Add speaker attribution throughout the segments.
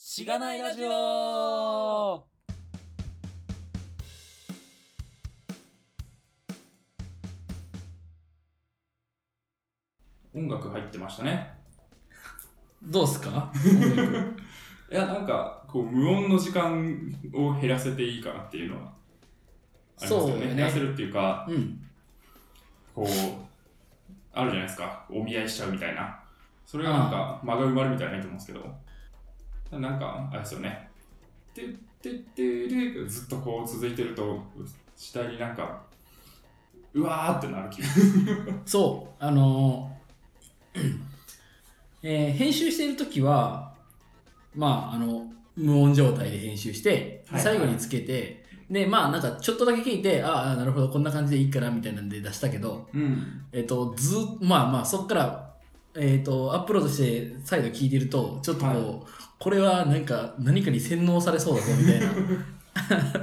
Speaker 1: しがないラジオ
Speaker 2: 音楽入ってましたね。
Speaker 1: どうっすか
Speaker 2: いや、なんか、こう、無音の時間を減らせていいかなっていうのは、ありますよ
Speaker 1: そう
Speaker 2: ね。
Speaker 1: ね
Speaker 2: 減らせるっていうか、
Speaker 1: うん。
Speaker 2: こう、あるじゃないですか。お見合いしちゃうみたいな。それがなんか、間が埋まるみたいなのいいと思うんですけど、なんか、あれですよね。てってってで、ずっとこう続いてると、次第になんか、うわーってなる気がする。
Speaker 1: そう、あのーえー編集しているときは、まあ、あの、無音状態で編集して、
Speaker 2: はい
Speaker 1: 最後につけて、で、まあ、なんかちょっとだけ聞いて、ああ、なるほど、こんな感じでいいかな、みたいなんで出したけど、
Speaker 2: うん。
Speaker 1: えっ、と、ずっまあまあ、そっから、えっ、と、アップロードして再度聞いてると、ちょっとこう、
Speaker 2: は
Speaker 1: これはなんか、何かに洗脳されそうだぞ、みたいな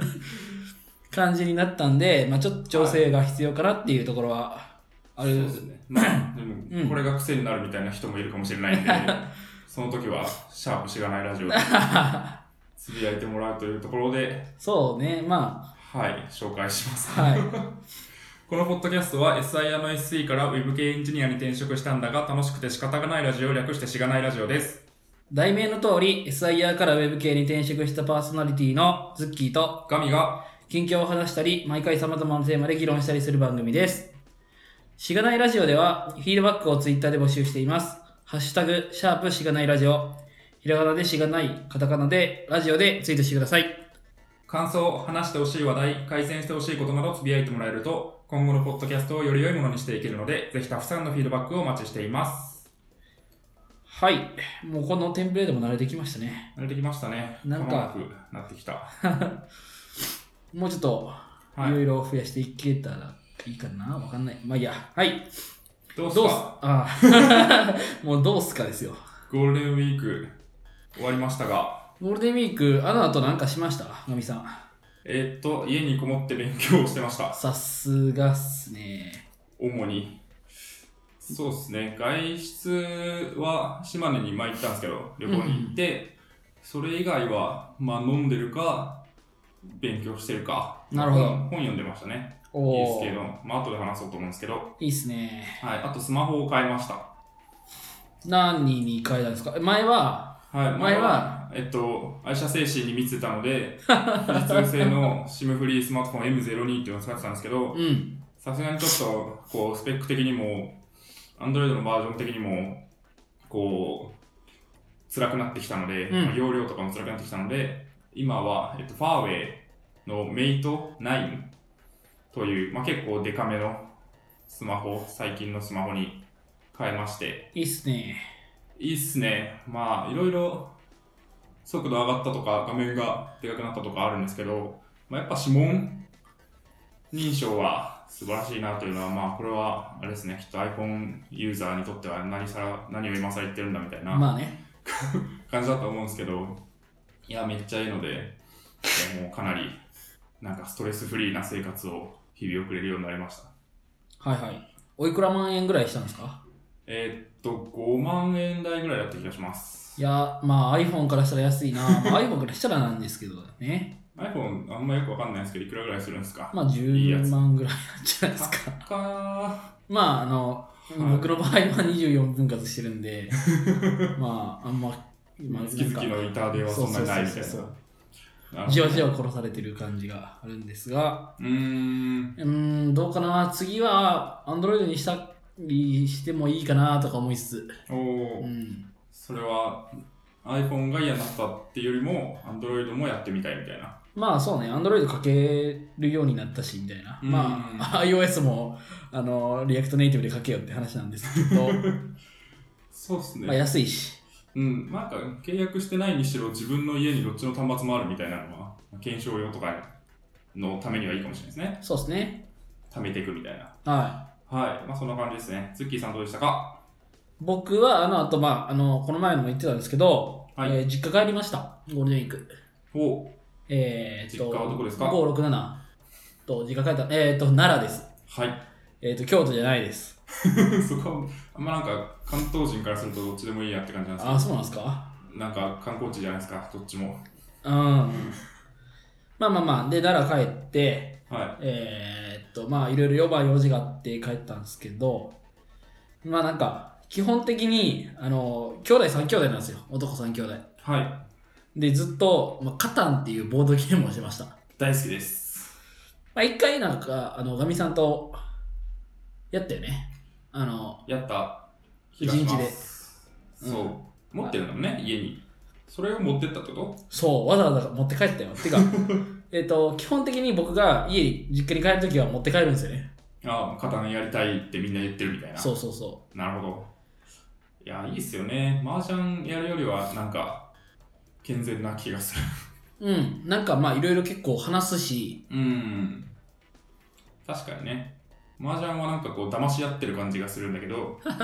Speaker 1: 感じになったんで、まあ、ちょっと調整が必要かなっていうところは、あ
Speaker 2: そう
Speaker 1: る、
Speaker 2: ですね。ま あ、で
Speaker 1: う
Speaker 2: も、
Speaker 1: ん
Speaker 2: これが癖になるみたいな人もいるかもしれないん で、その時は、シャープしがないラジオでつぶやいてもらうというところで、
Speaker 1: そうね、ま
Speaker 2: はい、紹介します。
Speaker 1: あ、 はい。
Speaker 2: このポッドキャストは SIR の SE から Web 系エンジニアに転職したんだが楽しくて仕方がないラジオを略してしがないラジオです。
Speaker 1: 題名の通り、SIR から Web 系に転職したパーソナリティのズッキーと、
Speaker 2: ガミが、
Speaker 1: 近況を話したり、毎回様々なテーマで議論したりする番組です。しがないラジオでは、フィードバックをツイッターで募集しています。ハッシュタグ、シャープしがないラジオ。ひらがなでしがない、カタカナで、ラジオでツイートしてください。
Speaker 2: 感想、話してほしい話題、改善してほしいことなどつぶやいてもらえると、今後のポッドキャストをより良いものにしていけるので、ぜひたくさんのフィードバックをお待ちしています。
Speaker 1: はい。もうこのテンプレートも慣れてきましたね。
Speaker 2: 慣れてきましたね。
Speaker 1: なんか
Speaker 2: 細かくなってきた。は
Speaker 1: もうちょっと、いろ
Speaker 2: い。
Speaker 1: いろ増やしていけたらいいかなわかんない。まあいいや。はい。
Speaker 2: どうす
Speaker 1: どうす
Speaker 2: か
Speaker 1: ああ もうどうすかですよ。
Speaker 2: ゴールデンウィーク終わりましたが、
Speaker 1: ゴールデンウィーク、あの後なんかしましたガミさん。
Speaker 2: えーっと、家にこもって勉強をしてました。
Speaker 1: さすがっすね。
Speaker 2: 主に。そうですね、外出は島根に前行ったんですけど、旅行に行って、それ以外は、まあ、飲んでるか、勉強してるか、
Speaker 1: なるほど
Speaker 2: まあ本本読んでましたね、
Speaker 1: お
Speaker 2: いい
Speaker 1: ー
Speaker 2: ですけど、まあ後で話そうと思うんですけど、はい、
Speaker 1: いいっすね。
Speaker 2: あとスマホを買いました。
Speaker 1: 何に変えたんですか前は、
Speaker 2: はい、
Speaker 1: 前は、
Speaker 2: えっと、愛車精神に満ちてた ので、実通製の SIM フリースマートフォン M02 っていうのを使ってたんですけど、
Speaker 1: うん。
Speaker 2: さすがにちょっとこうスペック的にも Android のバージョン的にもこう辛くなってきたので、
Speaker 1: うん
Speaker 2: まあ容量とかも辛くなってきたので今は、えっと、ファーウェイのメイト9という、まあ、結構デカめのスマホ最近のスマホに変えまして
Speaker 1: いいっすね。
Speaker 2: いいっすねまあいろいろ速度上がったとか画面がでかくなったとかあるんですけど、まあ、やっぱ指紋認証は素晴らしいなというのはまあこれはあれですねきっと iPhone ユーザーにとっては何さら何を今更言ってるんだみたいな
Speaker 1: まあね。
Speaker 2: 感じだと思うんですけどいやめっちゃいいのでいやもうかなりなんかストレスフリーな生活を日々送れるようになりました
Speaker 1: はいはい。おいくら万円ぐらいしたんですか
Speaker 2: えーっと5万円台ぐらいだった気がします
Speaker 1: いや、まあ iPhone からしたら安いな。 まあ、iPhone からしたらなんですけどね。
Speaker 2: iPhone あんまよくわかんないんですけどいくらぐらいするんですか
Speaker 1: まあ
Speaker 2: いいや
Speaker 1: 10
Speaker 2: つ
Speaker 1: 万ぐらいなんじゃないですか。
Speaker 2: か
Speaker 1: まああの、
Speaker 2: い
Speaker 1: 僕の場合は24分割してるん で、まああんま、まあ
Speaker 2: 月々の痛手はそんなにないみたいな
Speaker 1: そうそうそう
Speaker 2: なるほど
Speaker 1: じわじわ殺されてる感じがあるんですが、
Speaker 2: うーん
Speaker 1: うーん、どうかな次は、アンドロイドにしたりしてもいいかなとか思いつつ。
Speaker 2: お
Speaker 1: う
Speaker 2: お、
Speaker 1: ん。
Speaker 2: それは iPhone が嫌になったっていうよりも Android もやってみたいみたいな
Speaker 1: まあそうね、アンドロイドかけるようになったし、みたいな。
Speaker 2: うん
Speaker 1: まあ、iOS も、あの、リアクトネイティブでかけようって話なんですけ ど、
Speaker 2: そうっすね、
Speaker 1: まあ安いし。
Speaker 2: うんなんか契約してないにしろ自分の家にどっちの端末もあるみたいなのは検証用とかのためにはいいかもしれないですね
Speaker 1: そうですね。
Speaker 2: 貯めていくみたいな
Speaker 1: はい。
Speaker 2: はいまあそんな感じですねズッキーさんどうでしたか
Speaker 1: 僕は、あの、あと、まあ、あの、この前も言ってたんですけど、
Speaker 2: はい
Speaker 1: えー実家帰りました。ゴールデンウィーク。
Speaker 2: お
Speaker 1: えー、っと、
Speaker 2: 実家はどこですか
Speaker 1: ?567。と、実家帰った、えー、っと、奈良です。
Speaker 2: はい
Speaker 1: えー、っと、京都じゃないです。
Speaker 2: そこはあんまなんか関東人からするとどっちでもいいやって感じなんですけど
Speaker 1: あ、そうなんですか
Speaker 2: なんか観光地じゃないですか、どっちも。
Speaker 1: うん。まあまあまあ、で、奈良帰って、
Speaker 2: は
Speaker 1: えーっと、まあ、いろいろ呼ば用事があって帰ったんですけど、まあなんか、基本的に、あの、兄弟3兄弟なんですよ。男3兄弟。
Speaker 2: い。はい。
Speaker 1: で、ずっと、まあ、カタンっていうボードゲームをしてました。ま
Speaker 2: 大好きです。
Speaker 1: あ、一回なんか、あの、ガミさんと、やったよね。あの、
Speaker 2: やった。
Speaker 1: 一日で
Speaker 2: 気がしますそう。持ってるのね、家に。それを持ってったってこと
Speaker 1: そう、わざわざ持って帰ったよ。てか、えっと、基本的に僕が家に、実家に帰るときは持って帰るんですよね。
Speaker 2: ああ、刀やりたいってみんな言ってるみたいな。
Speaker 1: そうそうそう。
Speaker 2: なるほど。いや、いいっすよね。麻雀やるよりは、なんか、健全な気がする。
Speaker 1: うん、なんかまあいろいろ結構話すし、
Speaker 2: うん。確かにね。麻雀はなんかこう、騙し合ってる感じがするんだけど、カ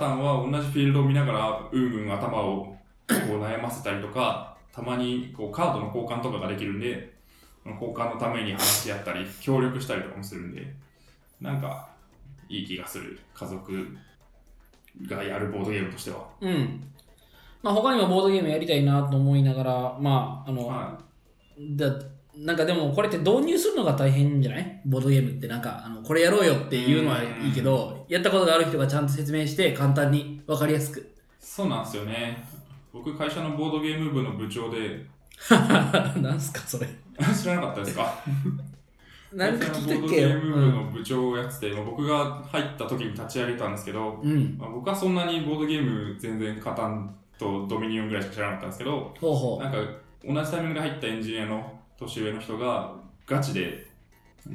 Speaker 2: タンは同じフィールドを見ながら、うんうん頭を こう悩ませたりとか、たまにこうカードの交換とかができるんで、交換のために話し合ったり、協力したりとかもするんで、なんか、いい気がする。家族がやるボードゲームとしては。
Speaker 1: うん。まあ他にもボードゲームやりたいなと思いながら、まあ、あの、
Speaker 2: は
Speaker 1: だなんかでもこれって導入するのが大変じゃないボードゲームってなんかあのこれやろうよっていうのはいいけど、やったことがある人がちゃんと説明して簡単に分かりやすく。
Speaker 2: そうなんですよね。僕、会社のボードゲーム部の部長で、
Speaker 1: なんすかそれ。
Speaker 2: 知らなかったですか
Speaker 1: なんか聞いたっ
Speaker 2: ボード
Speaker 1: け
Speaker 2: ゲ
Speaker 1: よ。
Speaker 2: ーム部の部長をやってて、まあ僕が入った時に立ち上げたんですけど、
Speaker 1: うん。
Speaker 2: まあ、僕はそんなにボードゲーム全然カタンとドミニオンぐらいしか知らなかったんですけど、
Speaker 1: ほうほ
Speaker 2: なんか同じタイミングで入ったエンジニアの年上の人がガチで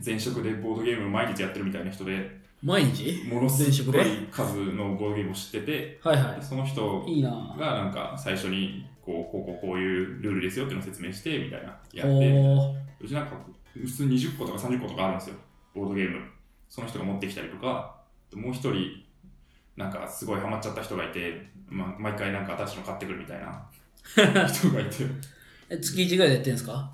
Speaker 2: 前職でボードゲーム毎日やってるみたいな人で、
Speaker 1: う。毎日
Speaker 2: ものすごい
Speaker 1: 前
Speaker 2: 数のボードゲームを知ってて、
Speaker 1: はい
Speaker 2: で
Speaker 1: は
Speaker 2: その人
Speaker 1: い。いいな
Speaker 2: がなんか最初にこうこうこうこういうルールですよっていうのを説明してみたいなやって
Speaker 1: ほう。
Speaker 2: うちなんか普通20個とか30個とかあるんですよボードゲームその人が持ってきたりとかもう一人なんかすごいハマっちゃった人がいて、ま、毎回なんか新しいの買ってくるみたいな 人がいて
Speaker 1: え月1ぐらいでやってんすか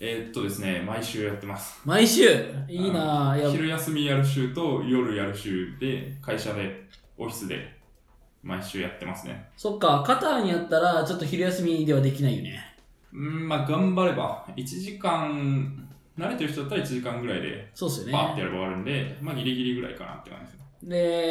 Speaker 2: えーっとですね毎週やってます
Speaker 1: 毎週いいなぁ。いや
Speaker 2: 昼休みやる週と夜やる週で会社でオフィスで毎週やってますね
Speaker 1: そっか、カターンやったら、ちょっと昼休みではできないよね。
Speaker 2: うん、まあ頑張れば、1時間、慣れてる人だったら1時間ぐらいで、
Speaker 1: そうっすよ
Speaker 2: バーって
Speaker 1: ね。
Speaker 2: やれば終わるんで、まあギリギリぐらいかなって感じですね。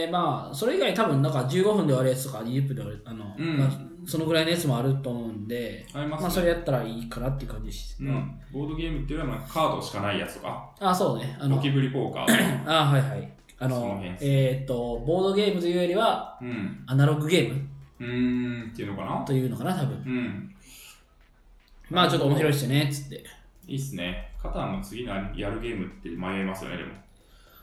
Speaker 1: で、まあ、それ以外多分、なんか15分で終わるやつとか、20分で終わる、あの、
Speaker 2: うん
Speaker 1: まあそのぐらいのやつもあると思うんで、
Speaker 2: ありますね。
Speaker 1: まあ、それやったらいいかなっていう感じです
Speaker 2: う
Speaker 1: ね。
Speaker 2: ん、ボードゲームっていうよりはまあカードしかないやつとか、
Speaker 1: あ、そうね。あ
Speaker 2: ゴ
Speaker 1: の
Speaker 2: キ、ブリポーカーとか、
Speaker 1: あ、はいはい。あ
Speaker 2: その
Speaker 1: の
Speaker 2: 辺で、す
Speaker 1: えーっと、ボードゲームというよりは、
Speaker 2: うん、
Speaker 1: アナログゲーム
Speaker 2: うーんっていうのかな。
Speaker 1: というのかな、多分。
Speaker 2: うん、
Speaker 1: まあ、ちょっと面白いっすよね、つって。
Speaker 2: いいっすね。カタンの次のやるゲームって迷いますよね、でも。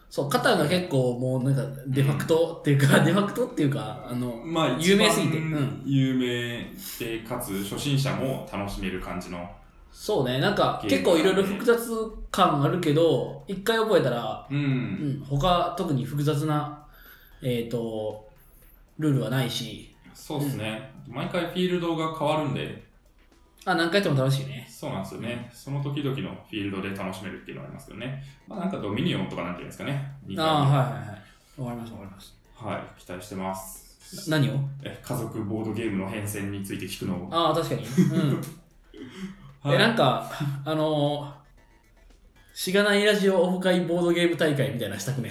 Speaker 1: そう、カターンが結構、もう、なんか、デファクトっていうか、デファクトっていうか、あの、
Speaker 2: まあ、
Speaker 1: 有名すぎて
Speaker 2: 一番有名で、かつ初心者も楽しめる感じの。
Speaker 1: そうね、なんか
Speaker 2: ゲー
Speaker 1: 結
Speaker 2: ム
Speaker 1: 構いろいろ複雑感あるけど、一回覚えたら、
Speaker 2: う、
Speaker 1: うんん、他特に複雑な、えっ、と、ルールはないし、
Speaker 2: そうですね。毎回フィールドが変わるんで、
Speaker 1: あ、何回やっても楽しいね。
Speaker 2: そうなんですよね。その時々のフィールドで楽しめるっていうのがありますよね。まあなんかドミニオンとかなんていうんですかね。二
Speaker 1: あ
Speaker 2: 回
Speaker 1: あ、はいはいはい。わかりますわかります。
Speaker 2: はい、期待してます。
Speaker 1: 何を
Speaker 2: え家族ボードゲームの変遷について聞くのを。
Speaker 1: ああ、確かに。 うん。
Speaker 2: はい
Speaker 1: え、なんか、あのーしがないラジオオフ会ボードゲーム大会みたいなのしたくね。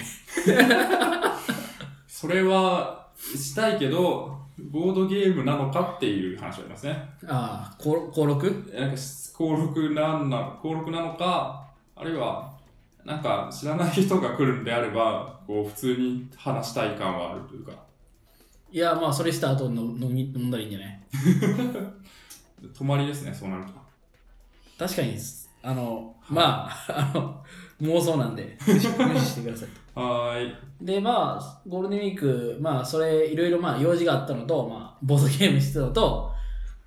Speaker 2: それはしたいけど、ボードゲームなのかっていう話がありますね。
Speaker 1: ああ、こう登録
Speaker 2: えなんかし登録なんな登録なのか、あるいは、なんか知らない人が来るんであれば、こう普通に話したい感はあるというか、
Speaker 1: いや、まあ、それした後の飲み飲んだらいいんじゃない
Speaker 2: 泊まりですね、そうなると。
Speaker 1: 確かにです、あの、まあ、 あの、妄想なんで、無視無視してください。
Speaker 2: はーい。
Speaker 1: で、まあ、ゴールデンウィーク、まあ、それ、いろいろ、まあ、用事があったのと、まあ、ボードゲームしてたのと、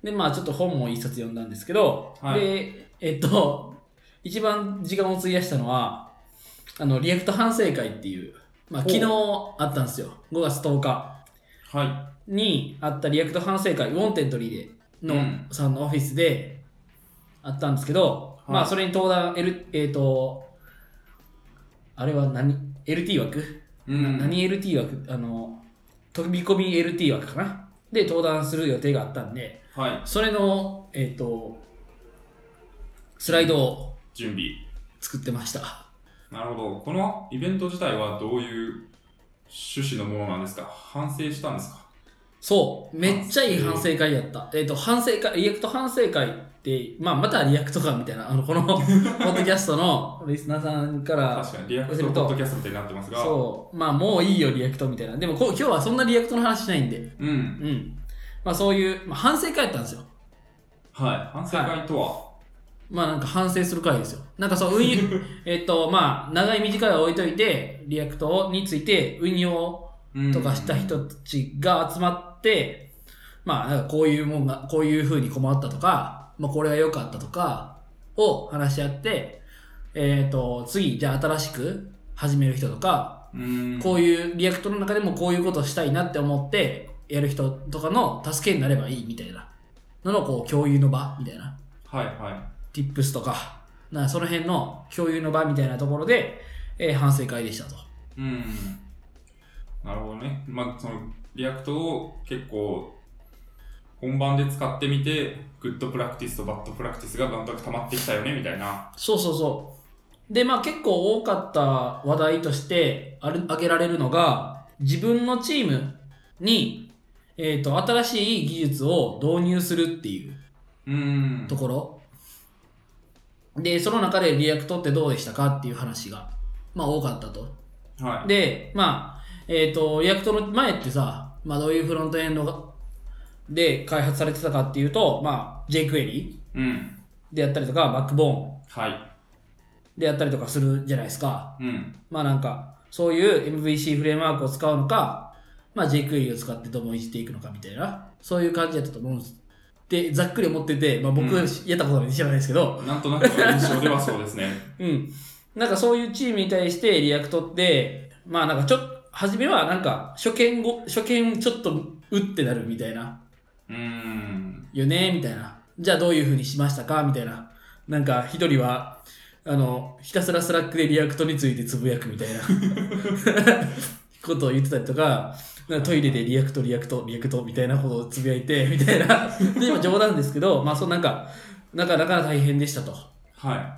Speaker 1: で、まあ、ちょっと本も一冊読んだんですけど、
Speaker 2: はい
Speaker 1: で、えっと、一番時間を費やしたのは、あの、リアクト反省会っていう、まあ、
Speaker 2: ほ
Speaker 1: 昨
Speaker 2: う
Speaker 1: 日あったんですよ。5月10日
Speaker 2: は
Speaker 1: にあったリアクト反省会、ウォンテントリーでの、
Speaker 2: うん
Speaker 1: さんのオフィスであったんですけど、
Speaker 2: はい
Speaker 1: まあ、それに登壇、L、えっ、と、あれは何 ?LT 枠
Speaker 2: い。うん
Speaker 1: 何 LT 枠あの飛び込み LT 枠かなで登壇する予定があったんで、
Speaker 2: はい。
Speaker 1: それの、えっ、と、スライドを
Speaker 2: 準備。
Speaker 1: 作ってました。
Speaker 2: なるほど。このイベント自体はどういう趣旨のものなんですか反省したんですか
Speaker 1: そう、めっちゃいい反省会やった。えっ、と、反省会、リアクト反省会って、まあ、またリアクトかみたいな、あの、この、ポッドキャストのリスナーさんから、
Speaker 2: 確かに、リアクトポッドキャストみたいになってますが。
Speaker 1: そう、まあ、もういいよ、リアクトみたいな。でもこう、今日はそんなリアクトの話しないんで、
Speaker 2: う。ん。
Speaker 1: うん。まあ、そういう、まあ、反省会やったんですよ。
Speaker 2: はい。反省会とは、
Speaker 1: まあなんか反省する回ですよ。なんかそう、運用、えっと、まあ、長い短いは置いといて、リアクトについて運用
Speaker 2: うん
Speaker 1: とかした。人たちが集まって、まあ、なんかこういうもんが、こういう風に困ったとか、まあ、これは良かったとか、を話し合って、えっ、と、次、じゃあ新しく始める人とか、
Speaker 2: うん。
Speaker 1: こういうリアクトの中でもこういうことしたいなって思って、やる人とかの助けになればいいみたいなのの、こう、共有の場みたいな。
Speaker 2: はいは
Speaker 1: tips とか、なその辺の共有の場みたいなところで、えー反省会でしたと。
Speaker 2: い。うん。なるほどね。まあ、その、リアクトを結構、本番で使ってみて、グッドプラクティスとバッドプラクティスがなんとなく溜まってきたよね、みたいな。
Speaker 1: そうそうそう。で、まあ結構多かった話題としてある挙げられるのが、自分のチームに、えっ、と、新しい技術を導入するっていう
Speaker 2: うん。
Speaker 1: ところ。で、その中でリアクトってどうでしたかっていう話が、まあ多かったと。
Speaker 2: はい。
Speaker 1: で、まあ、えっ、と、リアクトの前ってさ、まあ、どういうフロントエンドがで開発されてたかっていうと、まあ、jQuery
Speaker 2: うん。
Speaker 1: であったりとか、バックボーン
Speaker 2: はい。
Speaker 1: であったりとかするじゃないですか。
Speaker 2: うん。
Speaker 1: まあ、なんか、そういう MVC フレームワークを使うのか、まあ、jQuery を使ってどうもいじっていくのかみたいな、そういう感じだったと思うんです。で、ざっくり思ってて、まあ、僕、
Speaker 2: うん
Speaker 1: やったことなんで知らないですけど、
Speaker 2: なんとなくの印象ではそうですね。
Speaker 1: うん。なんかそういうチームに対してリアクトって、まあなんかちょっと、初めはなんか初見ご、初見ちょっとうってなるみたいな、
Speaker 2: うーん。
Speaker 1: よねみたいな。じゃあどういう風にしましたかみたいな。なんか一人は、あの、ひたすらスラックでリアクトについてつぶやくみたいな ことを言ってたりとか、なんかトイレでリアクト、リアクト、リアクトみたいなことをつぶやいて、みたいな。で、今冗談ですけど、まあそうなんか、なかなか大変でしたと。
Speaker 2: は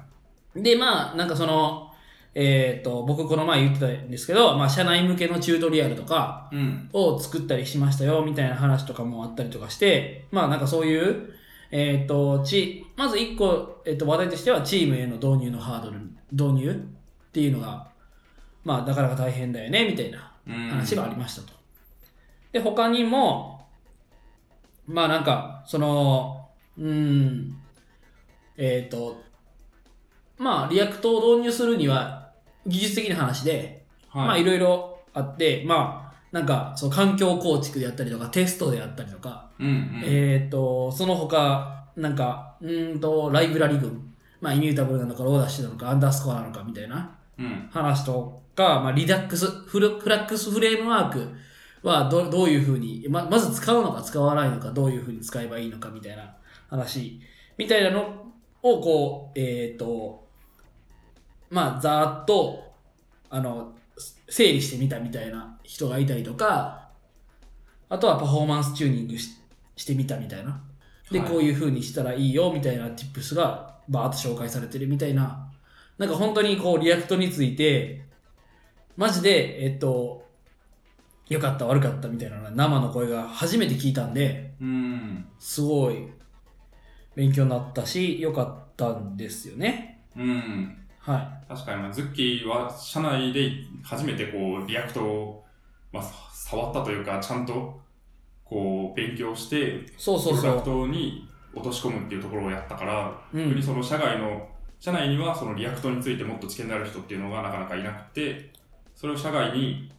Speaker 1: で、まあ、なんかその、えっ、と、僕この前言ってたんですけど、まあ、社内向けのチュートリアルとか
Speaker 2: い。うん。
Speaker 1: を作ったりしましたよ、みたいな話とかもあったりとかして、まあ、なんかそういう、えっ、と、チまず一個、えっ、と、話題としては、チームへの導入のハードル、導入っていうのが、まあ、なかなか大変だよね、みたいな
Speaker 2: うん
Speaker 1: 話がありましたと。で、他にも、まあなんか、その、うん、えっ、と、まあ、リアクトを導入するには、技術的な話で、
Speaker 2: はい。
Speaker 1: まあいろいろあって、まあ、なんか、その環境構築であったりとか、テストであったりとか、
Speaker 2: うん、うん。
Speaker 1: えっ、と、その他、なんか、うーんと、ライブラリ群、まあ、イミュータブルなのか、ローダッシュなのか、アンダースコアなのか、みたいな、
Speaker 2: うん。
Speaker 1: 話とか、まあ、リダックスフル、フラックスフレームワークはどどういうふうにま、まず使うのか使わないのか、どういうふうに使えばいいのかみたいな話、みたいなのをこう、えっ、と、まあ、ざーっと、あの、整理してみたみたいな人がいたりとか、あとはパフォーマンスチューニングししてみたみたいな。で、
Speaker 2: はい
Speaker 1: こういうふうにしたらいいよみたいな tips がバーッと紹介されてるみたいななんか本当にこうリアクトについて、マジで、えっと、良かった悪かったみたいな生の声が初めて聞いたんで、
Speaker 2: うん。
Speaker 1: すごい勉強になったし、良かったんですよね。
Speaker 2: うん。
Speaker 1: は
Speaker 2: 確かに、まあズッキーは社内で初めてこう、リアクトを、まあ、さ触ったというか、ちゃんと、こう、勉強して
Speaker 1: い。、そうそう
Speaker 2: プ
Speaker 1: そ
Speaker 2: ロダク
Speaker 1: う。
Speaker 2: トに落とし込むっていうところをやったから、
Speaker 1: う
Speaker 2: 特に
Speaker 1: ん、
Speaker 2: その社外の、社内にはそのリアクトについてもっと知見のある人っていうのがなかなかいなくて、それを社外に、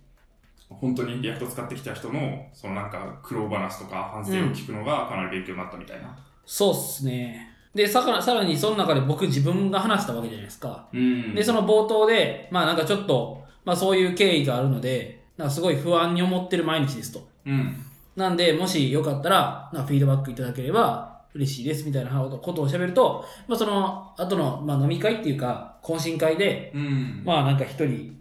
Speaker 2: 本当にリアクト使ってきた人の、そのなんか苦労話とか反省を聞くのがかなり勉強になったみたいな。
Speaker 1: そうっすね。で、さかさらにその中で僕自分が話したわけじゃないですか。
Speaker 2: うん。
Speaker 1: で、その冒頭で、まあなんかちょっと、まあそういう経緯があるので、なんかすごい不安に思ってる毎日ですと。
Speaker 2: うん。
Speaker 1: なんで、もしよかったら、なんかフィードバックいただければ嬉しいですみたいなことを喋ると、まあ、その後の、まあ、飲み会っていうか、懇親会で、
Speaker 2: うん。
Speaker 1: まあなんか一人、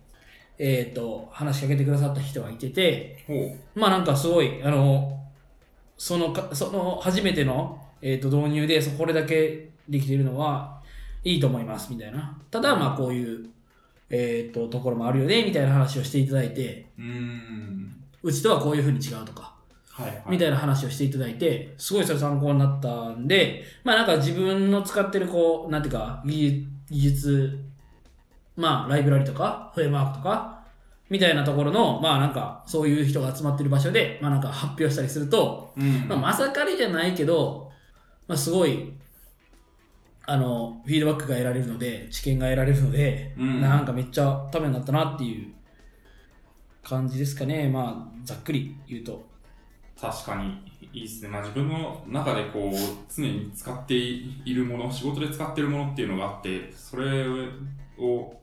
Speaker 1: えっ、と、話しかけてくださった人がいてて、
Speaker 2: ほう。
Speaker 1: まあなんかすごい、あの、そのか、その初めての、えー、と導入で、そこれだけできているのは、いいと思います、みたいな。ただ、まあ、こういう、えっ、と、ところもあるよね、みたいな話をしていただいて、
Speaker 2: うーん。
Speaker 1: うちとはこういうふうに違うとか、
Speaker 2: はい、はい。
Speaker 1: みたいな話をしていただいて、すごいそれ参考になったんで、まあ、なんか自分の使ってる、こう、なんていうか、技術技術、まあ、ライブラリとか、フレームワークとか、みたいなところの、まあなんか、そういう人が集まってる場所で、まあなんか発表したりすると、
Speaker 2: うん。
Speaker 1: まあ、まさかりじゃないけど、まあ、すごい、あの、フィードバックが得られるので、知見が得られるので、
Speaker 2: うん
Speaker 1: なんかめっちゃためになったなっていう感じですかね。まあ、ざっくり言うと。
Speaker 2: 確かにいいですね、まあ、自分の中でこう常に使っているもの仕事で使っているものっていうのがあってそれを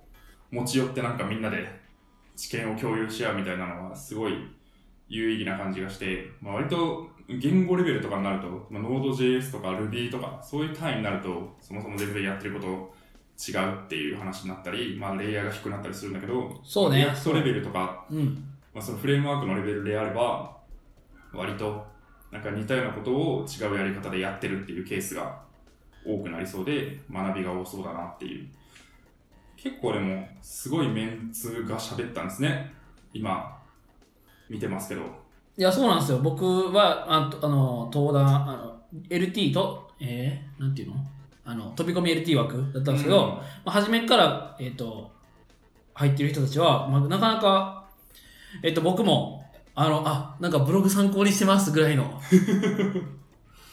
Speaker 2: 持ち寄ってなんかみんなで知見を共有し合うみたいなのはすごい有意義な感じがして、まあ、割と言語レベルとかになると、まあ、Node.js とか Ruby とかそういう単位になるとそもそも全然やってること違うっていう話になったり、まあ、レイヤーが低くなったりするんだけど
Speaker 1: そう
Speaker 2: リ
Speaker 1: ね
Speaker 2: ア。クトレベルとか
Speaker 1: うん。
Speaker 2: まあ、そのフレームワークのレベルであれば、割となんか似たようなことを違うやり方でやってるっていうケースが多くなりそうで、学びが多そうだなっていう。結構でも、すごいメンツが喋ったんですね。今、見てますけど。
Speaker 1: いや、そうなんですよ。僕は、ああの、登壇、あの、LT と、えー、なんていうのあの、飛び込み LT 枠だったんですけど、まあ、初めから、えっと入ってる人たちは、まあ、なかなか、えっと僕もあのあなんかブログ参考にしてますぐらいの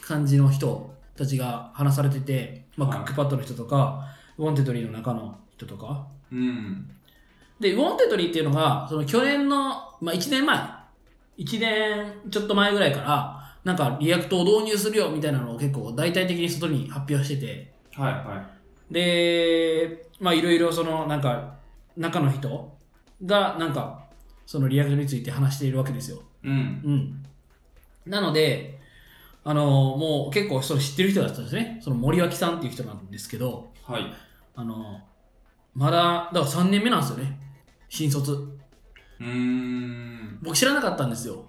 Speaker 1: 感じの人たちが話されてて、まあ、
Speaker 2: はい
Speaker 1: クックパッドの人とかウォンテッドリーの中の人とか
Speaker 2: うん。うん。
Speaker 1: でウォンテッドリーっていうのがその去年の、まあ、1年前1年ちょっと前ぐらいからなんかリアクトを導入するよみたいなのを結構大々的に外に発表してて
Speaker 2: はいは
Speaker 1: で、まあいろいろそのなんか中の人がなんかそのリアクトについて話しているわけですよ。
Speaker 2: い。うん。
Speaker 1: うん。なので、あのもう結構それ知ってる人だったんですね。その森脇さんっていう人なんですけど、
Speaker 2: はい。
Speaker 1: あのまだ、だから3年目なんですよね。新卒。
Speaker 2: うーん。
Speaker 1: 僕知らなかったんですよ。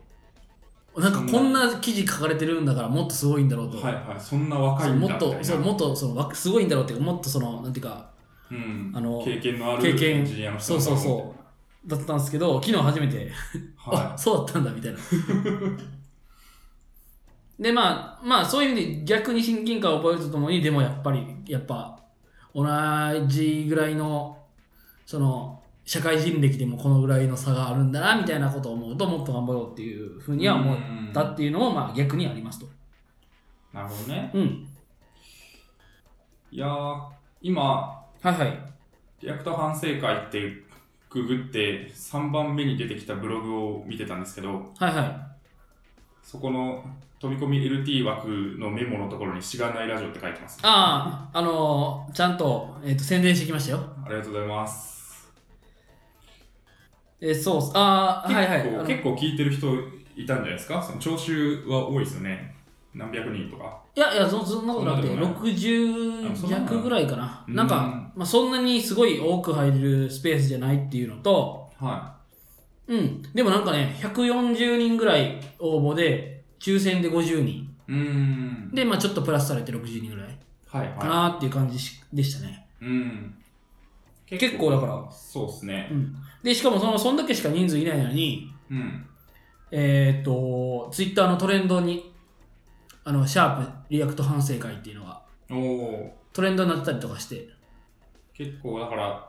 Speaker 1: なんかこんな記事書かれてるんだからもっとすごいんだろうと。
Speaker 2: はいはい。そんな若
Speaker 1: そ
Speaker 2: いうん
Speaker 1: も
Speaker 2: だ
Speaker 1: っ
Speaker 2: みたい
Speaker 1: と、
Speaker 2: な
Speaker 1: そうもっとそのわすごいんだろうっていうか、もっとその、なんていうか、
Speaker 2: うん、
Speaker 1: あの
Speaker 2: 経験のある
Speaker 1: 経験
Speaker 2: エンジニアの人
Speaker 1: そうそうそだったんですけど、昨日初めて
Speaker 2: うは
Speaker 1: あそうだったんだみたいな。でまあまあそういう意味で逆に親近感を覚えるとともにでもやっぱりやっぱ同じぐらいのその社会人歴でもこのぐらいの差があるんだなみたいなことを思うともっと頑張ろうっていうふう
Speaker 2: い。
Speaker 1: には思
Speaker 2: う
Speaker 1: っ
Speaker 2: ん
Speaker 1: たっていうのもまあ逆にありますと。
Speaker 2: なるほどね。
Speaker 1: うん。
Speaker 2: いやー、今、
Speaker 1: はいはい。
Speaker 2: リアクト反省会ってググって3番目に出てきたブログを見てたんですけど、
Speaker 1: はいは
Speaker 2: そこの飛び込み LT 枠のメモのところにしがないラジオって書いてます。
Speaker 1: い。ああ、あのーちゃんと,、えーと宣伝してきましたよ。
Speaker 2: ありがとうございます。
Speaker 1: えーそうっす。ああ、
Speaker 2: 結構、
Speaker 1: はいはい。あの
Speaker 2: 結構聞いてる人いたんじゃないですかその聴衆は多いですよね。何百人とか。
Speaker 1: いやいや、そそんなことなくて、
Speaker 2: そんなことあそ
Speaker 1: 60
Speaker 2: んなもん
Speaker 1: 弱ぐらいかな。
Speaker 2: うん
Speaker 1: なんか、まあ、そんなにすごい多く入れるスペースじゃないっていうのと、
Speaker 2: は
Speaker 1: うん、でもなんかね、140人ぐらい応募で、抽選で50人。
Speaker 2: い。うーん。
Speaker 1: で、まあちょっとプラスされて60人ぐらい
Speaker 2: はい
Speaker 1: か
Speaker 2: は
Speaker 1: なっていう感じしでしたね。
Speaker 2: い。うん。
Speaker 1: 結構だから。
Speaker 2: そうですね
Speaker 1: う。ん。で、しかもその、そんだけしか人数いないのに、
Speaker 2: うん。
Speaker 1: えっ、と、ツイッターのトレンドに、あの、シャープリアクト反省会っていうのが
Speaker 2: おー。
Speaker 1: トレンドになってたりとかして、
Speaker 2: 結構だから、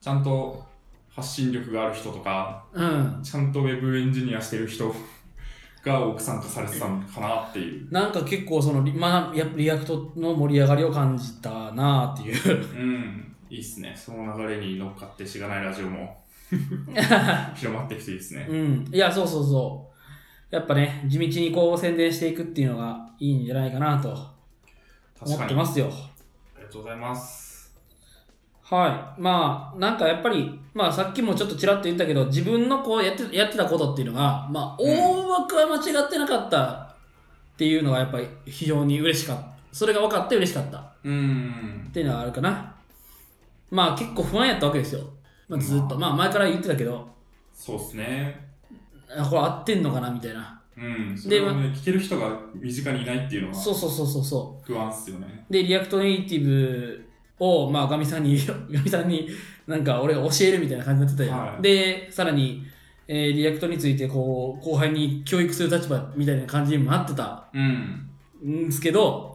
Speaker 2: ちゃんと発信力がある人とか、
Speaker 1: うん。
Speaker 2: ちゃんとウェブエンジニアしてる人 が多く参加されてたのかなっていう。
Speaker 1: なんか結構そのリ,、まあ、やリアクトの盛り上がりを感じたなあっていう
Speaker 2: うん、いいっすね。その流れに乗っかってしがないラジオも 広まってきていいですね。
Speaker 1: うんいやそうそうそうやっぱね地道にこう宣伝していくっていうのがいいんじゃないかなと思
Speaker 2: 確か
Speaker 1: っ
Speaker 2: に。
Speaker 1: てますよ
Speaker 2: ありがとうございます。
Speaker 1: はいまあなんかやっぱりまあさっきもちょっとちらっと言ったけど自分のこうやってやってたことっていうのがまあ
Speaker 2: うん
Speaker 1: 大枠は間違ってなかったっていうのがやっぱり非常に嬉しかったそれが分かって嬉しかった
Speaker 2: うん
Speaker 1: っ。ていうのはあるかな。まあ結構不安やったわけですよ。まあ、ずっと。まあ前から言ってたけど、
Speaker 2: そうっすね。
Speaker 1: あこれ合ってんのかなみたいな。
Speaker 2: うん。それをね、聞ける人が身近にいないっていうの
Speaker 1: そ
Speaker 2: は
Speaker 1: うそうそうそうそ
Speaker 2: 不安っすよね。
Speaker 1: う。で、リアクトネイティブを、まあ、ガミさんに、 ガミさんに、なんか俺が教えるみたいな感じになってたよ。
Speaker 2: はい
Speaker 1: で、さらに、えーリアクトについて、こう、後輩に教育する立場みたいな感じにもなってた
Speaker 2: うん。
Speaker 1: んですけど、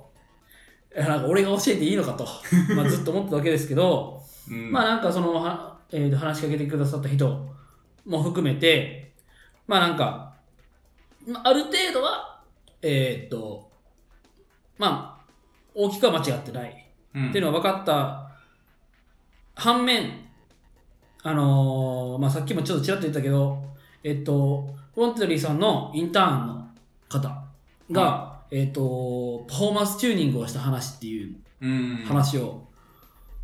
Speaker 1: なんか俺が教えていいのか と、まあ、ずっと思ってたわけですけど、
Speaker 2: うん。
Speaker 1: まあなんかそのは、えーと話しかけてくださった人も含めて、まあなんか、まあある程度は、えーっと、まあ、大きくは間違ってない
Speaker 2: うん、
Speaker 1: っていうのは分かった。反面、あのーまあさっきもちょっとちらっと言ったけど、えっと、ウォンテリーさんのインターンの方が、えっと、パフォーマンスチューニングをした話っていう
Speaker 2: うん、。
Speaker 1: 話を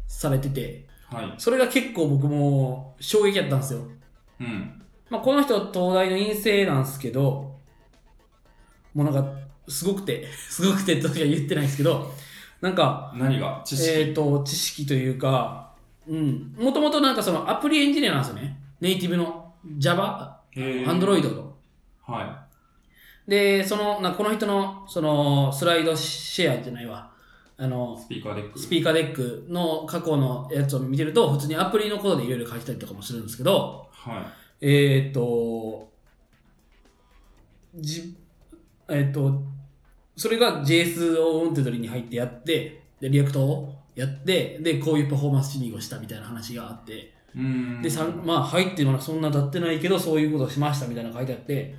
Speaker 1: されてて、
Speaker 2: はい。
Speaker 1: それが結構僕も衝撃やったんですよ。
Speaker 2: うん。
Speaker 1: まあ、この人は東大の院生なんですけど、もうなんか、すごくて、すごくてとしか言ってないんですけど、なんか、
Speaker 2: 何が知識、
Speaker 1: えっ、と、知識というか、うん、もともとなんかそのアプリエンジニアなんですよね。ネイティブの Java、
Speaker 2: え
Speaker 1: Android の。
Speaker 2: は
Speaker 1: で、その、なんかこの人の、その、スライドシェアじゃないわ。あの
Speaker 2: い。、スピーカーデック。
Speaker 1: スピーカーデックの過去のやつを見てると、普通にアプリのことでいろいろ書いてたりとかもするんですけど、
Speaker 2: はい。
Speaker 1: えー、と、じ、えー、と、それが JS をオンテドリに入ってやって、で、リアクトをやって、で、こういうパフォーマンスチューニングをしたみたいな話があって、
Speaker 2: うん。
Speaker 1: で、さんまあ、入ってまだそんな経ってないけど、そういうことをしましたみたいなの書いてあって、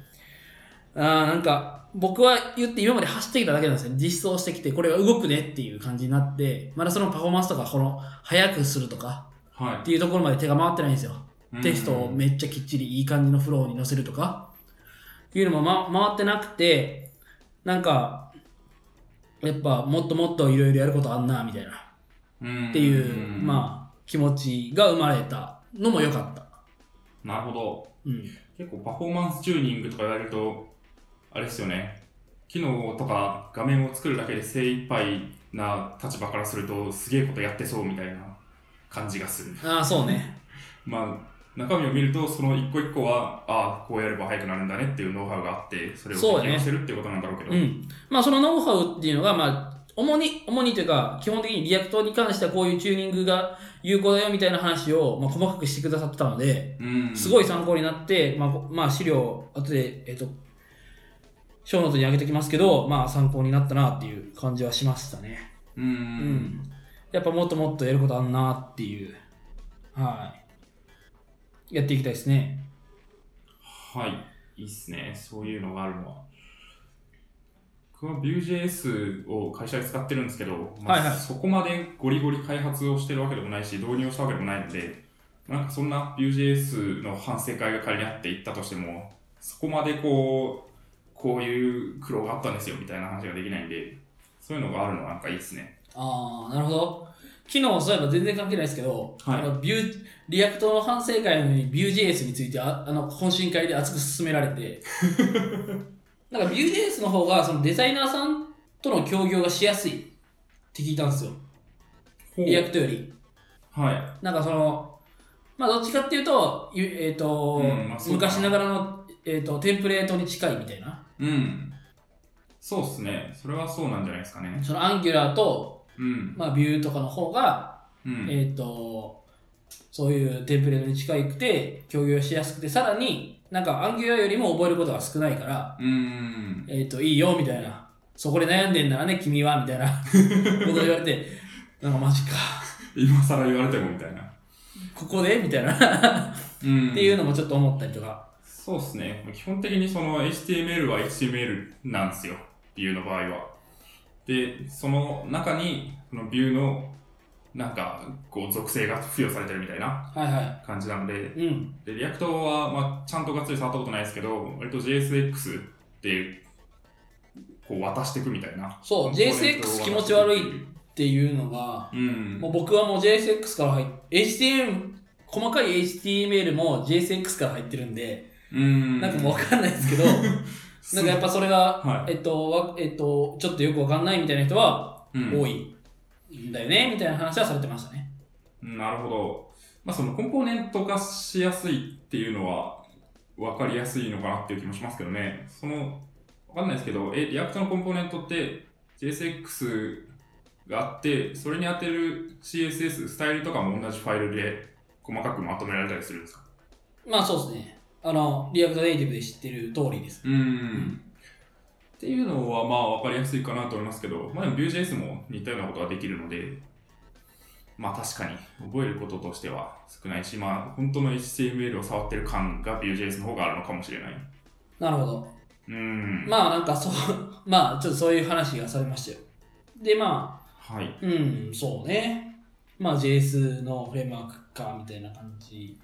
Speaker 1: あーなんか、僕は言って今まで走ってきただけなんですよ。実装してきて、これは動くねっていう感じになって、まだそのパフォーマンスとか、この、早くするとか
Speaker 2: は
Speaker 1: っていうところまで手が回ってないんですよ。
Speaker 2: い。
Speaker 1: テストを
Speaker 2: うん
Speaker 1: めっちゃきっちりいい感じのフローに乗せるとかいうのも、ま、回ってなくてなんかやっぱもっともっといろいろやることあんなみたいな
Speaker 2: うん
Speaker 1: っていう、まあ気持ちが生まれたのも良かった、
Speaker 2: あ。なるほど。
Speaker 1: うん、
Speaker 2: 結構パフォーマンスチューニングとかやると、あれですよね、機能とか画面を作るだけで精一杯な立場からすると、すげえことやってそうみたいな感じがする。
Speaker 1: ああそうね
Speaker 2: まあ、中身を見ると、その一個一個は、ああ、こうやれば速くなるんだねっていうノウハウがあって、それを
Speaker 1: そう
Speaker 2: 実
Speaker 1: ね
Speaker 2: 現してるってことなんだろうけど。
Speaker 1: うんまあそのノウハウっていうのがまあ主に主にというか基本的にリアクトに関してはこういうチューニングが有効だよみたいな話を、まあ、細かくしてくださってたので、
Speaker 2: うん
Speaker 1: すご
Speaker 2: い。
Speaker 1: い参考になって、まあ、こまあ、資料、後で、えっ、と、ショーノートに上げておきますけど、まあ、参考になったなっていう感じはしましたね。
Speaker 2: う。。
Speaker 1: うんやっぱもっともっとやることあんなっていう、はい。やっていきたいですね。
Speaker 2: はい。いいっすね。そういうのがあるのは。僕は Vue.js を会社で使ってるんですけど、まあ
Speaker 1: はいはい
Speaker 2: そこまでゴリゴリ開発をしてるわけでもないし、導入をしたわけでもないので、なんかそんな Vue.js の反省会が仮にあって行ったとしても、そこまでこう、こういう苦労があったんですよみたいな話ができないんで、そういうのがあるのはなんかいいですね。
Speaker 1: ああ、なるほど。昨日、そういえば全然関係ないですけど、
Speaker 2: は
Speaker 1: あ
Speaker 2: い
Speaker 1: のビューリアクトの反省会なのに Vue.js についてああの懇親会で熱く勧められ て、なんか Vue.js の方がそのデザイナーさんとの協業がしやすいって聞いたんですよ。リアクトより。
Speaker 2: は
Speaker 1: なんかその、まあどっちかっていうと、ゆえっ、と、
Speaker 2: うんまあそうだな
Speaker 1: 昔ながらの、えー、とテンプレートに近いみたいな。
Speaker 2: い。うん。そうっすね。それはそうなんじゃないですかね。
Speaker 1: その Angular と、
Speaker 2: うん。
Speaker 1: まあ、Vue とかの方が、
Speaker 2: うん。
Speaker 1: えっ、と、そういうテンプレートに近くて、共有しやすくて、さらに、なんか、アンギュラーよりも覚えることが少ないから、
Speaker 2: うん。
Speaker 1: えっ、と、いいよ、みたいな。そこで悩んでんならね、君は、みたい なこと言われて、なんか、マジか。
Speaker 2: 今更言われてもみたいな。
Speaker 1: ここでみたいな。
Speaker 2: うん
Speaker 1: っていうのもちょっと思ったりとか。
Speaker 2: そうですね。基本的にその HTML は HTML なんですよ。ビューの場合は。で、その中に、そのビューの、なんか、こう、属性が付与されてるみたいな
Speaker 1: はいは
Speaker 2: 感じなので、
Speaker 1: い。うん。
Speaker 2: で、リアクトは、まあ、ちゃんとがっつり触ったことないですけど、割と JSX で、こう、渡していくみたいな。
Speaker 1: そう、JSX 気持ち悪いっ。ていうのが、
Speaker 2: うん。
Speaker 1: もう僕はもう JSX から入っ HTML、細かい HTML も JSX から入ってるんで、
Speaker 2: うん。
Speaker 1: なんか もうわかんないですけど、なんかやっぱそれが、
Speaker 2: は
Speaker 1: え
Speaker 2: い
Speaker 1: っと、わえっと、ちょっとよくわかんないみたいな人は
Speaker 2: うん
Speaker 1: 多いんだよね、みたいな話はされてましたね。
Speaker 2: なるほど。まあ、そのコンポーネント化しやすいっていうのは分かりやすいのかなっていう気もしますけどね。そのかんないですけど、え、リアクトのコンポーネントって、JSX があって、それに当てる CSS、スタイルとかも同じファイルで細かくまとめられたりするんですか
Speaker 1: まあそうですね。あの、リアクトネイティブで知ってる通りです。
Speaker 2: うーん。っていうのは、まあ、わかりやすいかなと思いますけど、まあ、でも Vue.js も似たようなことができるので、まあ、確かに、覚えることとしては少ないし、まあ、本当の HTML を触ってる感が Vue.js の方があるのかもしれない。
Speaker 1: なるほど。
Speaker 2: うーん。
Speaker 1: まあなんかそう、 まあちょっとそういう話がされましたよ。で、まあ、
Speaker 2: はい。
Speaker 1: うん、そうね。まあ JS のフレームワークか、みたいな感じ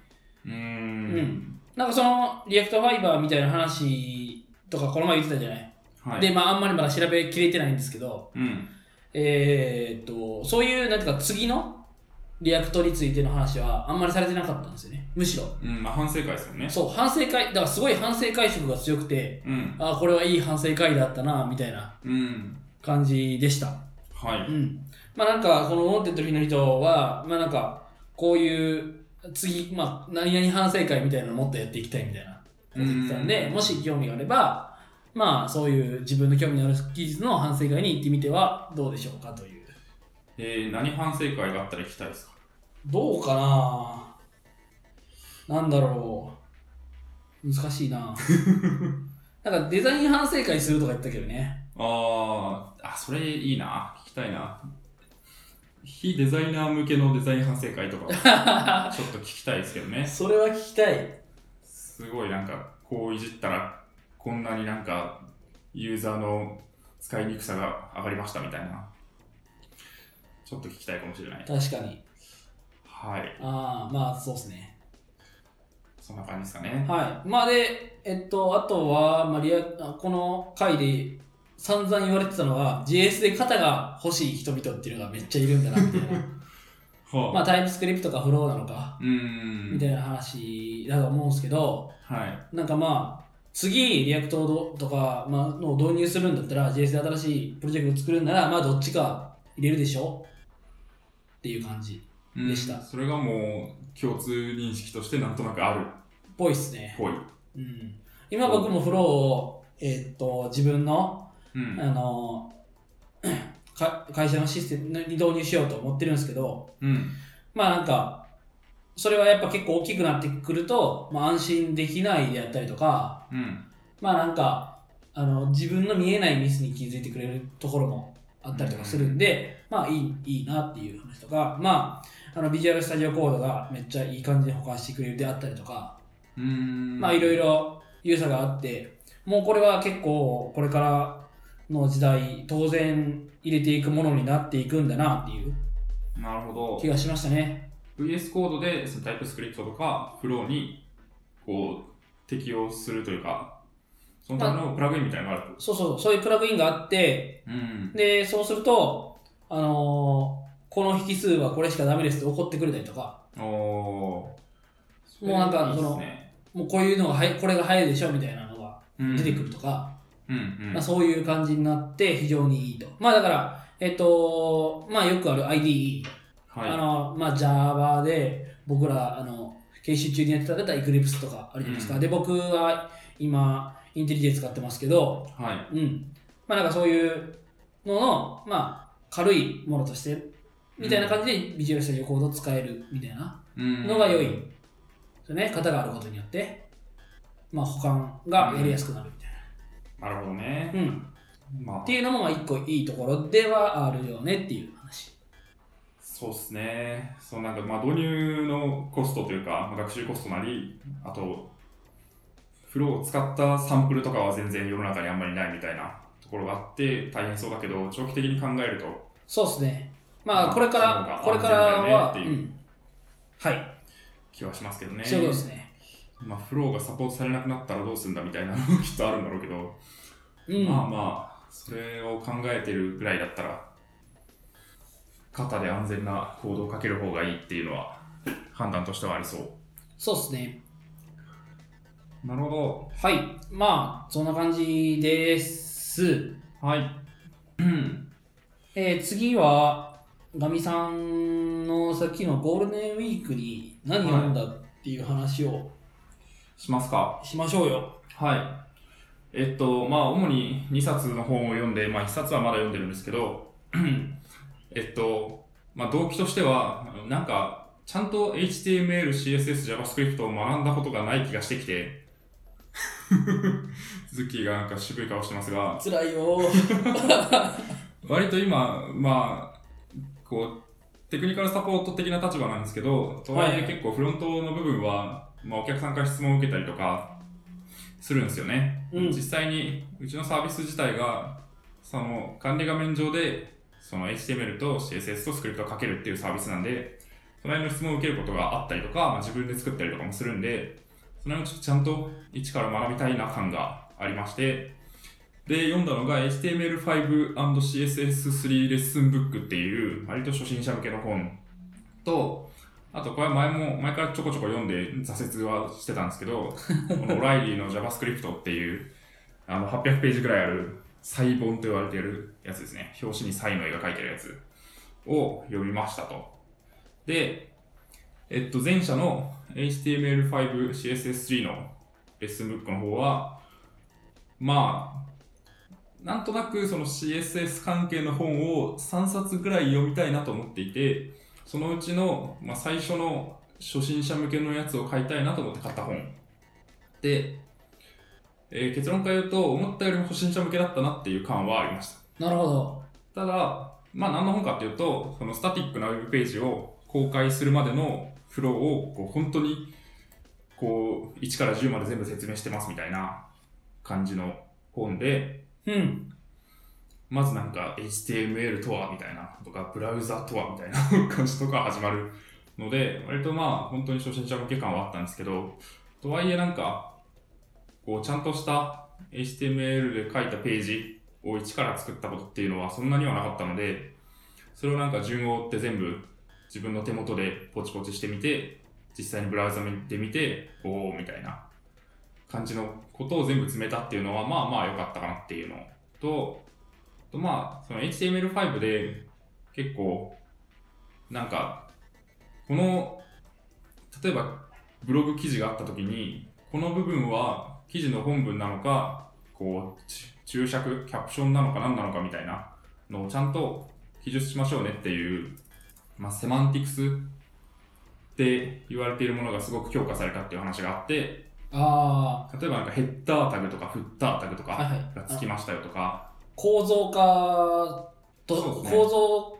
Speaker 2: うー。
Speaker 1: うんんなんかそのリアクトファイバーみたいな話とかこの前言ってたじゃない、
Speaker 2: はい。
Speaker 1: でまああんまりまだ調べきれてないんですけど
Speaker 2: うん。
Speaker 1: えー、っとそういうなんていうか次のリアクトについての話はあんまりされてなかったんですよねむしろ
Speaker 2: うん、まあ、反省会ですよね。
Speaker 1: そう反省会だからすごい反省会色が強くて
Speaker 2: うん。
Speaker 1: ああこれはいい反省会だったなみたいな
Speaker 2: うん。
Speaker 1: 感じでした
Speaker 2: は
Speaker 1: う
Speaker 2: い。
Speaker 1: んまあなんかこの「ウォンテッド」の人はまあなんかこういう次、まあ、何々反省会みたいなのもっとやっていきたいみたいなこと言ってたんで
Speaker 2: うん
Speaker 1: もし興味があればまあそういう自分の興味のある技術の反省会に行ってみてはどうでしょうかという
Speaker 2: えー、何反省会があったら聞きたいですか
Speaker 1: どうかななんだろう難しいななんかデザイン反省会するとか言ったけどね
Speaker 2: あーあ、それいいな。聞きたいな。非デザイナー向けのデザイン反省会と か、ちょっと聞きたいですけどね。
Speaker 1: それは聞きたい
Speaker 2: すごいなんか、こういじったら、こんなになんか、ユーザーの使いにくさが上がりましたみたいな。ちょっと聞きたいかもしれない。
Speaker 1: 確かに
Speaker 2: はい。
Speaker 1: ああまあそうですね
Speaker 2: そんな感じですかね。
Speaker 1: はい。まあで、えっと、あとは、まあ、リアあこの回で散々言われてたのは、JS で型が欲しい人々っていうのがめっちゃいるんだな、みたいな。
Speaker 2: はあ
Speaker 1: まあ、タイプスクリプトかフローなのか、
Speaker 2: うーん。
Speaker 1: みたいな話だと思うんですけど、
Speaker 2: はい。
Speaker 1: なんかまあ、次、リアクトとか、まあ、のを導入するんだったら、JS で新しいプロジェクトを作るんなら、まあ、どっちか入れるでしょっていう感じ。
Speaker 2: うん
Speaker 1: でした
Speaker 2: それがもう、共通認識としてなんとなくあるっ
Speaker 1: ぽいっすね。
Speaker 2: ぽい。
Speaker 1: うん。今僕もフローを、えっと、自分の
Speaker 2: うん。
Speaker 1: あのか会社のシステムに導入しようと思ってるんですけど、
Speaker 2: うん。
Speaker 1: まあなんか、それはやっぱ結構大きくなってくると、まあ、安心できないであったりとか、
Speaker 2: うん。
Speaker 1: まあなんかあの、自分の見えないミスに気づいてくれるところもあったりとかするんで、まあいいいいなっていう話とか、まあ、あのビジュアルスタジオコードがめっちゃいい感じで保管してくれるであったりとか、
Speaker 2: うーん。
Speaker 1: まあいろいろ良さがあって、もうこれは結構これからの時代、当然入れていくものになっていくんだなっていう
Speaker 2: なるほ
Speaker 1: 気がしましたね。
Speaker 2: ど。VS コードでそのタイプスクリプトとかフローにこう適用するというか、そのためのプラグインみたいなのがあると。
Speaker 1: そうそう、そういうプラグインがあって、
Speaker 2: うん。
Speaker 1: で、そうすると、あのーこの引数はこれしかダメですって怒ってくれたりとか、
Speaker 2: おー。
Speaker 1: もうなんか
Speaker 2: いいっす
Speaker 1: その
Speaker 2: ね
Speaker 1: もうこういうのがはや、これが早いでしょみたいなのが出てくるとか、
Speaker 2: うん。うん、うん。
Speaker 1: まあ、そういう感じになって非常にいいと。まあだから、えっと、まあよくある IDE
Speaker 2: はい。
Speaker 1: あの、まあ、Java で、僕ら、あの、研修中にやってた方は Eclipse とかあるじゃないですか。
Speaker 2: うん
Speaker 1: で、僕は今、インテリジェ使ってますけど、
Speaker 2: はい。
Speaker 1: うん。まあ、なんかそういうのの、まあ、軽いものとして、みたいな感じで、ビジュアルスタジオコードを使えるみたいな
Speaker 2: うん
Speaker 1: のが良い。ですね。型があることによって、まあ、保管がやりやすくなるみたい
Speaker 2: なるほどね。
Speaker 1: な。うん。
Speaker 2: まあ
Speaker 1: って、いうのも、まあ、一個いいところではあるよねっていう話。
Speaker 2: そうですね。そのなんか、まあ、導入のコストというか、まあ学習コストなり、あと、フローを使ったサンプルとかは全然世の中にあんまりないみたいなところがあって、大変そうだけど、長期的に考えると、
Speaker 1: そうですね。ま
Speaker 2: ま
Speaker 1: あ、
Speaker 2: あ
Speaker 1: これか
Speaker 2: その方
Speaker 1: ら、
Speaker 2: が
Speaker 1: これからは、
Speaker 2: 安
Speaker 1: う
Speaker 2: 全だよね
Speaker 1: ん、はい、
Speaker 2: 気はしますけどね。
Speaker 1: そういうことですね。
Speaker 2: まあ、フローがサポートされなくなったらどうするんだみたいなのもきっとあるんだろうけど、
Speaker 1: うん、
Speaker 2: まあまあ、それを考えてるぐらいだったら、肩で安全な行動をかける方がいいっていうのは、判断としてはありそう。
Speaker 1: そうですね。
Speaker 2: なるほ
Speaker 1: はい、まあ、そんな感じです。
Speaker 2: ど。はい。うん
Speaker 1: えー次は、ガミさんのさっきのゴールデンウィークに何読んだっていう話を
Speaker 2: しますか。
Speaker 1: しましょうよ。
Speaker 2: はい。えっと、まあ、主に2冊の本を読んで、まあ、1冊はまだ読んでるんですけど、 えっと、まあ、動機としては、あのなんか、ちゃんと HTML、CSS、JavaScript を学んだことがない気がしてき て、ズッキーがなんか渋い顔してますが、
Speaker 3: 辛いよー。
Speaker 2: 割と今、まあ、こう、テクニカルサポート的な立場なんですけど、とはいえ
Speaker 3: はい
Speaker 2: 結構フロントの部分は、まあ、お客さんから質問を受けたりとかするんですよね。
Speaker 3: うん
Speaker 2: 実際に、うちのサービス自体が、その管理画面上で、その HTML と CSS とスクリプトをかけるっていうサービスなんで、その辺の質問を受けることがあったりとか、まあ、自分で作ったりとかもするんで、その辺をちょっとちゃんと一から学びたいな感がありまして、で、読んだのが HTML5&CSS3 レッスンブックっていう、割と初心者向けの本と、あとこれは前も、前からちょこちょこ読んで挫折はしてたんですけど、 このライリーの JavaScript っていう、あの、800ページぐらいある、サイ本と言われているやつですね。表紙にサイの絵が描いてるやつを読みましたと。で、えっと、前者の HTML5、CSS3 のレッスンブックの方は、まあ、なんとなくその CSS 関係の本を3冊ぐらい読みたいなと思っていて、そのうちの、まあ、最初の初心者向けのやつを買いたいなと思って買った本。で、えー結論から言うと、思ったよりも初心者向けだったなっていう感はありました。
Speaker 3: なるほど。
Speaker 2: ただ、まあ、何の本かっていうと、そのスタティックなウェブページを公開するまでのフローをこう本当にこう1から10まで全部説明してますみたいな感じの本で、
Speaker 3: うん。
Speaker 2: まずなんか HTML とはみたいなとか、ブラウザとはみたいな 感じとか始まるので、割とまあ本当に初心者向け感はあったんですけど、とはいえなんか、こうちゃんとした HTML で書いたページを一から作ったことっていうのはそんなにはなかったので、それをなんか順を追って全部自分の手元でポチポチしてみて、実際にブラウザで見て、おーみたいな感じのことを全部詰めたっていうのは、まあまあ良かったかなっていうのと、あとまあ、その HTML5 で結構、なんか、この、例えばブログ記事があった時に、この部分は記事の本文なのか、こう、ち注釈、キャプションなのか何なのかみたいなのをちゃんと記述しましょうねっていう、まあ、セマンティクスって言われているものがすごく強化されたっていう話があって、
Speaker 3: あ
Speaker 2: 例えばなんかヘッダータグとかフッタータグと
Speaker 3: あ、はい
Speaker 2: か
Speaker 3: はい。
Speaker 2: がつきましたよとか、
Speaker 3: 構造化
Speaker 2: そう
Speaker 3: と、
Speaker 2: ですね
Speaker 3: 構造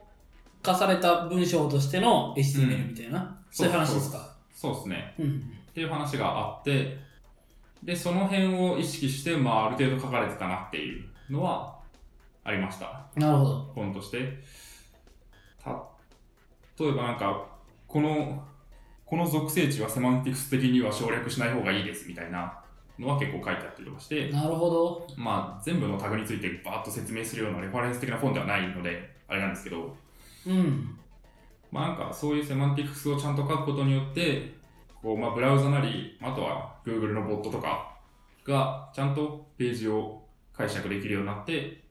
Speaker 3: 化された文章としての
Speaker 2: う
Speaker 3: HTML
Speaker 2: ん
Speaker 3: みたいな、そういう話ですか。
Speaker 2: そうですね。
Speaker 3: うん。
Speaker 2: っていう話があって、で、その辺を意識して、まあ、ある程度書かれてたなっていうのはありました。
Speaker 3: なるほど。
Speaker 2: 本として。た、例えばなんか、この、この属性値はセマンティクス的には省略しない方がいいですみたいなのは結構書いてあったりとかして、
Speaker 3: なるほど。
Speaker 2: まあ、全部のタグについてバーッと説明するようなレファレンス的な本ではないので、あれなんですけど、
Speaker 3: うん。
Speaker 2: まあ、なんかそういうセマンティクスをちゃんと書くことによって、こうまあ、ブラウザなり、あとは Google のボットとかがちゃんとページを解釈できるようになって、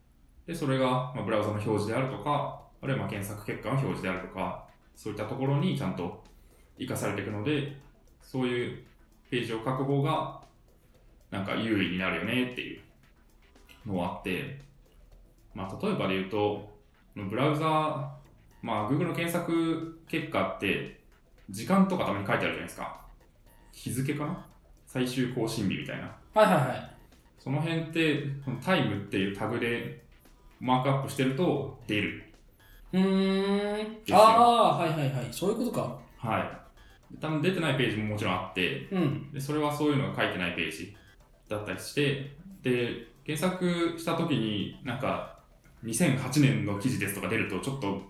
Speaker 2: でそれがまあブラウザの表示であるとか、あるいはまあ検索結果の表示であるとか、そういったところにちゃんと活かされていくので、そういうページを書く方がなんか優位になるよねっていうのはあって、まあ、例えばで言うと、ブラウザまあ、Google の検索結果って、時間とかたまに書いてあるじゃないですか。日付かな最終更新日みたいな。
Speaker 3: はいはいはい。
Speaker 2: その辺って、そのタイムっていうタグでマークアップしてると出る。
Speaker 3: うーん。
Speaker 2: すよ
Speaker 3: ああー、はいはいはい。そういうことか。
Speaker 2: はい。多分出てないページももちろんあって、
Speaker 3: うん。
Speaker 2: でそれはそういうのが書いてないページだったりして、で、検索した時に、なんか、2008年の記事ですとか出ると、ちょっと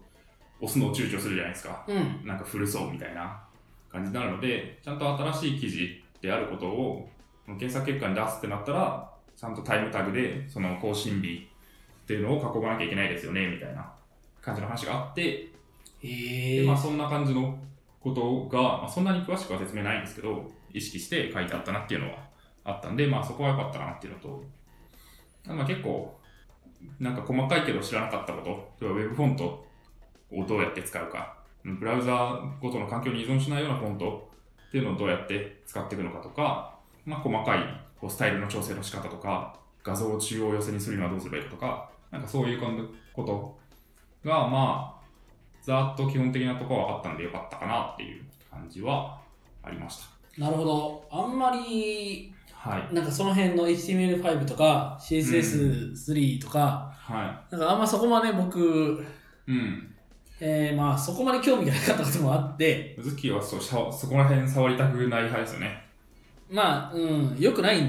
Speaker 2: 押すのを躊躇するじゃないですか。
Speaker 3: うん。
Speaker 2: なんか古そうみたいな感じになるので、ちゃんと新しい記事であることを、検索結果に出すってなったら、ちゃんとタイムタグで、その更新日っていうのを囲まなきゃいけないですよね、みたいな感じの話があって、
Speaker 3: へ
Speaker 2: で
Speaker 3: え。
Speaker 2: まあ、そんな感じのことが、まあ、そんなに詳しくは説明ないんですけど、意識して書いてあったなっていうのはあったんで、まあ、そこは良かったかなっていうのと、まあ、結構、なんか細かいけど知らなかったこと、例えばウェブフォントをどうやって使うか、ブラウザごとの環境に依存しないようなフォントっていうのをどうやって使っていくのかとか、まあ、細かいこうスタイルの調整の仕方とか、画像を中央寄せにするにはどうすればいいかとか、なんかそういうことが、まあ、ざーっと基本的なところはあったんでよかったかなっていう感じはありまし
Speaker 1: なるほど。あんまり、
Speaker 2: た。はい。
Speaker 1: なんかその辺の HTML5 とか CSS3 とか、
Speaker 2: は
Speaker 1: なんかあんまそこまで僕、
Speaker 2: い。うん。
Speaker 1: えー、まあそこまで興味がなかったこともあって、
Speaker 2: ズッキーはそうしゃそこら辺触りたくない派ですよね。
Speaker 1: まあ、うん、良くない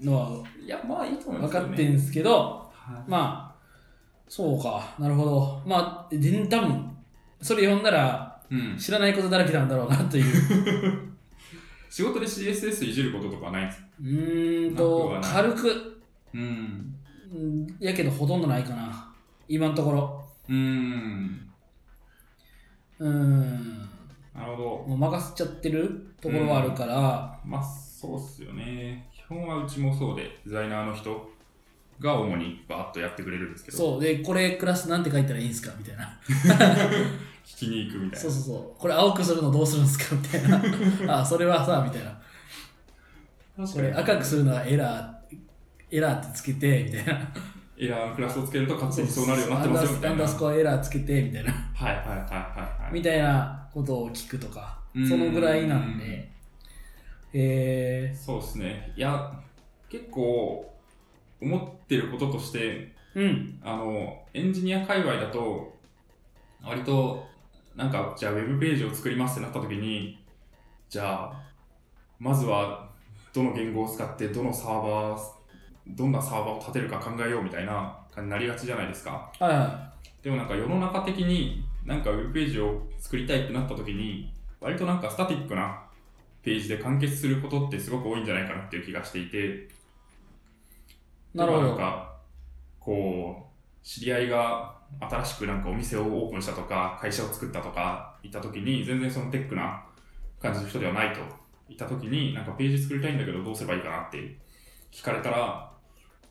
Speaker 1: のはい
Speaker 2: や、まあいいと思いま
Speaker 1: 分
Speaker 2: すよ
Speaker 1: か
Speaker 2: ね。
Speaker 1: ってんですけど、
Speaker 2: は
Speaker 1: まあ、そうか、なるほど。まあ、で多分それ読んだら
Speaker 2: い。うん。
Speaker 1: 知らないことだらけなんだろうなと いう。
Speaker 2: 仕事で CSS いじることとかはないんですか
Speaker 1: うーん
Speaker 2: な
Speaker 1: と、
Speaker 2: くは
Speaker 1: 軽く、
Speaker 2: うん。
Speaker 1: うんやけどほとんどないかな。今のところ。
Speaker 2: うーん。
Speaker 1: うーん。
Speaker 2: なるほ
Speaker 1: も
Speaker 2: ど。
Speaker 1: う任せちゃってるところはあるから、
Speaker 2: まあそうっすよね。基本はうちもそうで、デザイナーの人が主にバーッとやってくれるんですけど、
Speaker 1: そう、で、これクラスなんて書いたらいいんですかみたい な。
Speaker 2: 聞きに行くみたい
Speaker 1: そ
Speaker 2: な
Speaker 1: う。そうそう。これ青くするのどうするんですかみたい な。あ、それはさ、みたいな。これ赤くするのはエラー、エラーってつけて、みたいな。
Speaker 2: エラーのクラスをつけると勝手にそうなるようになってますよみた
Speaker 1: ア
Speaker 2: い
Speaker 1: ン
Speaker 2: な。
Speaker 1: ダー
Speaker 2: はい
Speaker 1: スコアエラーつけてみたいな、
Speaker 2: はいはいはいはい。
Speaker 1: みたいなことを聞くとか、
Speaker 2: うん
Speaker 1: そのぐらいなんで、え
Speaker 2: そうっすね。いや、結構思ってることとして、
Speaker 1: ー、うん、
Speaker 2: あの、エンジニア界隈だと、割と、なんか、じゃあウェブページを作りますってなった時に、じゃあ、まずは、どの言語を使って、どのサーバー、どんなサーバーを立てるか考えようみたいな感じになりがちじゃないですか。
Speaker 1: はいは
Speaker 2: でもなんか世の中的に、なんかウェブページを作りたいってなった時に、割となんかスタティックなページで完結することってすごく多いんじゃないかなっていう気がしていて、
Speaker 1: い、なるほ
Speaker 2: なん
Speaker 1: ど。
Speaker 2: か、こう、知り合いが新しくなんかお店をオープンしたとか、会社を作ったとか、行った時に、全然そのテックな感じの人ではないと、行った時に、なんかページ作りたいんだけど、どうすればいいかなって聞かれたら、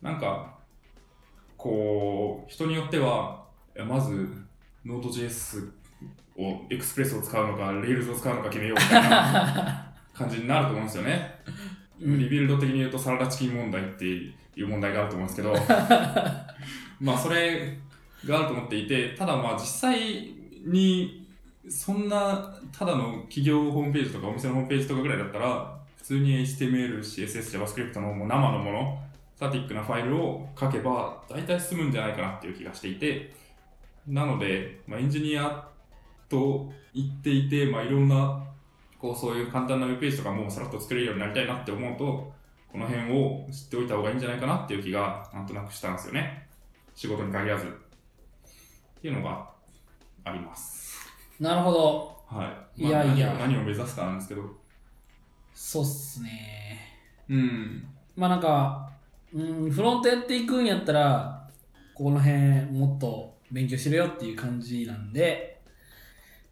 Speaker 2: なんか、こう、人によっては、いやまず、Node.js を、エクスプレスを使うのか、Rails を使うのか決めようみたいな感じになると思うんですよね。
Speaker 1: うん
Speaker 2: リビルド的に言うとサラダチキン問題っていう問題があると思うんです けど、まあそれがあると思っていて、ただまあ実際にそんなただの企業ホームページとかお店のホームページとかぐらいだったら、普通に HTML、CSS、JavaScript のもう生のもの、スタティックなファイルを書けば大体進むんじゃないかなっていう気がしていて、なので、まあ、エンジニアと言っていて、まあ、いろんなこうそういう簡単なウェブページとかもさらっと作れるようになりたいなって思うと、この辺を知っておいた方がいいんじゃないかなっていう気がなんとなくしたんですよね。仕事に限らず。っていうのがあります。
Speaker 1: なるほど。
Speaker 2: はい。
Speaker 1: いやいや
Speaker 2: 何を何を目指すかなんですけど。
Speaker 1: そうっすね。
Speaker 2: うん。
Speaker 1: まあなんか、うん、フロントやっていくんやったら、この辺もっと勉強してるよっていう感じなんで、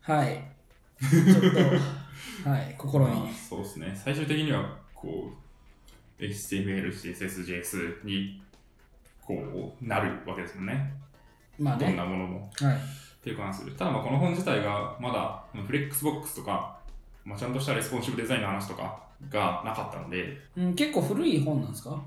Speaker 1: はい。ちょっ と、はい、心に
Speaker 2: まあ。そうですね。最終的には、こう、HTML、CSS、JS に、こう、なるわけですもんね。
Speaker 1: まあ
Speaker 2: どん
Speaker 1: ね。
Speaker 2: なものも。
Speaker 1: はい。
Speaker 2: っていう感じする。ただまあこの本自体がまだフレックスボックスとか、まあ、ちゃんとしたレスポンシブデザインの話とかがなかったので、
Speaker 1: うん、結構古い本なんですか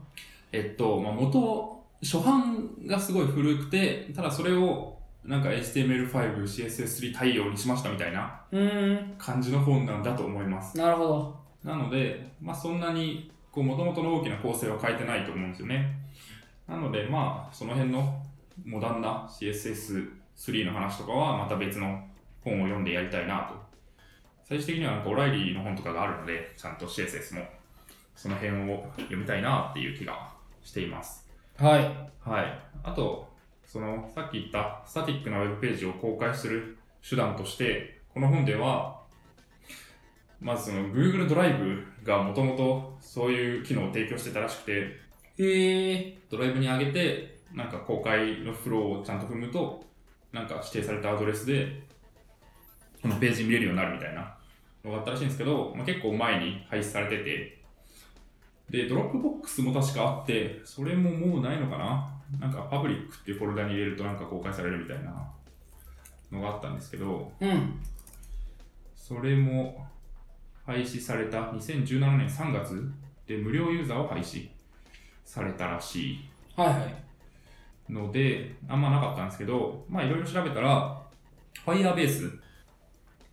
Speaker 2: えっと、まあ、元、初版がすごい古くて、ただそれをなんか HTML5、CSS3 対応にしましたみたいな
Speaker 1: うーん、
Speaker 2: 感じの本なんだと思います。
Speaker 1: なるほど。
Speaker 2: なので、まあ、そんなにこう元々の大きな構成は変えてないと思うんですよね。なので、まあ、その辺のモダンな CSS3 の話とかはまた別の本を読んでやりたいなと。最終的にはなんかオライリーの本とかがあるので、ちゃんと CSS もその辺を読みたいなっていう気がしています。
Speaker 1: はい。
Speaker 2: はい。あと、その、さっき言った、スタティックなウェブページを公開する手段として、この本では、まずその Google ドライブがもともとそういう機能を提供してたらしくて、
Speaker 1: へえ。
Speaker 2: ドライブに上げて、なんか公開のフローをちゃんと踏むと、なんか指定されたアドレスで、このページ見れるようになるみたいなのがあったらしいんですけど、まあ、結構前に廃止されてて、で、ドロップボックスも確かあって、それももうないのかななんかパブリックっていうフォルダに入れるとなんか公開されるみたいなのがあったんですけど、
Speaker 1: うん。
Speaker 2: それも廃止された2017年3月で無料ユーザーを廃止されたらしい
Speaker 1: はいはい。
Speaker 2: ので、あんまなかったんですけど、まあいろいろ調べたら、Firebase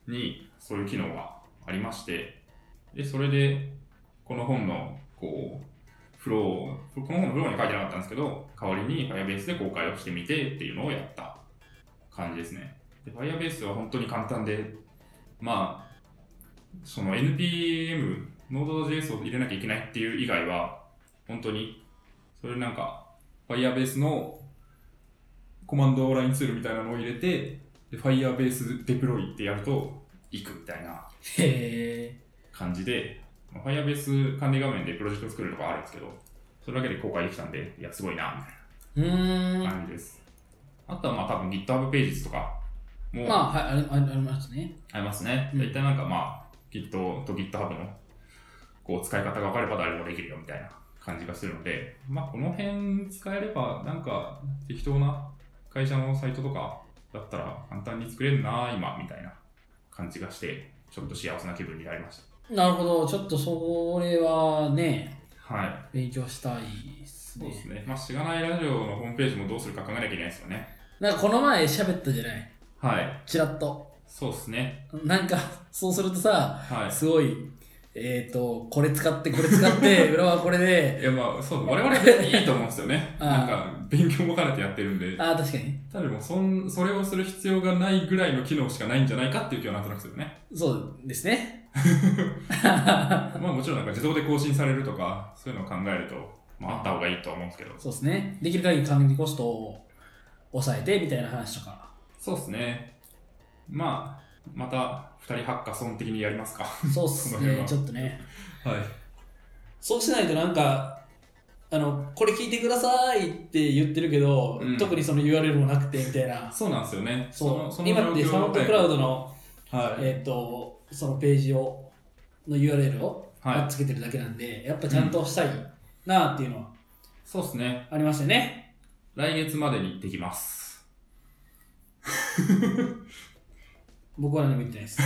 Speaker 2: にそういう機能がありまして、で、それで、この本の、こう、フローを、この本のフローに書いてなかったんですけど、代わりに Firebase で公開をしてみてっていうのをやった感じですね。で、Firebase は本当に簡単で、まあ、その NPM、Node.js を入れなきゃいけないっていう以外は、本当に、それなんか、Firebase のコマンドラインツールみたいなのを入れて、で Firebase デプロイってやると、行くみたいな
Speaker 1: へ
Speaker 2: 感じで、まあ Firebase 管理画面でプロジェクト作るとかあるんですけど、それだけで公開できたんで、いや、すごいな、み
Speaker 1: え。うー
Speaker 2: たい
Speaker 1: ん。
Speaker 2: な感じです。あとはまあ多分 GitHub ページとかも
Speaker 1: まあ、はい、ありありありますね。
Speaker 2: ありますね。
Speaker 1: うん
Speaker 2: 一体なんかまあ、Git と GitHub のこう使い方が分かれば誰でもできるよみたいな感じがするので、まあこの辺使えればなんか適当な会社のサイトとかだったら簡単に作れるな、今みたいな感じがして、ちょっと幸せな気分になりまし
Speaker 1: なるほど。ちょっとそれはね、
Speaker 2: た。はい。
Speaker 1: 勉強したいです
Speaker 2: そうです
Speaker 1: ね。
Speaker 2: ね。まあ、しがないラジオのホームページもどうするか考えなきゃいけないですよね。
Speaker 1: なんかこの前喋ったじゃない
Speaker 2: はい。
Speaker 1: ちらっと。
Speaker 2: そうですね。
Speaker 1: なんか、 そうするとさ、
Speaker 2: は
Speaker 1: すごい、えっ、ー、と、これ使って、これ使 って、裏はこれ
Speaker 2: い。
Speaker 1: で、。
Speaker 2: いや、まあ、そう、我々別にいいと思うんですよね
Speaker 1: あ
Speaker 2: な
Speaker 1: あ
Speaker 2: んか、勉強も兼ねてやってるんで。
Speaker 1: ああ、確かに。
Speaker 2: ただでもそん、それをする必要がないぐらいの機能しかないんじゃないかっていう気はなんとなくするね。
Speaker 1: そうです ね。
Speaker 2: まあもちろんなんか自動で更新されるとか、そういうのを考えると、まああった方がいいとは思うんですけど。
Speaker 1: そうですね。できる限り管理コストを抑えて、みたいな話と か。
Speaker 2: そうですね。まあ、また2人ハッカソン的にやりますか。
Speaker 1: そうっす
Speaker 2: この辺
Speaker 1: ね、
Speaker 2: は
Speaker 1: ちょっとね。
Speaker 2: はい。
Speaker 1: そうしないとなんか、あの、これ聞いてくださいって言ってるけど、
Speaker 2: うん
Speaker 1: 特にその URL もなくてみたいな。
Speaker 2: そうなんですよね。
Speaker 1: そう、
Speaker 2: のその
Speaker 1: 今って
Speaker 2: 状況
Speaker 1: サウンドクラウドの、
Speaker 2: はい。
Speaker 1: えっ、と、そのページを、の URL を
Speaker 2: はい。
Speaker 1: つけてるだけなんで、やっぱちゃんとしたいなっていうのは
Speaker 2: そうですね。
Speaker 1: ありましたね。
Speaker 2: 来月までにできます。
Speaker 1: 僕は何も言って ないです。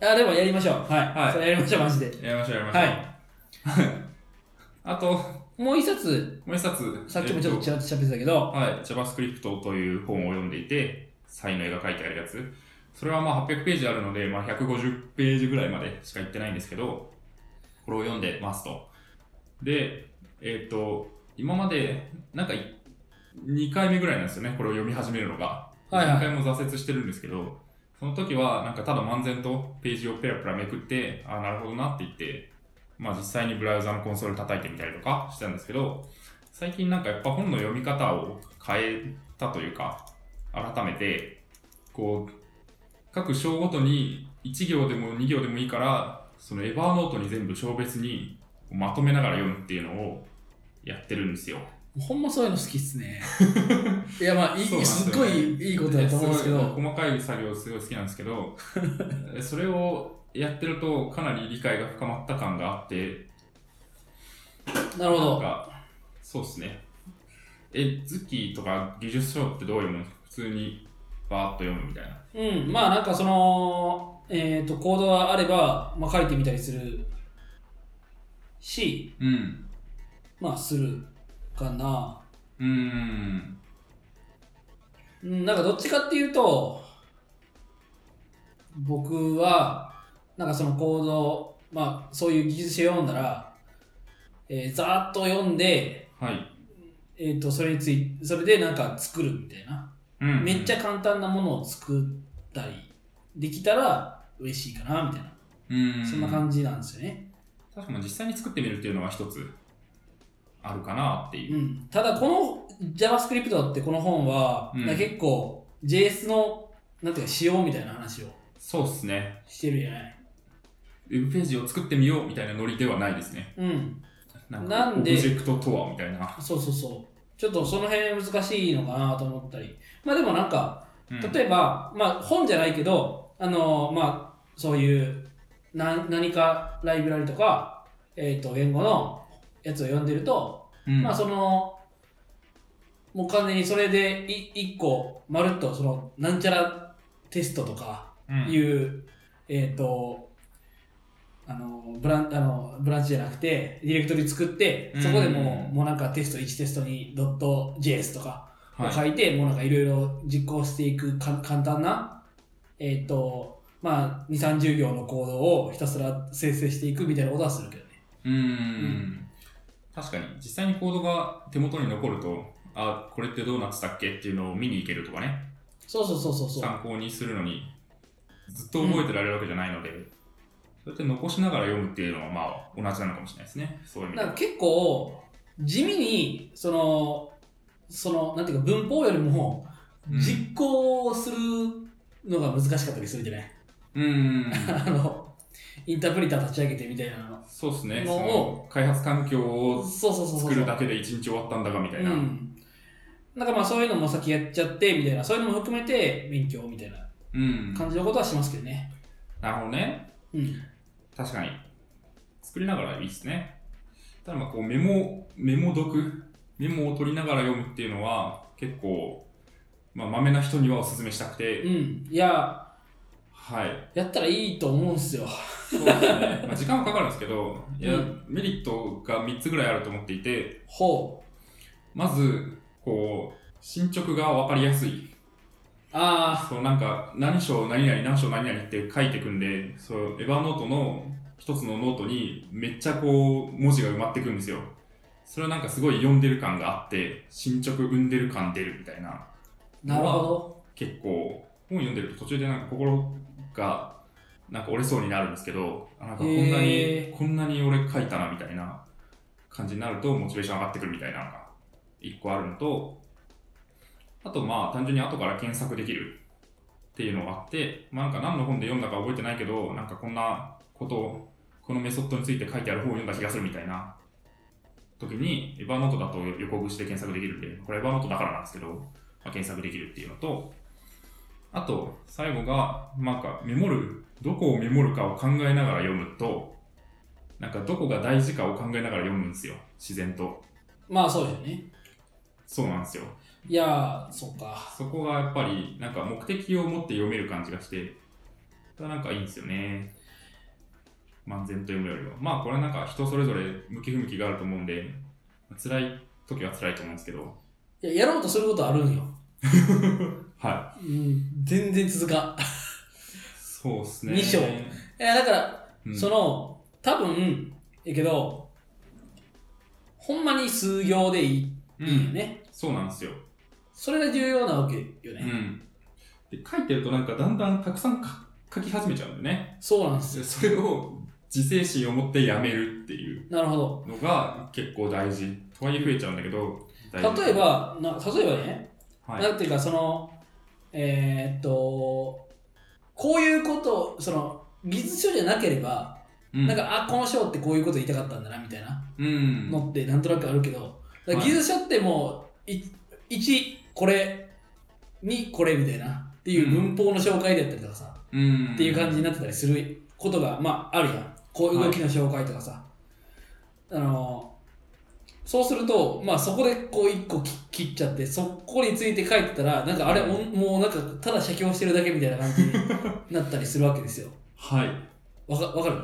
Speaker 1: あ、でもやりましょう。はい。
Speaker 2: はい
Speaker 1: それやりましょう、マジで。
Speaker 2: やりましょう、やりましょう。
Speaker 1: はい
Speaker 2: はい。 あと、
Speaker 1: もう一冊、
Speaker 2: もう一冊。
Speaker 1: さっきもちょっと
Speaker 2: え
Speaker 1: ちらっと喋ってたけど、
Speaker 2: はい、JavaScript という本を読んでいて、才能が書いてあるやつ。それはまあ800ページあるので、まあ、150ページぐらいまでしか行ってないんですけど、これを読んでますと。で、えっ、と、今まで、なんかい2回目ぐらいなんですよね、これを読み始めるのが。
Speaker 1: はいはい
Speaker 2: 何回も挫折してるんですけど、その時は、なんかただ漫然とページをペラペラめくって、あなるほどなって言って、まあ実際にブラウザのコンソール叩いてみたりとかしてたんですけど、最近なんかやっぱ本の読み方を変えたというか、改めて、こう、各章ごとに1行でも2行でもいいから、そのエヴァーノートに全部章別にまとめながら読むっていうのをやってるんですよ。
Speaker 1: ほんまそういうの好きっす ね。いや、まあ、いい
Speaker 2: そうなんですよ
Speaker 1: す
Speaker 2: ね
Speaker 1: っごいいいことだと思うんですけ
Speaker 2: いや
Speaker 1: ど
Speaker 2: ご、い細かい作業すごい好きなんですけど、 それをやってるとかなり理解が深まった感があって、
Speaker 1: なるほ
Speaker 2: な
Speaker 1: ど。
Speaker 2: んか、そうですね。え、ズッキーとか技術書ってどう読むの普通にバーっと読むみたいな。
Speaker 1: うん、まあなんかその、えっ、と、コードがあれば、まあ書いてみたりするし、
Speaker 2: うん。
Speaker 1: まあするかな。
Speaker 2: うーん。
Speaker 1: うん、なんかどっちかっていうと、僕は、なんかそのコード、まあそういう技術書読んだら、えー、ざーっと読んで、
Speaker 2: はい。
Speaker 1: えっ、と、それについそれでなんか作るみたいな。
Speaker 2: うん、
Speaker 1: めっちゃ簡単なものを作ったりできたら嬉しいかな、みたいな。
Speaker 2: うん、
Speaker 1: そんな感じなんですよね。
Speaker 2: 確かに実際に作ってみるっていうのは一つあるかなっていうう。
Speaker 1: ん、ただこの JavaScript ってこの本は、
Speaker 2: うん
Speaker 1: なんか結構 JS のなんていうか仕様みたいな話を
Speaker 2: そうですね。
Speaker 1: してるじゃない。
Speaker 2: ウェブページを作ってみようみたいなノリではないですね。
Speaker 1: うん、
Speaker 2: な
Speaker 1: なんで
Speaker 2: オブジェクトとはみたいな。
Speaker 1: そうそうそう。ちょっとその辺難しいのかなと思ったり。まあでもなんか、
Speaker 2: うん
Speaker 1: 例えば、まあ本じゃないけど、あのまあそういうな何かライブラリとか、えっ、と言語のやつを読んでると、
Speaker 2: うん
Speaker 1: まあそのもう完全にそれでい一個まるっとそのなんちゃらテストとか
Speaker 2: うん
Speaker 1: いう、えっ、とあのブランあのブランチじゃなくて、ディレクトリ作って、そこでもう,、もうなんかテスト1テスト2 .js とかを書
Speaker 2: はい。
Speaker 1: いて、もうなんかいろいろ実行していくか簡単な、えっ、と、まあ、2、30行のコードをひたすら生成していくみたいなことはするけどね。
Speaker 2: うーん。確かに、実際にコードが手元に残ると、あ、これってどうなってたっけっていうのを見に行けるとかね、
Speaker 1: そうそうそうそうそう。
Speaker 2: 参考にするのに、ずっと覚えてられるわけじゃないので、そうやって残しながら読むっていうのは、まあ、同じなのかもしれないですね。そういう意味で
Speaker 1: なんか
Speaker 2: は。
Speaker 1: 結構、地味に、その、その、なんていうか文法よりも、
Speaker 2: うん
Speaker 1: 実行するのが難しかったりするじゃない、
Speaker 2: うーん。
Speaker 1: あの、インタープリター立ち上げてみたいなの。
Speaker 2: そうですね。
Speaker 1: の
Speaker 2: そ
Speaker 1: を
Speaker 2: の開発環境を
Speaker 1: そうそうそうそう。
Speaker 2: 作るだけで一日終わったんだがみたいな。
Speaker 1: うん。なんかまあそういうのも先やっちゃって、みたいな、そういうのも含めて勉強みたいな
Speaker 2: うん
Speaker 1: 感じのことはしますけどね。
Speaker 2: なるほどね。
Speaker 1: うん。
Speaker 2: 確かに。作りながらいいですね。ただまあこうメモ、メモ読、メモを取りながら読むっていうのは結構、まあ、豆な人にはお勧めしたくて、
Speaker 1: うん。いや、
Speaker 2: はい。
Speaker 1: やったらいいと思うんすよ。
Speaker 2: そうですね。 まあ時間はかかるんですけど、いや、
Speaker 1: うん
Speaker 2: メリットが3つぐらいあると思っていて、
Speaker 1: ほう。
Speaker 2: まず、こう、進捗が分かりやすい。
Speaker 1: あ
Speaker 2: そうなんか何章何々何章何々って書いてくんでそうエヴァノートの一つのノートにめっちゃこう文字が埋まってくんですよそれはなんかすごい読んでる感があって進捗生んでる感出るみたいな
Speaker 1: あ、なるほど。
Speaker 2: 結構本読んでると途中でなんか心がなんか折れそうになるんですけどあなんかこんなに
Speaker 1: へー
Speaker 2: こんなに俺書いたなみたいな感じになるとモチベーション上がってくるみたいなのが一個あるのとあとまあ単純に後から検索できるっていうのがあって、まあ、なんか何の本で読んだか覚えてないけどなんかこんなことをこのメソッドについて書いてある本を読んだ気がするみたいな時にエヴァノートだと横串で検索できるんでこれエヴァノートだからなんですけど、まあ、検索できるっていうのとあと、最後が、なんか、メモる、どこをメモるかを考えながら読むと、なんか、どこが大事かを考えながら読むんですよ。自然と。
Speaker 1: まあそうですよね。
Speaker 2: そうなんですよ。
Speaker 1: いや、そっか。
Speaker 2: そこがやっぱり、なんか、目的を持って読める感じがして、これはなんかいいんですよね。漫然と読むよりは。まあ、これはなんか、人それぞれ向き不向きがあると思うんで、辛い時は辛いと思うんですけど、
Speaker 1: いや、やろうとすることあるんよ。
Speaker 2: は
Speaker 1: うん、全然続 かん。
Speaker 2: い。そうですね。
Speaker 1: 二章いや、だから、
Speaker 2: うん
Speaker 1: その、多分、やけど、ほんまに数行でいい,、
Speaker 2: う
Speaker 1: いいよ
Speaker 2: ん、
Speaker 1: ね。
Speaker 2: そうなんですよ。
Speaker 1: それが重要なわけよね。
Speaker 2: うん、で書いてるとなんかだんだんたくさんか書き始めちゃうんだよね
Speaker 1: そうなんですよ。
Speaker 2: それを自制心を持ってやめるっていう
Speaker 1: なるほど。
Speaker 2: のが結構大事とはいえ増えちゃうんだけど大事
Speaker 1: 例え、ば、な例えばね、
Speaker 2: はい、
Speaker 1: なんていうか、その、えーっと、こういうことを、その、技術書じゃなければ、
Speaker 2: うん
Speaker 1: なんか、あ、この章ってこういうこと言いたかったんだな、みたいな
Speaker 2: うん
Speaker 1: のってなんとなくあるけど、だから
Speaker 2: はい
Speaker 1: 技術書ってもう、い1、これ、2、これ、みたいな、っていう文法の紹介であったりとかさ、
Speaker 2: うん
Speaker 1: っていう感じになってたりすることが、まあ、あるやん。こういう動きの紹介とかさ。あのそうすると、まあ、そこでこう一個切切っちゃって、そこについて書いてたら、なんかあれ、おんもうなんかただ写経してるだけみたいな感じになったりするわけですよ。
Speaker 2: はい
Speaker 1: わかわかる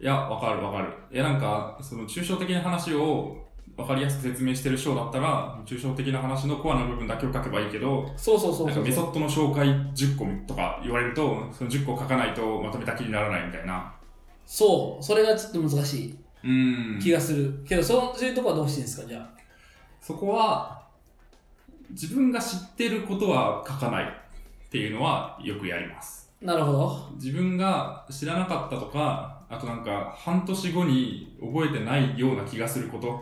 Speaker 2: いやわかるわかるいやなんかその抽象的な話をわかりやすく説明してる章だったら抽象的な話のコアな部分だけを書けばいいけど
Speaker 1: そうそうそう
Speaker 2: なん
Speaker 1: そ
Speaker 2: か
Speaker 1: う
Speaker 2: メソッドの紹介10個とか言われるとその10個書かないとまとめた気にならないみたいな
Speaker 1: そう、それがちょっと難し
Speaker 2: うん
Speaker 1: い気がする。けど、そういうとこはどうしてんですか、じゃあ。
Speaker 2: そこは、自分が知ってることは書かないっていうのはよくやります。
Speaker 1: なるほど。
Speaker 2: 自分が知らなかったとか、あとなんか半年後に覚えてないような気がすること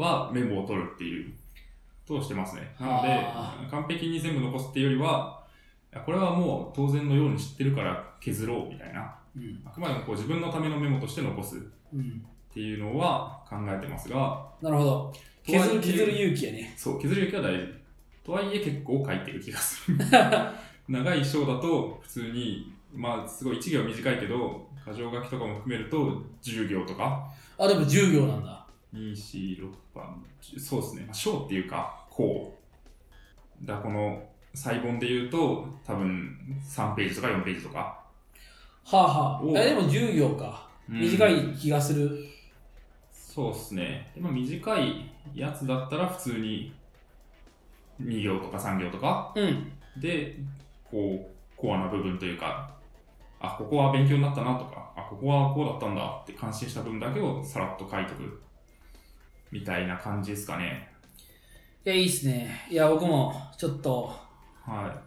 Speaker 2: はメモを取るっていうことをしてますね。なの
Speaker 1: あ
Speaker 2: で、完璧に全部残すっていうよりは、いやこれはもう当然のように知ってるから削ろうみたいな。
Speaker 1: うん。
Speaker 2: あくまでもこう自分のためのメモとして残すっ
Speaker 1: うん。
Speaker 2: ていうのは考えてますが、
Speaker 1: なるほど。
Speaker 2: とはいえ
Speaker 1: 削る、削る勇気やね。
Speaker 2: そう、削り受けは大事。とはいえ結構書いてる気がす る。長い章だと普通に、まあすごい1行短いけど、箇条書きとかも含めると10行とか、
Speaker 1: あ、でも10行なんだ。
Speaker 2: 2、4、6番、10そうですね、まあ、章っていうか、こう。だからこの細本で言うと、多分3ページとか4ページとか
Speaker 1: はあは
Speaker 2: おう
Speaker 1: あ。えでも10行か。
Speaker 2: うん
Speaker 1: 短い気がする。
Speaker 2: そうですね。でも短いやつだったら普通に2行とか3行とか
Speaker 1: うん。
Speaker 2: で、こう、コアな部分というか、あ、ここは勉強になったなとか、あ、ここはこうだったんだって感心した分だけをさらっと書いとくみたいな感じですかね。
Speaker 1: いや、いいっすね。いや、僕も、ちょっと、
Speaker 2: は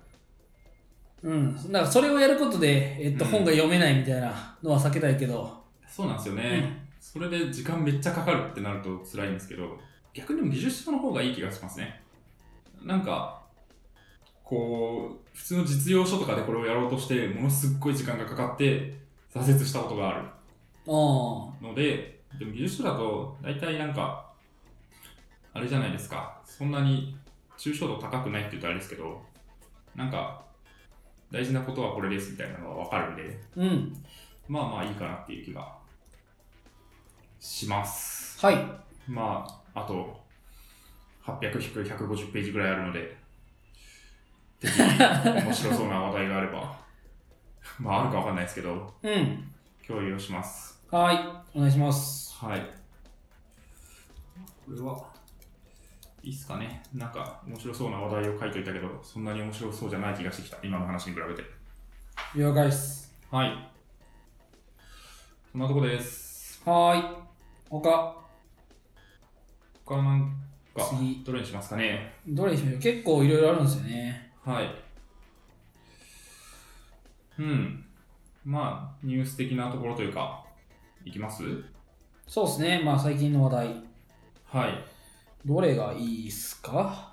Speaker 1: うん。だから、それをやることで、えっと、
Speaker 2: うん
Speaker 1: 本が読めないみたいなのは避けたいけど、
Speaker 2: い。そうなんですよね。それで時間めっちゃかかるってなると辛いんですけど、逆にでも技術書の方がいい気がしますね。なんか、こう、普通の実用書とかでこれをやろうとして、ものすっごい時間がかかって、挫折したことがある
Speaker 1: うん。
Speaker 2: ので、でも技術書だと、大体なんか、あれじゃないですか、そんなに抽象度高くないって言うとあれですけど、なんか、大事なことはこれですみたいなのがわかるんで、
Speaker 1: うん。
Speaker 2: まあまあいいかなっていう気がします。
Speaker 1: はい。
Speaker 2: まあ、あと、800-150ページぐらいあるので、ぜひ、面白そうな話題があれば、まあ、あるかわかんないですけど、
Speaker 1: うん。
Speaker 2: 共有をします。
Speaker 1: はい。お願いします。
Speaker 2: はい。これは、いいっすかね。なんか、面白そうな話題を書いといたけど、そんなに面白そうじゃない気がしてきた。今の話に比べて。
Speaker 1: 了解っす。
Speaker 2: はい。そんなとこです。
Speaker 1: はーい。他、
Speaker 2: 他なんか
Speaker 1: 次、
Speaker 2: どれにしますかね。
Speaker 1: どれにしましょう結構いろいろあるんですよね。
Speaker 2: はい。うん。まあ、ニュース的なところというか、いきます
Speaker 1: そうですね。まあ、最近の話題。
Speaker 2: はい。
Speaker 1: どれがいいっすか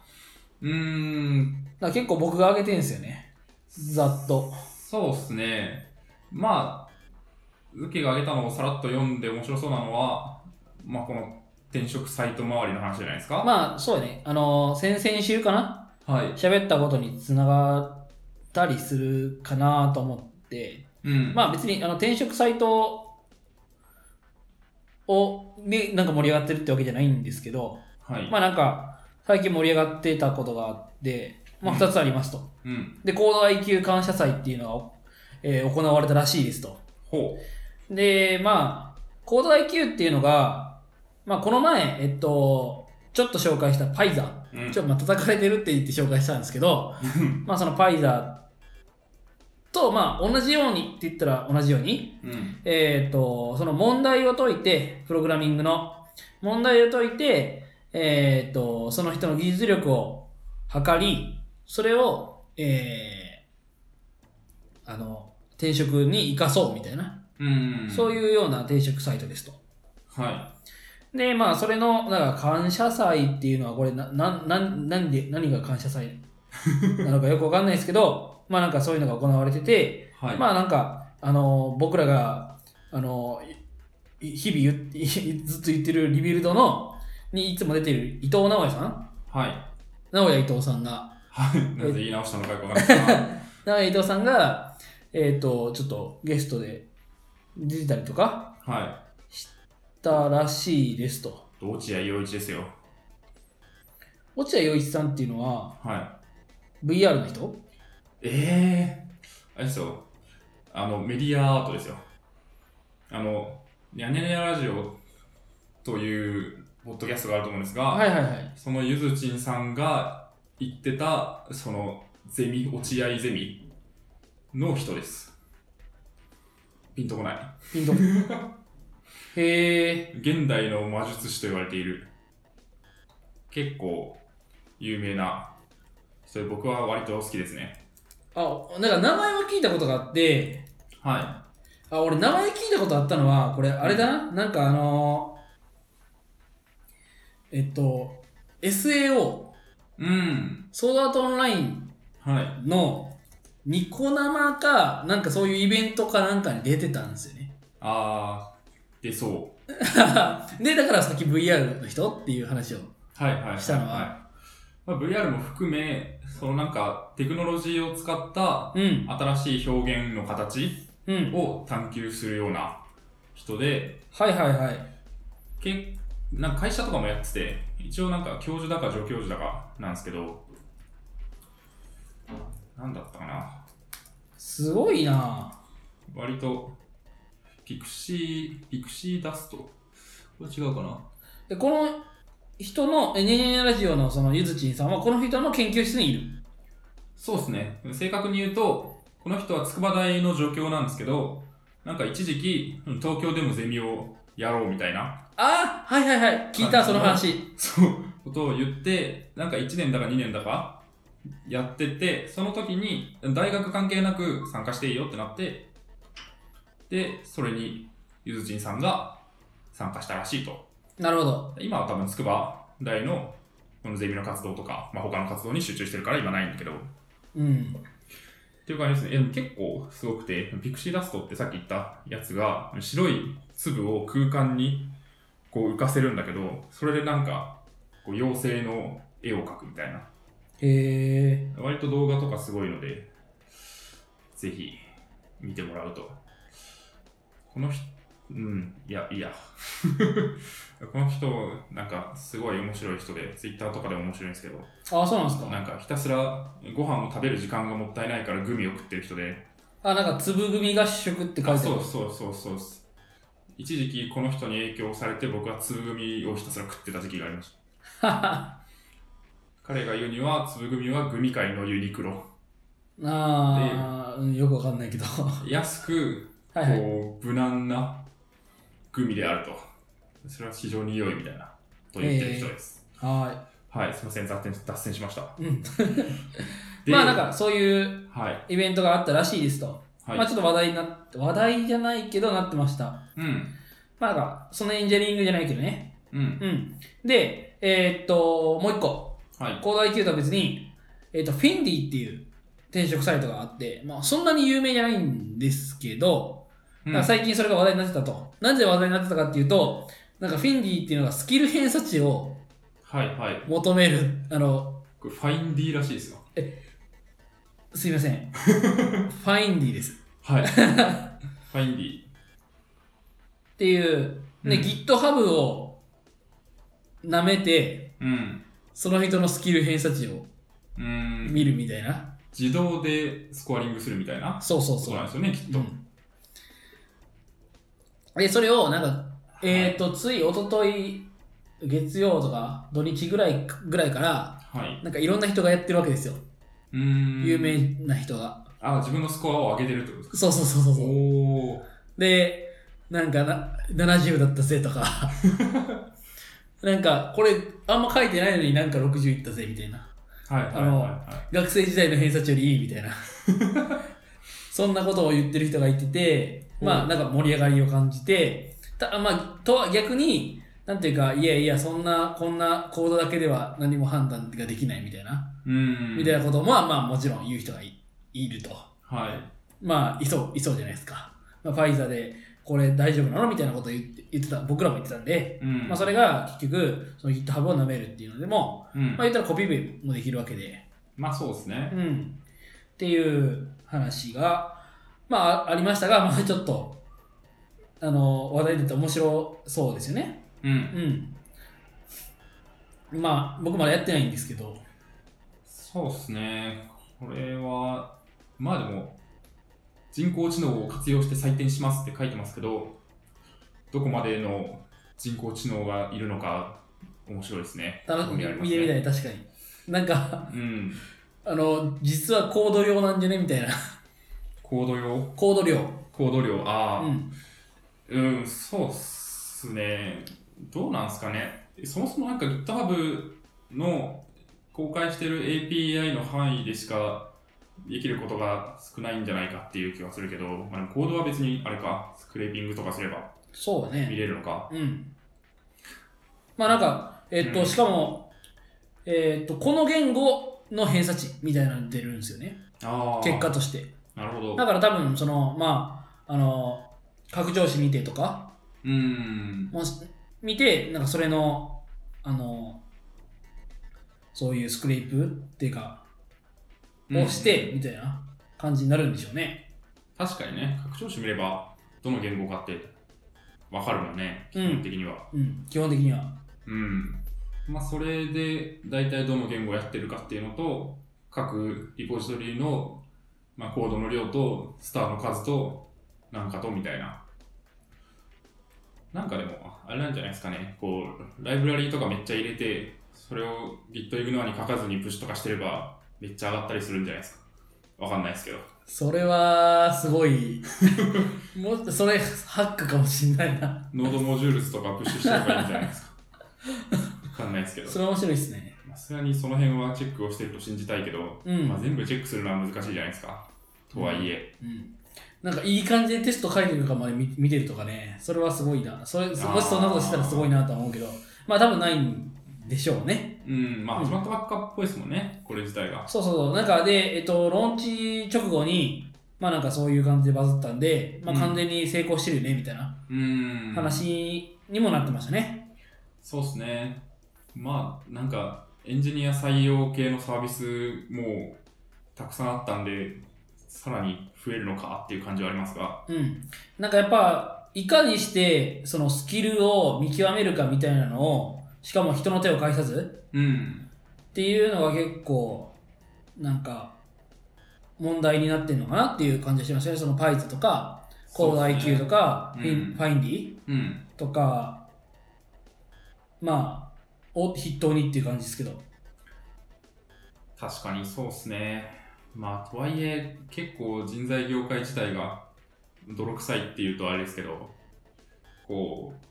Speaker 2: うーん、
Speaker 1: だから結構僕が上げてんすよね。ざっと。
Speaker 2: そうっすね。まあ、ウケが挙げたのをさらっと読んで面白そうなのは、まあ、この転職サイト周りの話じゃないですか。
Speaker 1: まあ、そうやね。あのー、先々週かな
Speaker 2: はい。
Speaker 1: 喋ったことにつながったりするかなと思って。
Speaker 2: うん。
Speaker 1: まあ、別に、あの、転職サイトを、ね、なんか盛り上がってるってわけじゃないんですけど、
Speaker 2: はい。
Speaker 1: まあなんか、最近盛り上がってたことがあって、まあ2つありますと。
Speaker 2: うん。
Speaker 1: で、高度 IQ 感謝祭っていうのが、えー行われたらしいですと。
Speaker 2: ほ
Speaker 1: で、まあ、高度 IQ っていうのが、まあこの前、えっと、ちょっと紹介したパイザー。
Speaker 2: う。うん
Speaker 1: ちょっとまあ叩かれてるって言って紹介したんですけど、まあそのパイザーと、まあ同じようにって言ったら同じように、
Speaker 2: うん。
Speaker 1: えっ、と、その問題を解いて、プログラミングの問題を解いて、えっ、と、その人の技術力を測り、それを、えーあの、転職に生かそうみたいな、
Speaker 2: うん。
Speaker 1: そう
Speaker 2: う。
Speaker 1: いうような転職サイトですと。
Speaker 2: は
Speaker 1: で、まあ、それの、なんか、感謝祭っていうのは、これな、な、な、なんで、何が感謝祭なのかよくわかんないですけど、 まあ、なんかそういうのが行われてて、
Speaker 2: い。はい。
Speaker 1: まあなんか、あの僕らが、あのいい日々言っ ずっと言ってるリビルドの、にいつも出てる伊藤直哉さん
Speaker 2: はい。
Speaker 1: 直哉伊藤さんが、
Speaker 2: はい。なぜ言い直したのかよく わかんないですが。
Speaker 1: 直哉伊藤さんが、えっ、と、ちょっとゲストで出てたりとか
Speaker 2: は
Speaker 1: したらしいですと。
Speaker 2: い。落合陽一ですよ。
Speaker 1: 落合陽一さんっていうのは
Speaker 2: はい。
Speaker 1: VR の人
Speaker 2: ええあれですよ。あの、メディアアートですよ。あの、ニャニャニャラジオというポッドキャストがあると思うんですが、
Speaker 1: はいはいはい。
Speaker 2: そのゆずちんさんが言ってた、その、ゼミ、落合ゼミの人です。ピンとこない。
Speaker 1: ピ ンと。へえ。
Speaker 2: 現代の魔術師と言われている結構有名なそれ僕は割と好きですね
Speaker 1: あ、なんか名前は聞いたことがあって、
Speaker 2: は
Speaker 1: あ、俺名前聞いたことあったのは、これあれだな、なんかあのー、えっと、SAO、
Speaker 2: いうん
Speaker 1: ソードアートオンライン
Speaker 2: はい
Speaker 1: のニコ生か、なんかそういうイベントかなんかに出てたんですよね。
Speaker 2: あー出そ
Speaker 1: で、だからさっき VR の人っていう話を。
Speaker 2: うはいはいはい
Speaker 1: したのは
Speaker 2: はいまあ、VR も含めそのなんかテクノロジーを使った
Speaker 1: うん、
Speaker 2: 新しい表現の形
Speaker 1: うん。
Speaker 2: を探求するような人で
Speaker 1: はいはいはい。
Speaker 2: けなんか会社とかもやってて、一応なんか教授だか助教授だかなんですけど、なんだったかな。
Speaker 1: すごいな
Speaker 2: 割とピクシー、ピクシーダスト。これ違うかな
Speaker 1: で、この人の、えねねねラジオのそのゆずちんさんは、この人の研究室にいる。
Speaker 2: そうですね。正確に言うと、この人は筑波大の助教なんですけど、なんか一時期、うん東京でもゼミをやろうみたいな、
Speaker 1: ああ、はいはいはい。聞いた、
Speaker 2: はい
Speaker 1: その話。
Speaker 2: そう、ことを言って、なんか1年だか2年だか、やってて、その時に、大学関係なく参加していいよってなって、で、それに、ゆずちんさんが参加したらしいと。
Speaker 1: なるほど。
Speaker 2: 今は多分筑波大のこのゼミの活動とか、まあ、他の活動に集中してるから今ないんだけど、っ
Speaker 1: うん。
Speaker 2: ていう感じですね。えでも結構すごくて、ピクシーダストってさっき言ったやつが、白い粒を空間にこう浮かせるんだけど、それでなんか、こう妖精の絵を描くみたいな。
Speaker 1: へえ。
Speaker 2: 割と動画とかすごいので、ぜひ見てもらうと。この人、うん、いや、いい や。この人、なんかすごい面白い人で、Twitter とかでも面白いんですけど、
Speaker 1: ああ、そうなんです
Speaker 2: な
Speaker 1: か。
Speaker 2: んかひたすらご飯を食べる時間がもったいないからグミを食ってる人で、
Speaker 1: あ、なんか、粒組が主食って書い
Speaker 2: あ
Speaker 1: てあ
Speaker 2: そ
Speaker 1: る
Speaker 2: う。そうそうそうです。一時期この人に影響されて僕は粒組をひたすら食ってた時期がありまし た。
Speaker 1: あ
Speaker 2: 彼が言うには、粒組はグミ界のユニクロ。
Speaker 1: あー、うんよくわかんないけど。 は
Speaker 2: 安く
Speaker 1: いはい。
Speaker 2: こう無難なグミであると。それは非常に良いみたいなと言ってる人です。
Speaker 1: は
Speaker 2: はい、すみません、脱線脱線しました。
Speaker 1: い。うん。
Speaker 2: で
Speaker 1: まあ、なんか、そういう
Speaker 2: はい、
Speaker 1: イベントがあったらしいですと。
Speaker 2: はい、
Speaker 1: まあ、ちょっと話題になって、話題じゃないけど、なってました。
Speaker 2: うん、
Speaker 1: まあ、なんか、そのエンジェリングじゃないけどね。
Speaker 2: うん、
Speaker 1: うん。で、えーっと、もう一個。
Speaker 2: はい、
Speaker 1: 高大級とは別に、えっとフェンディっていう転職サイトがあって、まあ、そんなに有名じゃないんですけど、
Speaker 2: うん
Speaker 1: なんか最近それが話題になってたと。なぜ話題になってたかっていうと、なんかフェンディっていうのがスキル偏差値を
Speaker 2: はい、はい。
Speaker 1: 求める、あの、
Speaker 2: これファインディらしいですよ。
Speaker 1: すいませ ん。ファインディです。
Speaker 2: はい。ファインディ。
Speaker 1: っていう、ね、
Speaker 2: うん
Speaker 1: GitHub を舐めて、
Speaker 2: うん、
Speaker 1: その人のスキル偏差値を
Speaker 2: うん、
Speaker 1: 見るみたいな。
Speaker 2: 自動でスコアリングするみたいな
Speaker 1: そうそう
Speaker 2: こと
Speaker 1: そう
Speaker 2: なん。ですよね、きっと。
Speaker 1: うんで、それを、なんか、えっ、ー、と、つい一昨日月曜とか土日ぐらいぐらいから、
Speaker 2: はい。
Speaker 1: なんかいろんな人がやってるわけですよ。
Speaker 2: うん。
Speaker 1: 有。名な人が。
Speaker 2: あ、自分のスコアを上げてるってことですか。
Speaker 1: そうそうそうそうそう。
Speaker 2: おー。
Speaker 1: で、なんかな70だったぜと か、なんかこれあんま書いてないのになんか60いったぜみたいな。
Speaker 2: はい、はい、
Speaker 1: あ
Speaker 2: はい
Speaker 1: の
Speaker 2: は
Speaker 1: 学生時代の偏差値よりいいみたいな。そんなことを言ってる人がいてて、まあなんか盛り上がりを感じて、たまあとは逆に、なんていうか、いやいや、そんな、こんな行動だけでは何も判断ができないみたいな、
Speaker 2: い。うん。
Speaker 1: みたいなことも、まあまあもちろん言う人がいいると。
Speaker 2: はい。
Speaker 1: まあ、いそう、いそうじゃないですか。まあ、ファイザーで、これ大丈夫なのみたいなことを言って言ってた、僕らも言ってたんで、
Speaker 2: うん。
Speaker 1: まあそれが結局、その GitHub を舐めるっていうのでも、
Speaker 2: うん
Speaker 1: まあ言ったらコピペもできるわけで、
Speaker 2: まあそうですね
Speaker 1: う。ん、っていう話が、まあ、あありましたが、まあ、ちょっとあの話題に出て面白そうですよね。
Speaker 2: うん。
Speaker 1: うん、まあ僕まだやってないんですけど、
Speaker 2: そうですね。これは、まあでも、人工知能を活用して採点しますって書いてますけど、どこまでの人工知能がいるのか、面白いですね。
Speaker 1: 楽
Speaker 2: 興味ありま
Speaker 1: 見
Speaker 2: す
Speaker 1: てみた
Speaker 2: ね。
Speaker 1: い、確かに。なんか、
Speaker 2: うん。
Speaker 1: あの、実はコード量なんじゃねみたいな。
Speaker 2: コード量
Speaker 1: コード量。
Speaker 2: コード量ああ、
Speaker 1: うん。
Speaker 2: うん、そうっすね。どうなんすかね。そもそもなんか GitHub の公開してる API の範囲でしかできることが少ないんじゃないかっていう気はするけど、まあ、でもコードは別にあれか、スクレーピングとかすれば
Speaker 1: そう
Speaker 2: 見
Speaker 1: ね。
Speaker 2: れるのか。
Speaker 1: うん。まあなんか、えっと、
Speaker 2: うん
Speaker 1: しかも、えっと、この言語の偏差値みたいなの出るんですよね。
Speaker 2: あー
Speaker 1: 結果。として。
Speaker 2: なるほど。
Speaker 1: だから多分そのまああの拡張子見てとか
Speaker 2: うーん。
Speaker 1: もし見てなんかそれのあのそういうスクレープっていうかをしてみたいな感じになるんでしょうね。
Speaker 2: うん、確かにね、拡張子見れば、どの言語かってわかるもんね、
Speaker 1: うん
Speaker 2: 基本的には。
Speaker 1: うん、基本的には。
Speaker 2: うん。まあ、それで大体どの言語をやってるかっていうのと、各リポジトリの、まあ、コードの量と、スターの数と、なんかとみたいななんかでも、あれなんじゃないですかね、こう、ライブラリーとかめっちゃ入れて、それを GitIgnore に書かずにプッシュとかしてれば、めっちゃ上がったりするんじゃないですか。わかんないですけど。
Speaker 1: それは、すご い。もうそれ、ハックかもしんないな。
Speaker 2: ノードモジュールズとかプッシュしてればいいんじゃないですか。わかんないですけど。
Speaker 1: それ面白いですね。
Speaker 2: さすがにその辺はチェックをしてると信じたいけど、
Speaker 1: うん
Speaker 2: まあ、全部チェックするのは難しいじゃないですか。とはいえ、
Speaker 1: うん。なんか、いい感じでテスト書いてるかまで見見てるとかね。それはすごいな。それ、そもしそんなことしたらすごいなとは思うけど。まあ、多分ないんでしょうね。
Speaker 2: うん、まあ始まったばっかっぽいですもんね、これ自体が。
Speaker 1: そうそうそう。なんかで、えっと、ローンチ直後に、まあなんかそういう感じでバズったんで、まあ
Speaker 2: うん
Speaker 1: 完全に成功してるよね、みたいな
Speaker 2: うん。
Speaker 1: 話にもなってましたね。
Speaker 2: そうですね。まあ、なんか、エンジニア採用系のサービスもたくさんあったんで、さらに増えるのかっていう感じはありますが、
Speaker 1: うん。なんかやっぱ、いかにして、そのスキルを見極めるかみたいなのを、しかも人の手を介さず
Speaker 2: うん。
Speaker 1: っていうのが結構、なんか、問題になってるのかなっていう感じがしましたね。その Python とか、CodeIQ と
Speaker 2: か。
Speaker 1: か、
Speaker 2: うん
Speaker 1: フィン Findy、
Speaker 2: うん。
Speaker 1: とか、まあ、を筆頭にっていう感じですけど。
Speaker 2: 確かにそうですね。まあ、とはいえ、結構人材業界自体が泥臭いっていうとあれですけど、こう、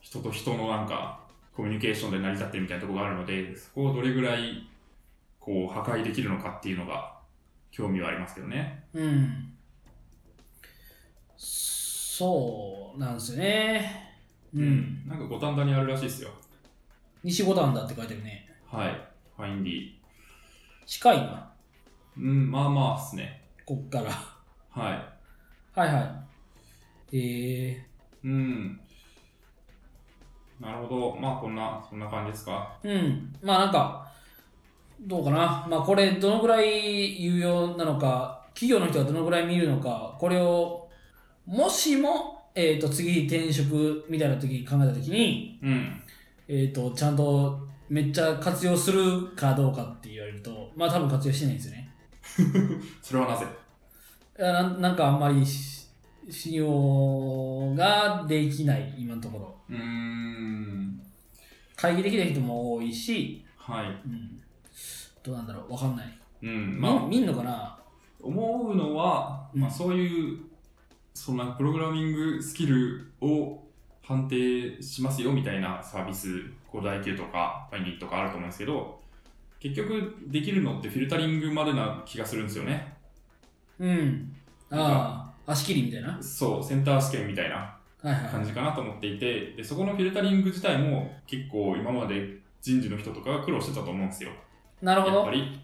Speaker 2: 人と人のなんか、コミュニケーションで成り立ってるみたいなところがあるので、そこをどれぐらい、こう、破壊できるのかっていうのが、興味はありますけどね。
Speaker 1: うん。そうなんですよね。うん。。
Speaker 2: なんか五反田にあるらしいですよ。
Speaker 1: 西五段だって書いてるね。
Speaker 2: はい。ファインディ。
Speaker 1: 近いな、
Speaker 2: うん、まあまあっすね。
Speaker 1: こっから。
Speaker 2: はい。
Speaker 1: はいはい。え
Speaker 2: うん。なるほど。まあ、こんな、そんな感じですか。
Speaker 1: ー、うん。まあなんか、どうかな。まあこれ、どのぐらい有用なのか、企業の人がどのぐらい見るのか、これを、もしも、えっ、と、次転職みたいな時に考えた時に、
Speaker 2: うん。
Speaker 1: えー、とちゃんとめっちゃ活用するかどうかって言われるとまあ多分活用してないんですよね
Speaker 2: それはなぜ
Speaker 1: いやなんなんかあんまりし信用ができない今のところ
Speaker 2: うーん。
Speaker 1: 会議できない人も多いし、
Speaker 2: はい。
Speaker 1: うん、どうなんだろうわかんない、
Speaker 2: うん。
Speaker 1: まあ、
Speaker 2: まあ、
Speaker 1: 見んのかな
Speaker 2: 思うのは、
Speaker 1: うん
Speaker 2: まあ、そういう、そんなプログラミングスキルを判定しますよみたいなサービス、こう、大級とか、ファイニーとかあると思うんですけど、結局、できるのってフィルタリングまでな気がするんですよね。
Speaker 1: うんああ足切りみたいな
Speaker 2: そう、センター試験みたいな
Speaker 1: はいは
Speaker 2: 感じかなと思っていて、で、そこのフィルタリング自体も結構今まで人事の人とかが苦労してたと思うんですよ。
Speaker 1: いなるほ
Speaker 2: やっぱ
Speaker 1: ど
Speaker 2: り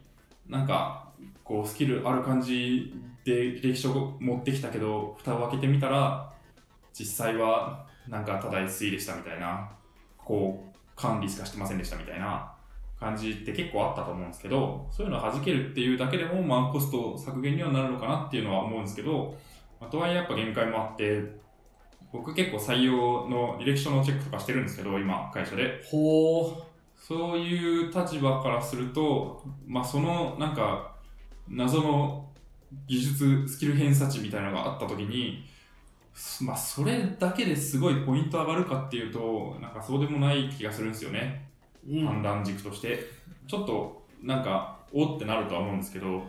Speaker 2: なんかこうスキルある感じで履歴書を持ってきたけど蓋を開けてみたら実際はなんかただ SE でしたみたいなこう管理しかしてませんでしたみたいな感じって結構あったと思うんですけどそういうのを弾けるっていうだけでもまあコスト削減にはなるのかなっていうのは思うんですけどまあとはいえやっぱ限界もあって僕結構採用の履歴書のチェックとかしてるんですけど今会社で
Speaker 1: ほ
Speaker 2: そういう立場からすると、まあ、そのなんか謎の技術スキル偏差値みたいなのがあった時に、すまあ、それだけですごいポイント上がるかっていうとなんかそうでもない気がするんですよね、
Speaker 1: う、うん、
Speaker 2: 判断軸としてちょっとなんかおってなるとは思うんですけど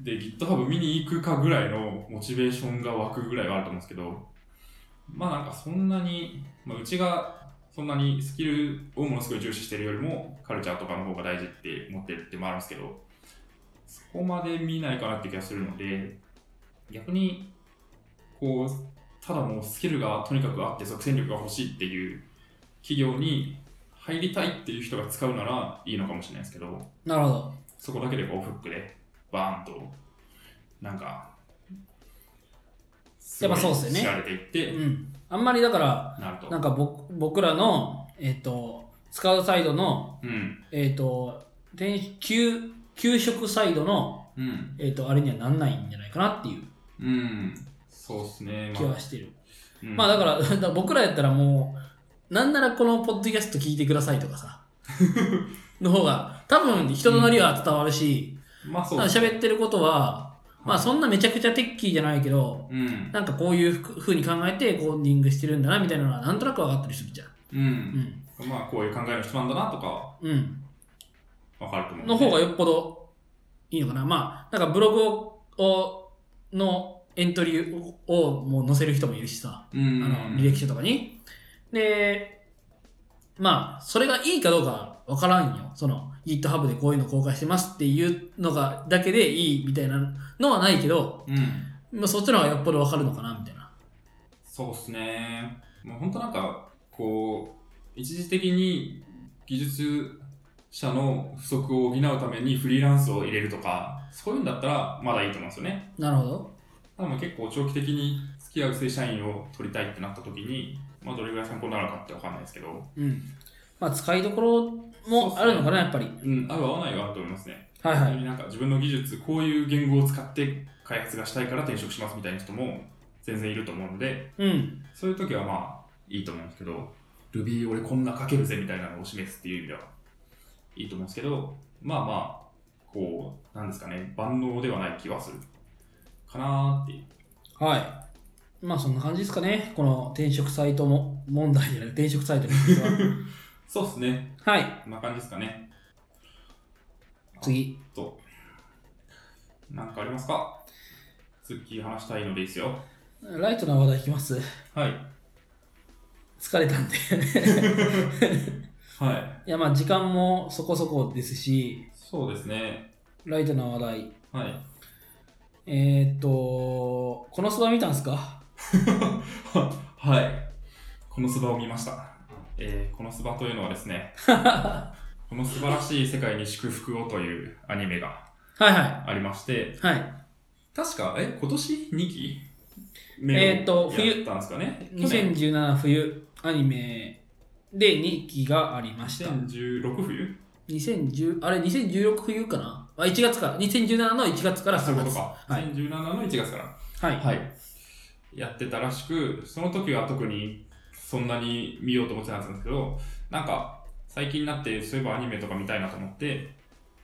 Speaker 2: で GitHub 見に行くかぐらいのモチベーションが湧くぐらいはあると思うんですけどまあなんかそんなに、まあ、うちがそんなにスキルをものすごい重視してるよりもカルチャーとかの方が大事って思ってるってもあるんですけどそこまで見ないかなって気がするので逆にこうただもうスキルがとにかくあって即戦力が欲しいっていう企業に入りたいっていう人が使うならいいのかもしれないですけど
Speaker 1: なるほど
Speaker 2: そこだけでこうフックでバーンとなんか
Speaker 1: やっぱそうっすよね
Speaker 2: 知られていって、
Speaker 1: うんあんまりだから
Speaker 2: なると
Speaker 1: なんか僕僕らのえっ、と使うサイドの
Speaker 2: うん
Speaker 1: えっ、と、転給、給食サイドの、
Speaker 2: うん
Speaker 1: えっ、と、あれにはなんないんじゃないかなっていう
Speaker 2: うんそうですね
Speaker 1: 気はしてる。
Speaker 2: うん
Speaker 1: まあ、だから、だから 僕らやったらもう、なんならこのポッドキャスト聞いてくださいとか さ、の方が、多分人となりは伝わるし、
Speaker 2: まあそ
Speaker 1: 多
Speaker 2: う
Speaker 1: 分
Speaker 2: ですね
Speaker 1: 喋ってることは、まあそんなめちゃくちゃテッキーじゃないけど、
Speaker 2: うん。
Speaker 1: なんかこういうふふうに考えてコーディングしてるんだなみたいなのはなんとなく分かったりするじゃん。
Speaker 2: う。
Speaker 1: うんん。
Speaker 2: まあ、こういう考えの人なんだなとかは
Speaker 1: うん。
Speaker 2: わかると思う、
Speaker 1: の方がよっぽどいいのかな。まあ、なんかブログををのエントリーををもう載せる人もいるしさ、
Speaker 2: うんう
Speaker 1: あ
Speaker 2: ん。
Speaker 1: の履歴書とかに。で、まあ、それがいいかどうか分からんよ。その GitHub でこういうの公開してますっていうのがだけでいいみたいなのはないけど、
Speaker 2: うん。
Speaker 1: まあ、そっちの方がよっぽど分かるのかなみたいな。
Speaker 2: そうっすね。もう本当なんか、こう、一時的に技術者の不足を補うためにフリーランスを入れるとか、そういうんだったらまだいいと思うんですよね。
Speaker 1: なるほど。
Speaker 2: ただまあ結構長期的に付き合う正社員を取りたいってなった時に、まあどれぐらい参考になるかってわかんないですけど、
Speaker 1: うん。まあ、使いどころもあるのかな、やっぱり。
Speaker 2: うん、合う合わないはあると思いますね。
Speaker 1: はい
Speaker 2: 本
Speaker 1: は
Speaker 2: 当
Speaker 1: い。
Speaker 2: になんか自分の技術、こういう言語を使って開発がしたいから転職しますみたいな人も全然いると思うので、
Speaker 1: うん。
Speaker 2: そういう時はまあいいと思うんですけど、Ruby 俺こんな書けるぜみたいなのを示すっていう意味ではいいと思うんですけど、まあまあ、こう、なんですかね、万能ではない気はするかなーっていう。
Speaker 1: はい。まあ、そんな感じですかね。この転職サイトも、問題じゃない、転職サイトの実 は。
Speaker 2: そうですね、
Speaker 1: はい。
Speaker 2: こんな感じですかね。
Speaker 1: 次。
Speaker 2: と、なんかありますか次話したいのでいいですよ。
Speaker 1: ライトな話題いきます。
Speaker 2: はい。
Speaker 1: 疲れたんで。
Speaker 2: はい。
Speaker 1: いや、まあ、時間もそこそこですし、
Speaker 2: そうですね。
Speaker 1: ライトな話題。
Speaker 2: はい。
Speaker 1: えー、っと、このスバ見たんすか
Speaker 2: はい。このスバを見ました。えーこのスバというのはです ね、この素晴らしい世界に祝福をというアニメが
Speaker 1: はいは
Speaker 2: ありまして、
Speaker 1: い。はい。
Speaker 2: 確か、え、今年2期
Speaker 1: えーっと冬
Speaker 2: やったんですかね。去年
Speaker 1: 2017冬アニメで2期がありました。
Speaker 2: 2016冬
Speaker 1: 2010あれ2016冬かなあ1月から2017の1月から
Speaker 2: そう
Speaker 1: 3
Speaker 2: いうこと
Speaker 1: 月
Speaker 2: か。
Speaker 1: はい
Speaker 2: 2017の1月から。
Speaker 1: はい、
Speaker 2: はい。やってたらしく、その時は特にそんなに見ようと思ってなかったんですけど、なんか最近になって、そういえばアニメとか見たいなと思って、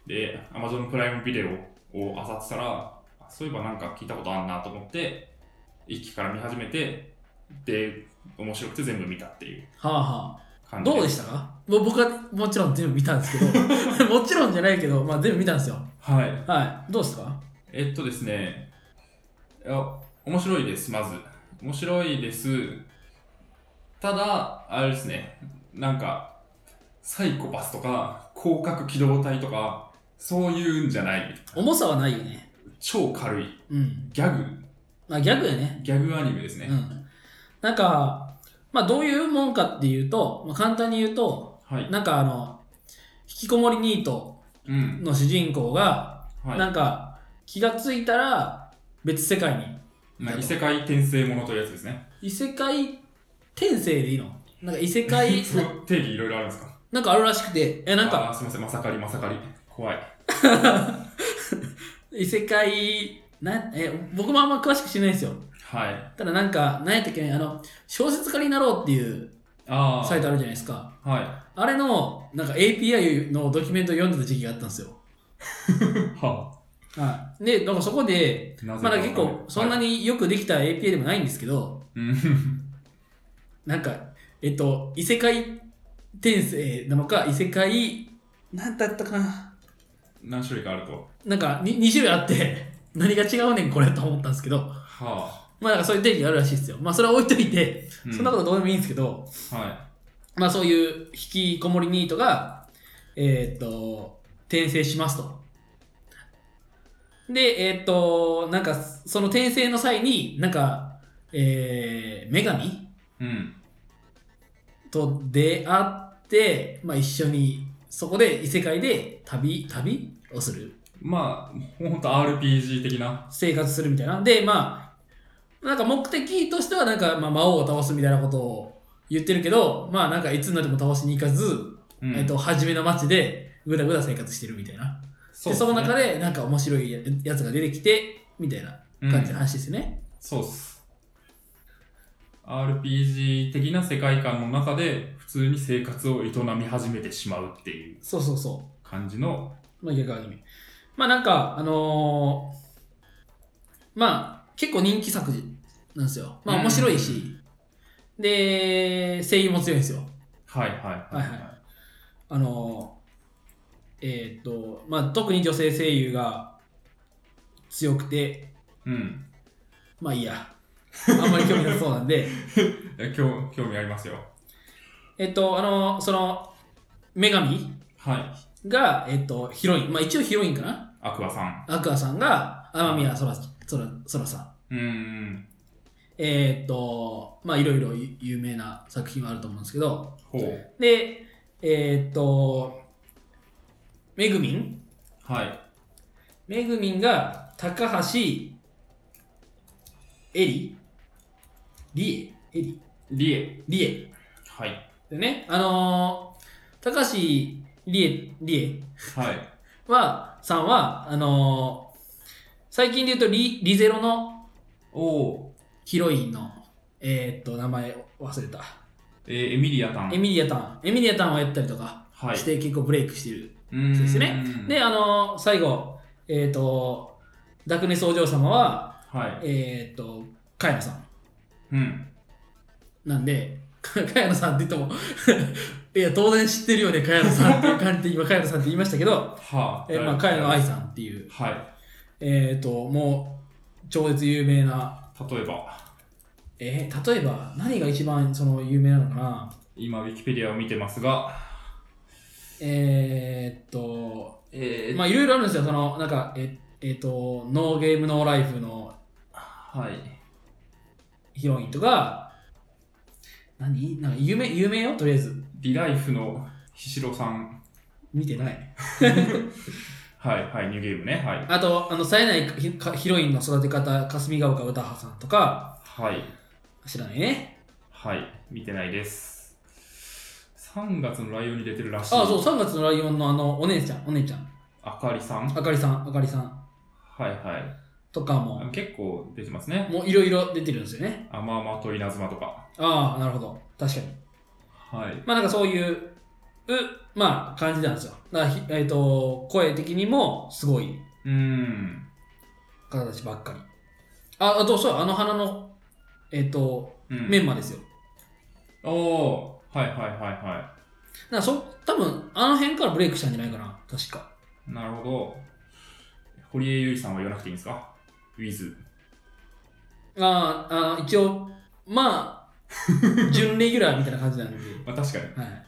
Speaker 2: で、Amazon プライムビデオを漁ってたら、そういえばなんか聞いたことあるなと思って、一期から見始めて、で、面白くて全部見たっていう
Speaker 1: はあはあ
Speaker 2: 感じ
Speaker 1: どうでしたかもう僕はもちろん全部見たんですけ どもちろんじゃないけど、まあ、全部見たんですよ
Speaker 2: はい。
Speaker 1: はいどうですか
Speaker 2: えっとですね、いや、面白いです、まず。面白いです。ただ、あれですね、なんか、サイコパスとか、広角機動隊とか、そういうんじゃない。
Speaker 1: 重さはないよね
Speaker 2: 超軽い。
Speaker 1: うん
Speaker 2: ギャグ、
Speaker 1: まあギャグやね
Speaker 2: ギャグアニメですね。
Speaker 1: うんなんかまあどういうもんかっていうと、まあ、簡単に言うと
Speaker 2: はい。
Speaker 1: なんかあの引きこもりニート
Speaker 2: うん。
Speaker 1: の主人公が、
Speaker 2: はい。
Speaker 1: なんか気がついたら別世界に
Speaker 2: まあ異世界転生ものというやつですね。
Speaker 1: 異世界転生でいいのなんか異世 界
Speaker 2: すごい定義いろいろあるんですか
Speaker 1: なんかあるらしくてえなんか
Speaker 2: あーすみません、まさかりまさかり。怖い。
Speaker 1: 異世界なえ僕もあんま詳しく知らないんですよ
Speaker 2: はい。
Speaker 1: ただなんか何やったっけねあの小説家になろうっていう
Speaker 2: あ
Speaker 1: サイトあるじゃないですか
Speaker 2: あ。はい。は
Speaker 1: あれのなんか API のドキュメントを読んでた時期があったんですよはいでなんかそこで
Speaker 2: なぜ
Speaker 1: ま
Speaker 2: か
Speaker 1: だ結構そんな
Speaker 2: はい
Speaker 1: によくできた API でもないんですけど
Speaker 2: うん
Speaker 1: なんかえっと異世界転生なのか異世界なんだったかな
Speaker 2: 何種類かあると。
Speaker 1: なんかに 2, 種類あって、何が違うねんこれと思ったんですけど、
Speaker 2: はあ。
Speaker 1: まあなんかそういう定義があるらしいですよ。まあそれは置いといて、そんなことどうでもいいんですけど、
Speaker 2: と。は
Speaker 1: まあそういう引きこもりニートが、えーっと、転生しますと。で、えーっと、なんかその転生の際に、なんか、えー、女神
Speaker 2: い。うん。
Speaker 1: と出会って、まあ一緒に、そこで異世界で旅、旅をする。
Speaker 2: まあ、ほんと RPG 的な。
Speaker 1: 生活するみたいな。で、まあ、なんか目的としては、なんか、まあ、魔王を倒すみたいなことを言ってるけど、まあ、なんかいつになっても倒しに行かず、
Speaker 2: うん
Speaker 1: えっと、初めの街でぐだぐだ生活してるみたいな。そ
Speaker 2: そ
Speaker 1: う
Speaker 2: っ
Speaker 1: で、
Speaker 2: す
Speaker 1: そ
Speaker 2: ね
Speaker 1: の中で、なんか面白いややつが出てきて、みたいな感じの話ですね。
Speaker 2: そうっす。RPG 的な世界観の中で、普通に生活を営み始めてしまうっていう
Speaker 1: そうそうそ
Speaker 2: 感じの。
Speaker 1: う。まあ、逆アニメ。まあ、なんか、あのーまあ、結構人気作なんですよ。まあ、面白いし、で、声優も強いんですよ。
Speaker 2: はいはい
Speaker 1: はいはあの、えーっと、まあ、特に女性声優が強くて、
Speaker 2: うん
Speaker 1: まあいいや。あんまり興味なさそうなんで、
Speaker 2: え興興味ありますよ
Speaker 1: えっと、あの、その、女神
Speaker 2: はい
Speaker 1: が、えっと、ヒロイン、まあ一応ヒロインかな
Speaker 2: アクアさん
Speaker 1: アクアさんが、天宮そら、そら、そらさん。
Speaker 2: うーん
Speaker 1: えーっと、まあいろいろ有名な作品はあると思うんですけど、
Speaker 2: ほう
Speaker 1: で、えーっと、めぐみん
Speaker 2: はい
Speaker 1: めぐみんが、高橋、えりりええり
Speaker 2: リエ
Speaker 1: りえ
Speaker 2: はい
Speaker 1: でね、あのー、高橋りえ、り
Speaker 2: はい
Speaker 1: えは、さんは、あのー、最近で言うとリ、リゼロの
Speaker 2: おお
Speaker 1: ヒロインの、えーっと、名前忘れた。
Speaker 2: えーエミリアさん
Speaker 1: エミリアタン。エミリアタンをやったりとか
Speaker 2: はい
Speaker 1: して、結構ブレイクしてる。
Speaker 2: うーん
Speaker 1: そうですねで、あのー、最後、えーっと、ダクネスお嬢様は、
Speaker 2: はい
Speaker 1: えーっと、カヤノさん。
Speaker 2: うん
Speaker 1: なんで、 か茅野さんって言っても、 いや、当然知ってるよね、茅野さんっていう感じで、今、茅野さんって言いましたけど、
Speaker 2: はあ
Speaker 1: えまあ、茅野愛さんっていう、
Speaker 2: は
Speaker 1: えっ、と、もう、超絶有名な、
Speaker 2: い例えば
Speaker 1: えー例えば、何が一番その有名なのかな
Speaker 2: 今ウィキペディアを見てますが
Speaker 1: えっ、と、
Speaker 2: えー
Speaker 1: まあ、いろいろあるんですよ、その、なんか、えっ、えーと、ノーゲームノーライフの
Speaker 2: はい
Speaker 1: ヒロインとか、何なんか有名、有名よ、とりあえず。
Speaker 2: リライフのひしろさん
Speaker 1: 見てない。
Speaker 2: はいはいニューゲームねはい
Speaker 1: あと、あの、冴えないヒヒロインの育て方、霞ヶ丘歌葉さんとか、
Speaker 2: はい
Speaker 1: 知らないね。
Speaker 2: はい見てないです3月のライオンに出てるらしい
Speaker 1: ああ、そう、3月のライオンのあの、お姉ちゃん、お姉ちゃん。
Speaker 2: あかりさん
Speaker 1: あかりさん、あかりさん
Speaker 2: はいはい
Speaker 1: とかも
Speaker 2: あ、結構出てますね
Speaker 1: もういろいろ出てるんですよね。
Speaker 2: あまあまと稲妻とか
Speaker 1: ああ、なるほど。確かに。
Speaker 2: はい
Speaker 1: まあなんかそういう、う、まあ感じなんですよ。だからひ、えっ、と、声的にもすごいう
Speaker 2: ーん
Speaker 1: 方たちばっかり。あ、あと、そう、あの花の、えっ、と、
Speaker 2: うん
Speaker 1: メンマですよ。
Speaker 2: おおーはいはいはいは
Speaker 1: なんかそ、多分あの辺からブレイクしたんじゃないかな。確か。
Speaker 2: いなるほど堀江優里さんは言わなくていいんですかウィズ
Speaker 1: ああ、あの一応、まあ、 準レギュラーみたいな感じなんで。
Speaker 2: まあ確かに
Speaker 1: はい。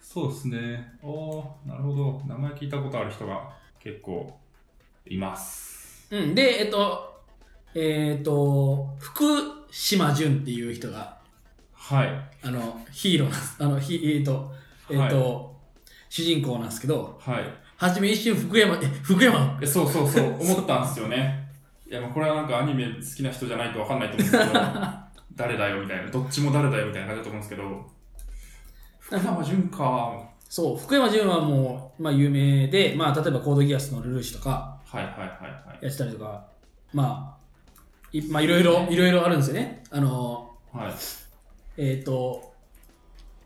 Speaker 2: そうですね。おお、なるほど。名前聞いたことある人が結構います。
Speaker 1: うん、で、えっと、えっと、福島淳っていう人が、
Speaker 2: はい。
Speaker 1: あの、ヒーローなんです。あの、ひえっと、えっ
Speaker 2: は
Speaker 1: と、主人公なんですけど、
Speaker 2: い。はい、
Speaker 1: はじめ一瞬福山、え、福山
Speaker 2: えそうそうそう、 思ったんですよね。いや、まあこれはなんかアニメ好きな人じゃないとわかんないと思うんですけ ど、誰だよみたいな、どっちも誰だよみたいな感じだと思うんですけど、福山潤か。
Speaker 1: そう、福山淳はもう、まあ、有名で、まあ、例えばコードギアスのルルーシュとか、
Speaker 2: はいはいはいはい。
Speaker 1: やってたりとか、まあ、い,、まあ、いろいろ、いろいろあるんですよね。あの、
Speaker 2: はい、
Speaker 1: えっと、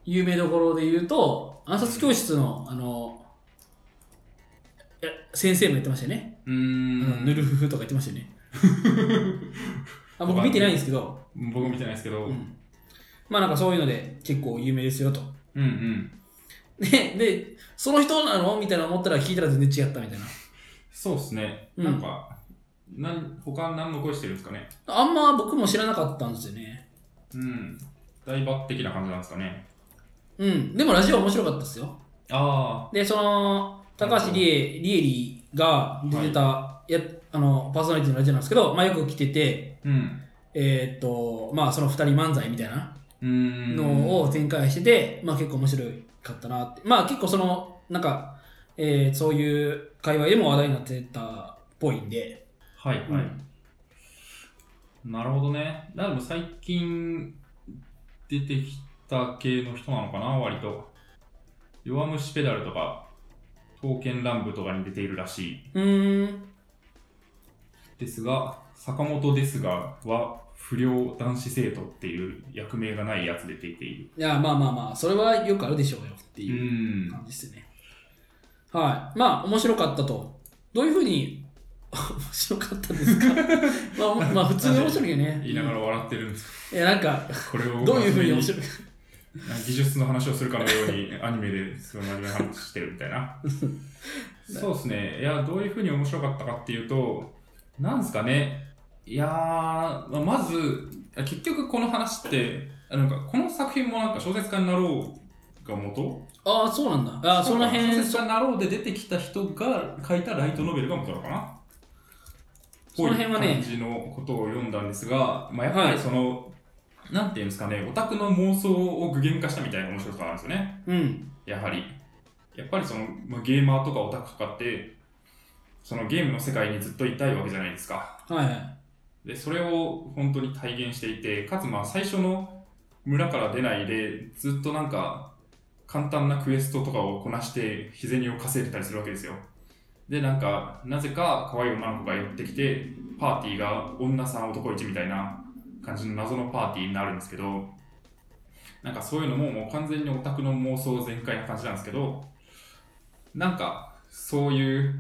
Speaker 1: 有名どころで言うと、暗殺教室の、あの、え先生もやってましたよね。
Speaker 2: うー
Speaker 1: あの
Speaker 2: ん、
Speaker 1: ぬるふふとか言ってました よね。あ僕見てないんですけど、
Speaker 2: 僕見てないですけど、
Speaker 1: う
Speaker 2: うん、
Speaker 1: ん、まあなんかそういうので結構有名ですよと。
Speaker 2: うんうん
Speaker 1: で、でその人なのみたいな思ったら聞いたら全然違ったみたいな。
Speaker 2: そうですね。
Speaker 1: うん
Speaker 2: なんか、なん他何の声してるんですかね。
Speaker 1: あんま僕も知らなかったんですよね。
Speaker 2: うん。大抜的な感じなんですかね。
Speaker 1: うん。でもラジオ面白かったですよ。
Speaker 2: あ
Speaker 1: で、その、高橋理恵、理恵里が出てた、やあのパーソナリティのラジオなんですけど、まあよく来てて、
Speaker 2: あ、うん。
Speaker 1: えーっと、まあその二人漫才みたいな。
Speaker 2: うーん。
Speaker 1: のを展開してて、まあ結構面白かったなって。まあ結構その、なんか、えーそういう界隈でも話題になってたっぽいんで。
Speaker 2: はいはい。なるほどね。だから最近出てきた系の人なのかな、割と。弱虫ペダルとか、刀剣乱舞とかに出ているらしいう
Speaker 1: ーん。
Speaker 2: ですが、坂本ですがは不良男子生徒っていう役名がないやつで出ている。
Speaker 1: いや、まあまあまあ、それはよくあるでしょうよって
Speaker 2: う。
Speaker 1: いうん感じですね。はい。まあ面白かったと。どういうふうに 面白かったです かまあ、まあ、普通に面白いよね。
Speaker 2: 言いながら笑ってるんです。
Speaker 1: いや、なんか、
Speaker 2: これを
Speaker 1: どういうふうに面白い
Speaker 2: 技術の話をするかのように アニメでその真面目な話してるみたいなそうですねいやどういうふうに面白かったかっていうとなんですかねいやーまあまず結局この話ってあなんかこの作品もなんか小説家になろうが元
Speaker 1: ああ、そうなんだ。ああ、その辺
Speaker 2: 小、説家になろうで出てきた人が書いたライトノベルが元なのかな
Speaker 1: その辺はね
Speaker 2: ぽい感じのことを読んだんですが、まあ、やっぱりその、なんていうんですかね、オタクの妄想を具現化したみたいな面白さがあるんですよね、
Speaker 1: うん。
Speaker 2: やはり。やっぱりその、まあ、ゲーマーとかオタクとかって、そのゲームの世界にずっといたいわけじゃないですか。
Speaker 1: はいはい。
Speaker 2: で、それを本当に体現していて、かつまあ最初の村から出ないで、ずっとなんか、簡単なクエストとかをこなして、日銭を稼いでたりするわけですよ。で、なんか、なぜか可愛い女の子が寄ってきて、パーティーが女さん男1みたいな感じの謎のパーティーになるんですけど、なんかそういうのももう完全にオタクの妄想全開な感じなんですけど、なんか、そういう、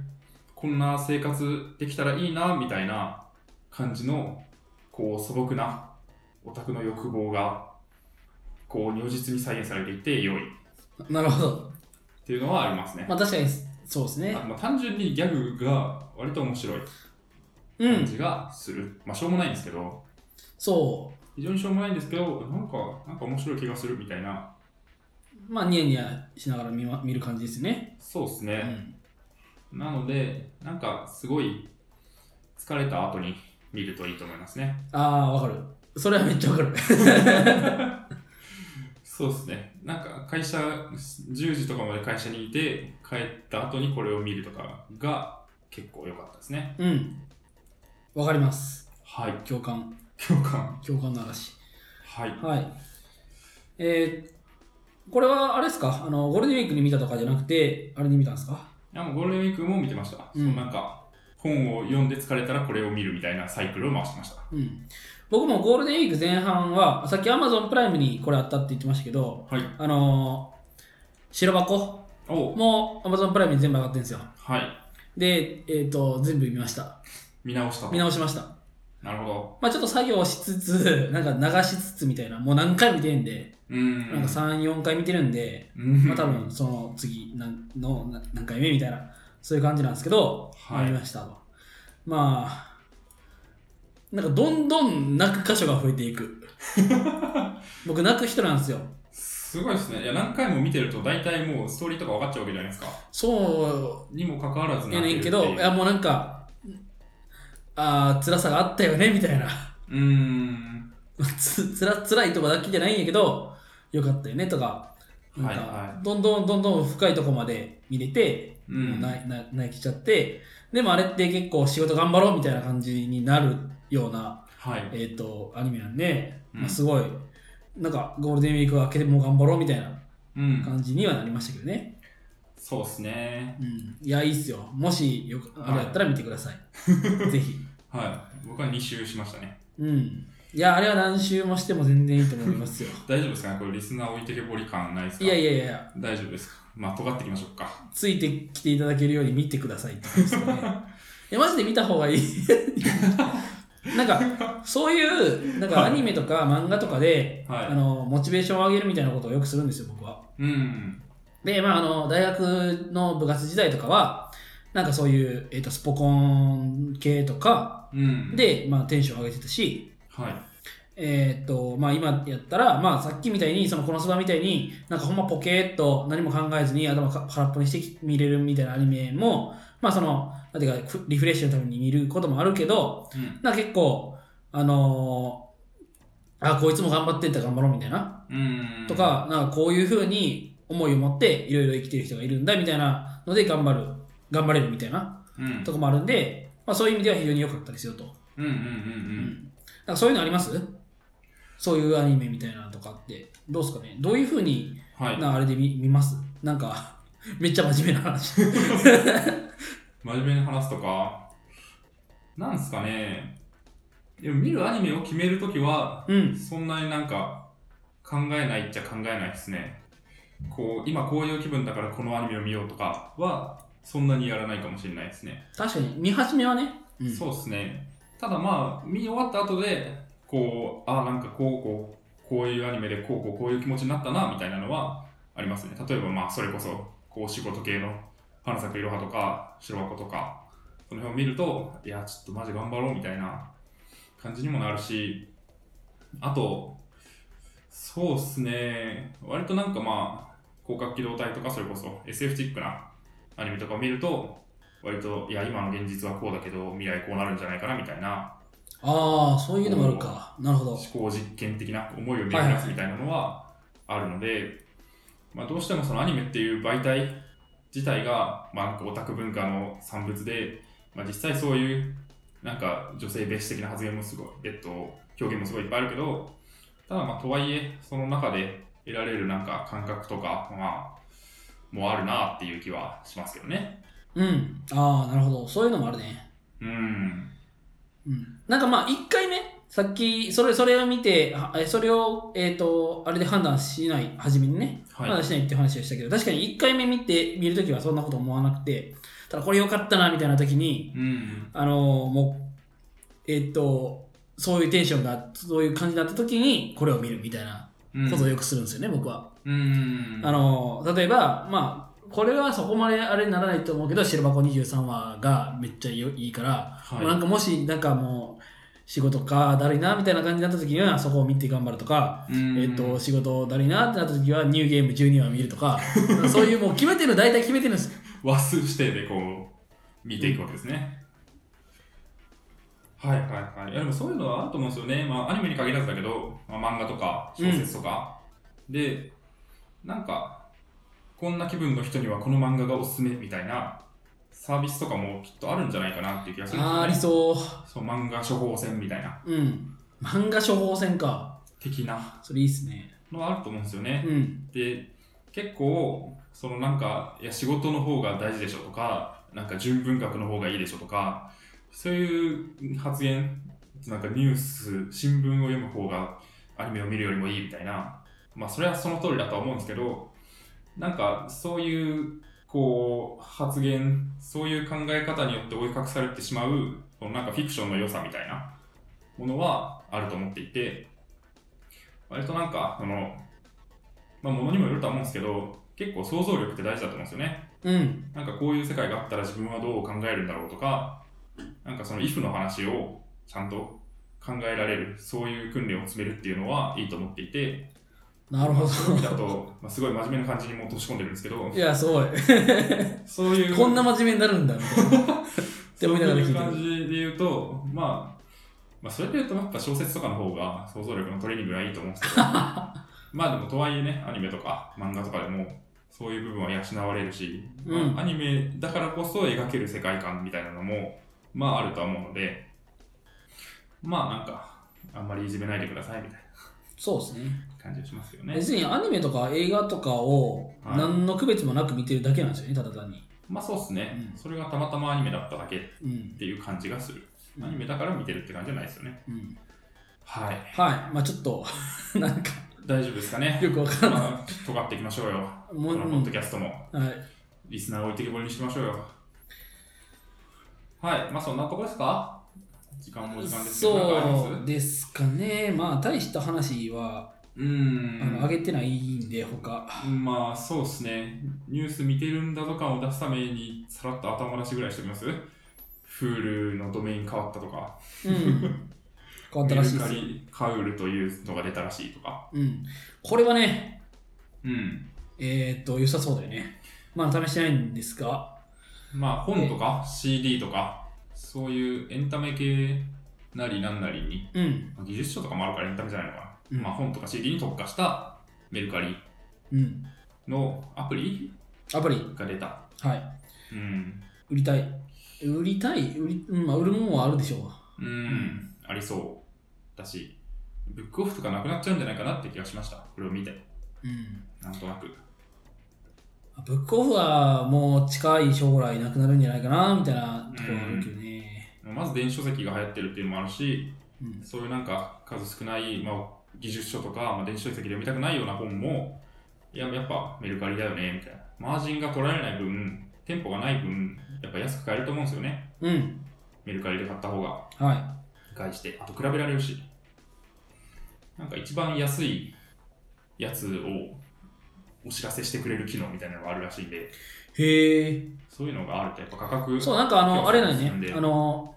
Speaker 2: こんな生活できたらいいな、みたいな感じのこう素朴なオタクの欲望がこう如実に再現されていて良いっ
Speaker 1: なるほど。
Speaker 2: ていうのはありますね。
Speaker 1: まあ、確かに、そうですね
Speaker 2: あ。まあ、単純にギャグが割と面白いう感
Speaker 1: ん。
Speaker 2: じがする。まあしょうもないんですけど、
Speaker 1: そ
Speaker 2: 非常にしょうもないんですけど、なんかなんか面白い気がするみたいな。
Speaker 1: う。まあ、ニヤニヤしながら見,、ま、見る感じですね。
Speaker 2: そうです
Speaker 1: う
Speaker 2: ね。
Speaker 1: ん。
Speaker 2: なので、なんかすごい疲れた後に見るといいと思いますね。
Speaker 1: ああ、わかる。それはめっちゃわかる。
Speaker 2: そうですね。なんか会社、10時とかまで会社にいて、帰った後にこれを見るとかが結構良かったですね。
Speaker 1: うん。わかります。
Speaker 2: はい。
Speaker 1: 共感。
Speaker 2: 共感。
Speaker 1: 共感の嵐。
Speaker 2: はい。
Speaker 1: はい。えー、これはあれですかあの、ゴールデンウィークに見たとかじゃなくて、あれに見たんですか
Speaker 2: いやもうゴールデンウィークも見てました。
Speaker 1: うん
Speaker 2: そのなんか、本を読んで疲れたらこれを見るみたいなサイクルを回してました。
Speaker 1: うん。僕もゴールデンウィーク前半は、さっき Amazon プライムにこれあったって言ってましたけど、
Speaker 2: はい。
Speaker 1: あのー白箱
Speaker 2: お
Speaker 1: も Amazon プライムに全部上がってるんですよ。
Speaker 2: はい。
Speaker 1: で、えっ、と、全部見ました。
Speaker 2: 見直したと
Speaker 1: 見。直しました。
Speaker 2: なるほど。
Speaker 1: まあちょっと作業しつつ、 なんか流しつつみたいな、もう何回見てるんで、
Speaker 2: うーん。
Speaker 1: なんか3、4回見てるんで、
Speaker 2: うん、
Speaker 1: まあ多分その次なんのな何回目みたいな、そういう感じなんですけど、
Speaker 2: はい
Speaker 1: ありましたと。まあ、なんかどんどん泣く箇所が増えてい く。僕泣く人なんですよ。
Speaker 2: すごいですね。いや、何回も見てると大体もうストーリーとか分かっちゃうわけじゃないですか。
Speaker 1: そ
Speaker 2: にもかかわらず
Speaker 1: う
Speaker 2: な
Speaker 1: や
Speaker 2: んて
Speaker 1: ね
Speaker 2: る
Speaker 1: ん
Speaker 2: って
Speaker 1: け
Speaker 2: い
Speaker 1: ど、
Speaker 2: う
Speaker 1: いやもうなんか、ああ、辛さがあったよね、みたいな。
Speaker 2: うーん。
Speaker 1: つつら辛いとこだけじゃないんやけどよかったよねとかなんか、
Speaker 2: はいは
Speaker 1: どんどんどんどん深いとこまで見れて、
Speaker 2: う。
Speaker 1: もうん泣い泣泣きちゃってでもあれって結構仕事頑張ろうみたいな感じになるような、
Speaker 2: はい。
Speaker 1: えー、とアニメなんで、
Speaker 2: うん
Speaker 1: まあ、すごいなんかゴールデンウィーク明けてもう頑張ろうみたいな
Speaker 2: うん。
Speaker 1: 感じにはなりましたけどね、
Speaker 2: そうですね。
Speaker 1: うん、いやいいっすよもしよあれやったら見てくださ いぜひ
Speaker 2: はい。僕は2周しましたね。
Speaker 1: うんいやあれは何周もしても全然いいと思い ますよ
Speaker 2: 大丈夫ですかねこれリスナー置いてけぼり感ないですか
Speaker 1: いやいやいやいや
Speaker 2: 大丈夫ですかまあ、尖っていきましょうか。
Speaker 1: ついてきていただけるように見てくださいって感じですね。 いや、マジで見た方がいい。 なんか、そういう、なんか
Speaker 2: は
Speaker 1: ア
Speaker 2: い
Speaker 1: ニメとか漫画とかで、
Speaker 2: はい
Speaker 1: あの、モチベーションを上げるみたいなことをよくするんですよ、僕は。
Speaker 2: うん。
Speaker 1: で、まあ、あの、大学の部活時代とかは、なんかそういう、えっ、と、スポコン系とか
Speaker 2: うん。、
Speaker 1: で、まあ、テンション上げてたし、
Speaker 2: はい。
Speaker 1: えっ、と、まあ、今やったら、まあ、さっきみたいに、その、このそばみたいに、なんかほんまポケーっと何も考えずに頭か空っぽにしてき見れるみたいなアニメも、まあ、その、なんていうか、ふリフレッシュのために見ることもあるけど、
Speaker 2: うん。
Speaker 1: なんか結構、あのーあ、こいつも頑張ってったら頑張ろうみたいな、
Speaker 2: うん。
Speaker 1: と、か、なんかこういうふうに思いを持って、いろいろ生きてる人がいるんだみたいなので、頑張る、頑張れるみたいな
Speaker 2: うん。
Speaker 1: とこもあるんで、まあ、そういう意味では非常に良かったですよと。
Speaker 2: うんうんうん
Speaker 1: う
Speaker 2: うん。
Speaker 1: んなんかそういうのありますそういうアニメみたいなのとかって、どうですかねどういうふうに、
Speaker 2: はい。
Speaker 1: なあれで見見ますなんか、めっちゃ真面目な 話。
Speaker 2: 真面目に話すとか、なんすかね。でも見るアニメを決めるときは、
Speaker 1: うん。
Speaker 2: そんなになんか考えないっちゃ考えないですね。こう、今こういう気分だからこのアニメを見ようとかは、そんなにやらないかもしれないですね。
Speaker 1: 確かに、見始めはね、うん
Speaker 2: そうですね。ただまあ、見終わった後で、こう、ああ、なんかこう、こう、こういうアニメでこう、こう、こういう気持ちになったな、みたいなのはありますね。例えばまあ、それこそ、こう、仕事系の、花咲くいろはとか、白箱とか、その辺を見ると、いや、ちょっとマジ頑張ろう、みたいな感じにもなるし、あと、そうですね、割となんかまあ、広角機動隊とか、それこそ SF チックなアニメとかを見ると、割と、いや、今の現実はこうだけど、未来こうなるんじゃないかなみたいな、
Speaker 1: ああ、そういうのもあるか。なるほど
Speaker 2: 思。考実験的な思いを巡らすみたいなのはあるので、まあ、どうしてもそのアニメっていう媒体自体が、まあ、なんかオタク文化の産物で、まあ、実際そういう、なんか女性蔑視的な発言もすごい、えっと、表現もすごいいっぱいあるけど、ただまあ、とはいえ、その中で得られるなんか感覚とか、まあ、もあるなっていう気はしますけどね。
Speaker 1: うん。ああ、なるほど。そういうのもあるね。
Speaker 2: うん。
Speaker 1: うん。なんかまあ、一回目、さっき、それ、それを見て、はえそれを、えっ、と、あれで判断しない、初めにね。
Speaker 2: はい
Speaker 1: まだしないっていう話をしたけど、確かに1回目見て、見るときはそんなこと思わなくて、ただこれ良かったな、みたいなときに、
Speaker 2: うん。
Speaker 1: あのーもう、えっと、そういうテンションが、そういう感じになったときに、これを見るみたいな
Speaker 2: うん
Speaker 1: ことをよくするんですよね、僕は。
Speaker 2: うん。
Speaker 1: あのー例えば、まあ、これはそこまであれにならないと思うけど、白箱23話がめっちゃよいいから、
Speaker 2: はい
Speaker 1: もうなんかもし、なんかもう、仕事か、だるいな、みたいな感じになった時には、そこを見て頑張るとか、
Speaker 2: うん、
Speaker 1: えっと、仕事だるいなってなった時はニューゲーム12話見ると かそういうもう決めてる大体決めてるんです
Speaker 2: 和数指定でこう、見ていくわけですね。はいはいはい。いやでもそういうのはあると思うんですよね。まあアニメに限らずだけど、まあ、漫画とか小説とか、で、なんか、こんな気分の人にはこの漫画がおすすめみたいなサービスとかもきっとあるんじゃないかなっていう気がするんですよ、
Speaker 1: あ
Speaker 2: ね。
Speaker 1: ーありそう
Speaker 2: そう。漫画処方箋みたいな、
Speaker 1: ううん漫画処方箋か
Speaker 2: 的な
Speaker 1: それいいっすね
Speaker 2: のはあると思うんですよね。
Speaker 1: うん
Speaker 2: で結構そのなんかいや仕事の方が大事でしょとかなんか純文学の方がいいでしょとかそういう発言なんかニュース新聞を読む方がアニメを見るよりもいいみたいなまあそれはその通りだとは思うんですけどなんかそういうこう発言そういう考え方によって追い隠されてしまうこのなんかフィクションの良さみたいなものはあると思っていて割となんかそのまあ、ものにもよるとは思うんですけど、結構想像力って大事だと思うんですよね。
Speaker 1: うん
Speaker 2: なんかこういう世界があったら自分はどう考えるんだろうとか、なんかその if の話をちゃんと考えられる、そういう訓練を詰めるっていうのはいいと思っていて、
Speaker 1: なるほ
Speaker 2: まあそういう意味だ
Speaker 1: ど
Speaker 2: と、まあ、すごい真面目な感じにもう落とし込んでるんですけど
Speaker 1: い、やすごい
Speaker 2: そういう、
Speaker 1: こんな真面目になるんだみたいなって思いながら聞いてる
Speaker 2: そういう感じで言うと、まあ、まあ、それで言うとやっぱ小説とかの方が想像力のトレーニングがいいと思うんです けど、まあでもとはいえね、アニメとか漫画とかでも、そういう部分は養われるし、
Speaker 1: うん
Speaker 2: まあアニメだからこそ描ける世界観みたいなのも、まああるとは思うので、まあなんか、あんまりいじめないでくださいみたい
Speaker 1: そうですね
Speaker 2: な感じがしますよね。
Speaker 1: 別にアニメとか映画とかを
Speaker 2: はい
Speaker 1: 何の区別もなく見てるだけなんですよねただ単に
Speaker 2: まあそうですね、
Speaker 1: うん
Speaker 2: それがたまたまアニメだっただけっ
Speaker 1: うん
Speaker 2: ていう感じがする。
Speaker 1: うん
Speaker 2: アニメだから見てるって感じじゃないですよね。
Speaker 1: うん
Speaker 2: はい。
Speaker 1: はいまあちょっとなんか
Speaker 2: 大丈夫ですかね。
Speaker 1: よくわからない
Speaker 2: まあ、尖っていきましょうよ。
Speaker 1: も
Speaker 2: こ
Speaker 1: う
Speaker 2: のポッドキャストも、
Speaker 1: うんはい
Speaker 2: リスナーを置いてけぼりにしましょうよ。はい、まあそんなとこですか時間も時間ですけど、なんかあります
Speaker 1: そうですかね、まあ、大した話は、
Speaker 2: うーん
Speaker 1: あの上げてないんで、他
Speaker 2: まあそうですね。ニュース見てるんだとかを出すために、さらっと頭出しぐらいしてみます ?Hulu のドメイン変わったとか、
Speaker 1: うん、変わったらしいで
Speaker 2: メ
Speaker 1: す
Speaker 2: ル。カリカウルというのが出たらしいとか。
Speaker 1: うん、これはね、
Speaker 2: うん。
Speaker 1: えー、っと、良さそうだよね。まあ、試してないんですが、
Speaker 2: まあ本とか CD とか、そういうエンタメ系なりなんなりに
Speaker 1: うん、
Speaker 2: まあ技術書とかもあるからエンタメじゃないのかな。
Speaker 1: うん
Speaker 2: まあ本とか CD に特化したメルカリ
Speaker 1: うん、
Speaker 2: のアプリ
Speaker 1: アプリ、
Speaker 2: が出た。
Speaker 1: はい、
Speaker 2: うん。
Speaker 1: 売りたい。売りたい売り、うんまあ、売るものはあるでしょう。
Speaker 2: うん、ありそうだし、ブックオフとかなくなっちゃうんじゃないかなって気がしました。これを見て、
Speaker 1: うん、
Speaker 2: なんとなく。
Speaker 1: ブックオフはもう近い将来なくなるんじゃないかな、みたいなところはあるけどね。
Speaker 2: まず電子書籍が流行ってるっていうのもあるし、
Speaker 1: うん、
Speaker 2: そういうなんか数少ない、まあ、技術書とか、まあ、電子書籍で読みたくないような本も、いや、やっぱメルカリだよね、みたいな。マージンが取られない分、店舗がない分、やっぱ安く買えると思うんですよね。
Speaker 1: うん、
Speaker 2: メルカリで買った方が
Speaker 1: は
Speaker 2: 返して、あと比べられるし、なんか一番安いやつをお知らせしてくれる機能みたいなのがあるらしいんで、
Speaker 1: い。へえ。
Speaker 2: そういうのがあるとやっぱ価格、
Speaker 1: そう、なんかあの、あれだよね。あの、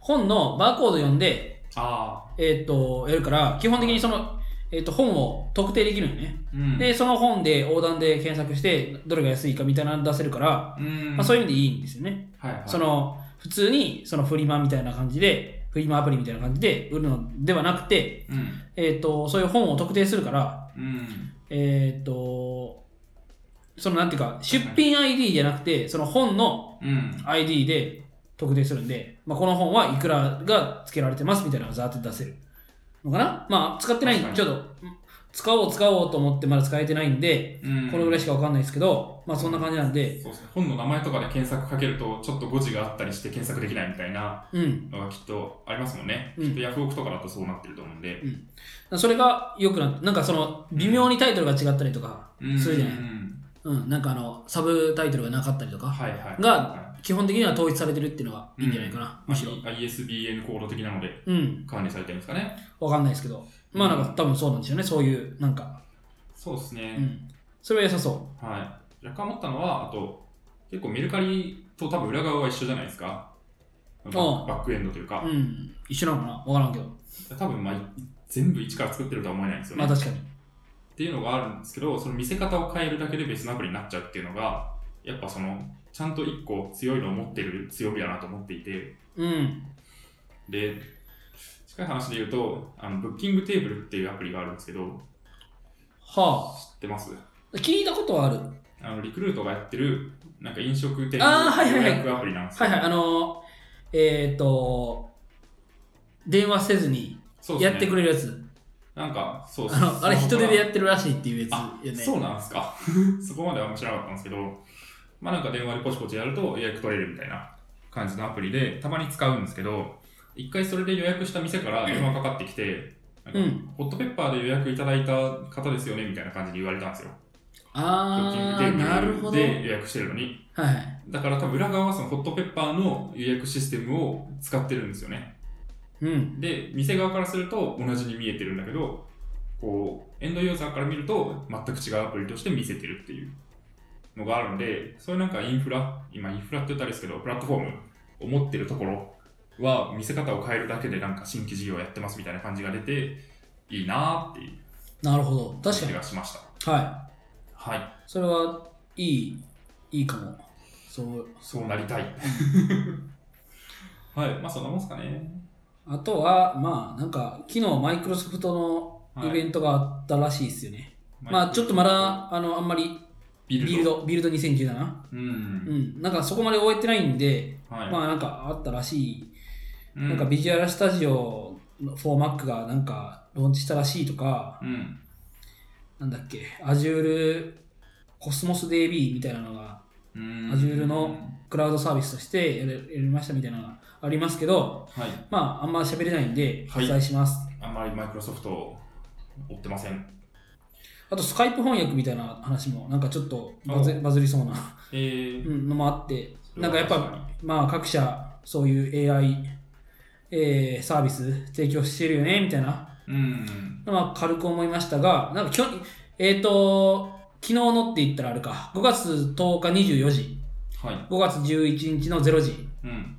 Speaker 1: 本のバーコード読んで、
Speaker 2: あ
Speaker 1: えっ、と、やるから、基本的にその、えっ、と、本を特定できるよね。
Speaker 2: あ、うん。
Speaker 1: で、その本で横断で検索して、どれが安いかみたいなの出せるから、
Speaker 2: うん、
Speaker 1: まあ、そう
Speaker 2: いう、
Speaker 1: いうのでいいんですよね。
Speaker 2: はいはい、
Speaker 1: その、普通に、そのフリマみたいな感じで、フリマアプリみたいな感じで売るのではなくて、
Speaker 2: うん、
Speaker 1: えっ、と、そういう本を特定するから、
Speaker 2: うん、
Speaker 1: えーっと、そのなんていうか、出品 ID じゃなくて、その本の
Speaker 2: うん、
Speaker 1: ID で特定するんで、まあ、この本はいくらが付けられてますみたいなのがざーっと出せるのかなまあ、使ってないんで、
Speaker 2: 確
Speaker 1: ちょ
Speaker 2: か
Speaker 1: っと、うん使おう使おうと思ってまだ使えてないんで、
Speaker 2: うん、
Speaker 1: このぐらいし
Speaker 2: か。
Speaker 1: かわかんないですけど、まあ、そんな感じなんで、
Speaker 2: そうですね、本の名前とかで検索かけると、ちょっと誤字があったりして検索できないみたいな
Speaker 1: うん。
Speaker 2: のがきっとありますもんね。
Speaker 1: うん
Speaker 2: きっとヤフオクとかだとそうなってると思うんで。
Speaker 1: それが良くなって、なんかその、微妙にタイトルが違ったりとか、
Speaker 2: うん、
Speaker 1: そうじゃない
Speaker 2: うん、
Speaker 1: うん、なんかあの、サブタイトルがなかったりとか、
Speaker 2: はいはい。
Speaker 1: が基本的には統一されてるっていうのがいいんじゃないかな、
Speaker 2: ま
Speaker 1: む
Speaker 2: あ、
Speaker 1: しろ。
Speaker 2: ISBN コード的なので
Speaker 1: うん。
Speaker 2: 管理されてるんですかね。
Speaker 1: わかんないですけど、まあなんか多分そうなんですよね、そういう、なんか、
Speaker 2: そうです
Speaker 1: う
Speaker 2: ね。
Speaker 1: ん。それは良さそ
Speaker 2: はい。若干思ったのは、あと、結構メルカリと多分裏側は一緒じゃないですか。バ
Speaker 1: ああ
Speaker 2: ッバックエンドというか
Speaker 1: う。う、ん。一緒なのかなわからんけど。
Speaker 2: 多分まあい全部一から作ってるとは思えないんですよね。
Speaker 1: まあ確かに。
Speaker 2: っていうのがあるんですけど、その見せ方を変えるだけで別のアプリになっちゃうっていうのが、やっぱその、ちゃんと一個強いのを持ってる強みだなと思っていて、
Speaker 1: うん。
Speaker 2: で、近い話で言うと、あのブッキングテーブルっていうアプリがあるんですけど、知
Speaker 1: は
Speaker 2: ってます
Speaker 1: あ。聞いたことはある。
Speaker 2: あのリクルートがやってる、なんか飲食店
Speaker 1: あーはいはいはい
Speaker 2: アプリなんです
Speaker 1: はいはい、あのー、えっ、と、電話せずに
Speaker 2: そうです
Speaker 1: や
Speaker 2: ね
Speaker 1: ってくれるやつ。
Speaker 2: なんか、そう
Speaker 1: あの、あれ人手でや
Speaker 2: る
Speaker 1: ってるらしいっていうや
Speaker 2: あ
Speaker 1: つよね。
Speaker 2: そうなんですか。 そこまではあんま知らなかったんですけど、まあなんか電話でポチポチやると予約取れるみたいな感じのアプリで、たまに使うんですけど、一回それで予約した店から電話かかってきて、なんか
Speaker 1: うん
Speaker 2: ホットペッパーで予約いただいた方ですよねみたいな感じで言われたんですよ。
Speaker 1: あ
Speaker 2: ブッ
Speaker 1: ー、
Speaker 2: キングテ
Speaker 1: な
Speaker 2: ー
Speaker 1: る
Speaker 2: ブ
Speaker 1: ほ
Speaker 2: ル
Speaker 1: ど。はい
Speaker 2: で予約してるのに。
Speaker 1: はい。
Speaker 2: だから多分裏側はそのホットペッパーの予約システムを使ってるんですよね。
Speaker 1: うん。
Speaker 2: で、店側からすると同じに見えてるんだけど、こう、エンドユーザーから見ると全く違うアプリとして見せてるっていうのがあるんで、そういうなんかインフラ、今インフラって言ったらあれですけど、プラットフォームを持ってるところは見せ方を変えるだけでなんか新規事業やってますみたいな感じが出て、いいなーっていう
Speaker 1: なるほど。確か
Speaker 2: 感じがしました。
Speaker 1: に。はい。
Speaker 2: はい。
Speaker 1: それは、いい、いいかも。そう。
Speaker 2: そうなりたい。 はい。まあそんなもんすかね。
Speaker 1: あとは、まあ、なんか、昨日マイクロソフト
Speaker 2: は
Speaker 1: の
Speaker 2: い
Speaker 1: イベントがあったらしいですよね。まあ、ちょっとま、だ、あの、あんまり、
Speaker 2: ビ
Speaker 1: ビル。ド、ビルド2017。
Speaker 2: う。
Speaker 1: うんん。なんか、そこまで終えてないんで、
Speaker 2: はい。
Speaker 1: まあ、なんか、あったらしい。
Speaker 2: う
Speaker 1: なんか、、ビジュアルスタジオの 4Mac が、なんか、ローンチしたらしいとか、
Speaker 2: うん。
Speaker 1: なんだっけ、Azure Cosmos DB みたいなのが、
Speaker 2: うん
Speaker 1: Azure のクラウドサービスとしてやれやりましたみたいなのがありますけど、
Speaker 2: はい。
Speaker 1: まあ、あんま喋れないんで、
Speaker 2: はい
Speaker 1: 割愛します。
Speaker 2: あんまりマイクロソフトを追ってません。
Speaker 1: あとスカイプ翻訳みたいな話もなんかちょっとバズ
Speaker 2: お
Speaker 1: バズりそうな
Speaker 2: えー、
Speaker 1: うんのもあって
Speaker 2: それ
Speaker 1: な
Speaker 2: は
Speaker 1: んかやっ
Speaker 2: 確か
Speaker 1: ぱまあ各社そういう AI、えーサービス提供してるよねみたいな、
Speaker 2: うん。
Speaker 1: まあ、軽く思いましたがなんかきょえっ、と昨日のって言ったらあれか5月10日24時
Speaker 2: はい。
Speaker 1: 5月11日の0時
Speaker 2: うん。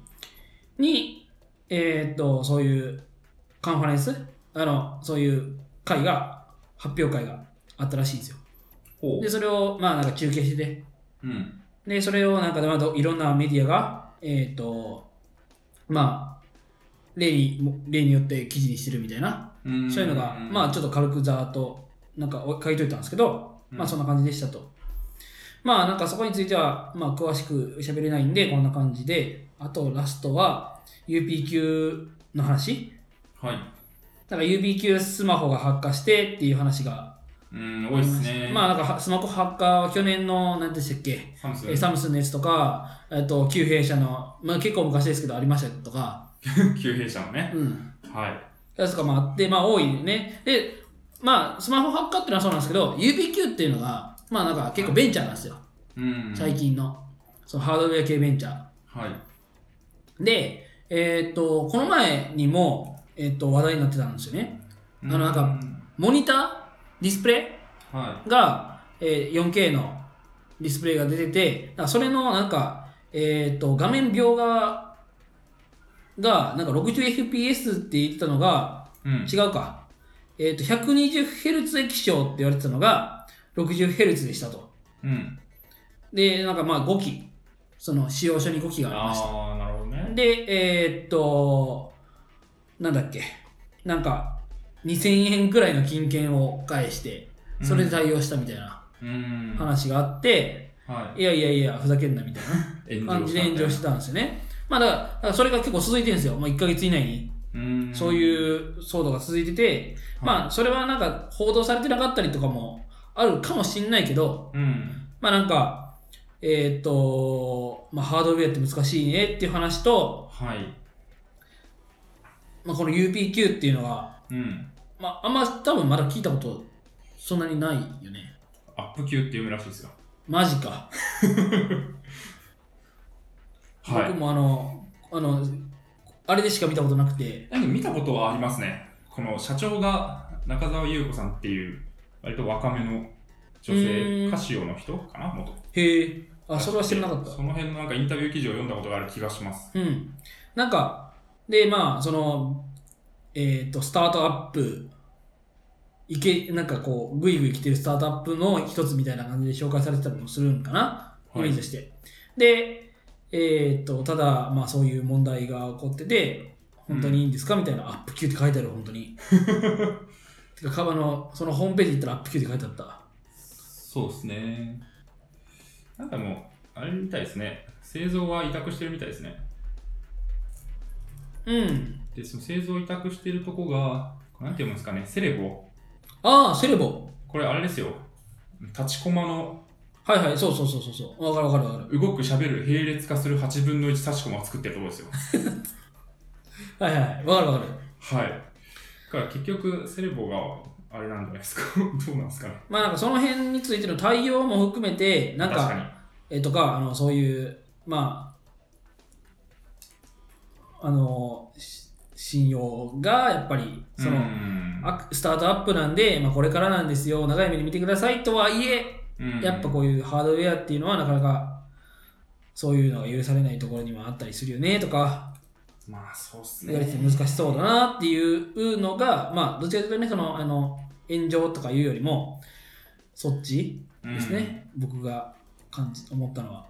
Speaker 1: にえっ、とそういうカンファレンスあのそういう会が発表会があったらしいんですよ
Speaker 2: ほ
Speaker 1: でそれをまあなんか中継してて
Speaker 2: う。うん。
Speaker 1: で、それをなんか、まあどいろんなメディアが、えっ、と、まあ、例にも例によって記事にしてるみたいな、
Speaker 2: うん
Speaker 1: そういうのが、まあ、ちょっと軽くざーっと、なんかお書いといたんですけど、
Speaker 2: うん
Speaker 1: まあ、そんな感じでしたと。まあ、なんかそこについては、まあ、詳しく喋れないんで、こんな感じで、あと、ラストは、UPQ の話。
Speaker 2: はい。
Speaker 1: なんか UPQ スマホが発火してっていう話が、
Speaker 2: うん、多いですね。
Speaker 1: まあ
Speaker 2: あ、
Speaker 1: なんかはスマホ発火は去年の何でしたっけ
Speaker 2: サムスン
Speaker 1: えーサムスンのやつとか、えっと旧弊社の、まあ、結構昔ですけどありましたとか、
Speaker 2: 旧弊社のね。
Speaker 1: うん、
Speaker 2: はい。
Speaker 1: やつとかもあって、まあ、多いね。で、まあ、スマホ発火っていうのはそうなんですけど、UPQ っていうのが、まあ、なんか結構ベンチャーなんですよ、
Speaker 2: うん。
Speaker 1: 最近の、そのハードウェア系ベンチャ
Speaker 2: はい。
Speaker 1: ー。で、えーっと、この前にも、えーっと、話題になってたんですよね。
Speaker 2: あ
Speaker 1: のなんか、モニターディスプレ
Speaker 2: は
Speaker 1: イが、えー 4K のディスプレイが出てて、だからそれのなんか、えーっと、画面描画が、なんか 60fps って言ってたのが、
Speaker 2: い。うん。
Speaker 1: 違うか。えっ、と、120Hz 液晶って言われてたのが、60Hz でしたと。
Speaker 2: うん。
Speaker 1: で、なんかまあ5機、その使用書に5機がありまし
Speaker 2: ああ、なるほど
Speaker 1: た。
Speaker 2: ね。
Speaker 1: で、えっ、と、なんだっけ、なんか2000円くらいの金券を返して、それで対応したみたいな
Speaker 2: うん。
Speaker 1: 話があって、
Speaker 2: はい
Speaker 1: やいやいや、ふざけんなみたい
Speaker 2: い。。
Speaker 1: な感じで炎上しててたんですよね。まあだから、だからそれが結構続いてるんですよ。まあ1ヶ月以内に
Speaker 2: うん。
Speaker 1: そういう騒動が続いてて、まあ、それはなんか報道されてなかったりとかもあるかもしんないけど、
Speaker 2: うん。
Speaker 1: まあなんか、えーっと、まあハードウェアって難しいねっていう話と、
Speaker 2: はい。
Speaker 1: まあこの UPQ っていうのは、
Speaker 2: うん。
Speaker 1: まああんま多分まだ聞いたことそんなにないよね。
Speaker 2: アップ級って読むらしいですよ。
Speaker 1: マジか。
Speaker 2: はい
Speaker 1: 僕。もあの、あの、あれでしか見たことなくて、
Speaker 2: なんか見たことはありますね。この社長が中澤優子さんっていう、割と若めの女
Speaker 1: う
Speaker 2: 性、
Speaker 1: ん
Speaker 2: カシオの人かな元。
Speaker 1: へえ、あ、それは知らなかった。
Speaker 2: その辺のなんかインタビュー記事を読んだことがある気がします。
Speaker 1: うん。なんか、で、まあ、その、えっ、と、スタートアップ、いけ、なんかこう、ぐいぐい来てるスタートアップの一つみたいな感じで紹介されてたりもするんかな、イ
Speaker 2: は
Speaker 1: メー
Speaker 2: い
Speaker 1: ジとして。で、えっ、と、ただ、まあ、そういう問題が起こってて、本当にいいんですかみたいな、アップ級って書いてある、本当に。てか、カバの、そのホームページ行ったらアップ級って書いてあった。
Speaker 2: そうですね。なんかもう、あれみたいですね。製造は委託してるみたいですね。
Speaker 1: うん。
Speaker 2: で、その製造委託してるとこが、なんて読むんですかね、セレボ。
Speaker 1: ああ、セレボ。
Speaker 2: これあれですよ。立ちコマの
Speaker 1: はいはい、そうそうそうそうそう。わかるわかるわかる。
Speaker 2: 動く、喋る、並列化する8分の1立ちコマを作ってるところですよ。
Speaker 1: はいはい、わかるわかる。
Speaker 2: はい。だから結局、セレボがあれなんじゃないですか。 どうなんですかね。
Speaker 1: まあなんかその辺についての対応も含めて、なん
Speaker 2: 確か
Speaker 1: か、えとか、あの、そういう、まあ、あの、し信用がやっぱり、
Speaker 2: に。
Speaker 1: その、
Speaker 2: うん
Speaker 1: あスタートアップなんで、まあこれからなんですよ、長い目で見てくださいとはいえ、
Speaker 2: うん
Speaker 1: やっぱこういうハードウェアっていうのはなかなか、そういうのが許されないところにもあったりするよねとか、
Speaker 2: まあ、そうっす
Speaker 1: やり
Speaker 2: ね。
Speaker 1: て難しそうだなっていうのが、まあどっちかというとね、その、あの、炎上とかいうよりも、そっちですね、僕が感じ思ったのは。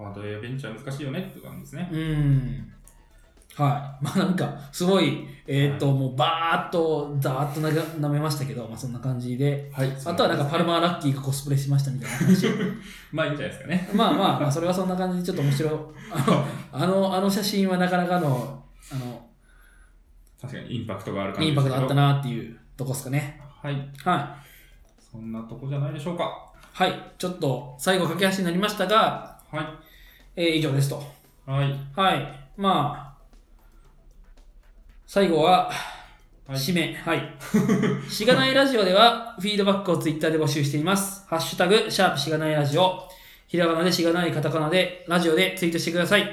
Speaker 2: うん。ハードウェアベンチャー難しいよねって感じですね。
Speaker 1: うん。はい。 まあなんか、すごい、えっ、と、もうバーっと、ざーっとなが舐めましたけど、まあそんな感じで。
Speaker 2: はい。
Speaker 1: あとはなんか、パルマーラッキーがコスプレしましたみたいな 話。
Speaker 2: まあいいんじゃないですかね。
Speaker 1: まあまあまあ、それはそんな感じで、ちょっと面白い。あの、あの、あの写真はなかなかの、あの、
Speaker 2: 確かにインパクトがある感
Speaker 1: イ
Speaker 2: じ
Speaker 1: ン
Speaker 2: で
Speaker 1: パ
Speaker 2: す
Speaker 1: ク
Speaker 2: け
Speaker 1: ト
Speaker 2: ど
Speaker 1: あったなっていうとこですかね。
Speaker 2: はい。
Speaker 1: はい。
Speaker 2: そんなとこじゃないでしょうか。
Speaker 1: はい。ちょっと、最後、駆け足になりましたが、
Speaker 2: は
Speaker 1: えー以上ですと。
Speaker 2: い。はい。
Speaker 1: はい。まあ、最後は、
Speaker 2: はい
Speaker 1: 締め。はい。 しがないラジオでは、フィードバックをツイッターで募集しています。ハッシュタグ、シャープしがないラジオ。ひらがなでしがない、カタカナで、ラジオでツイートしてください。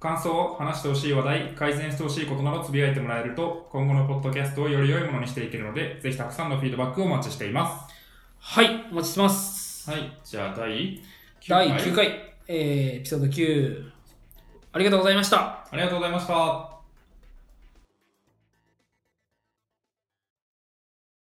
Speaker 2: 感想、話してほしい話題、改善してほしいことなどつぶやいてもらえると、今後のポッドキャストをより良いものにしていけるので、ぜひたくさんのフィードバックをお待ちしていま
Speaker 1: はい。お待ちしてます。
Speaker 2: す。はい。じゃあ、第9
Speaker 1: 第9回、えー、エピソード9。ありがとうございました。
Speaker 2: ありがとうございました。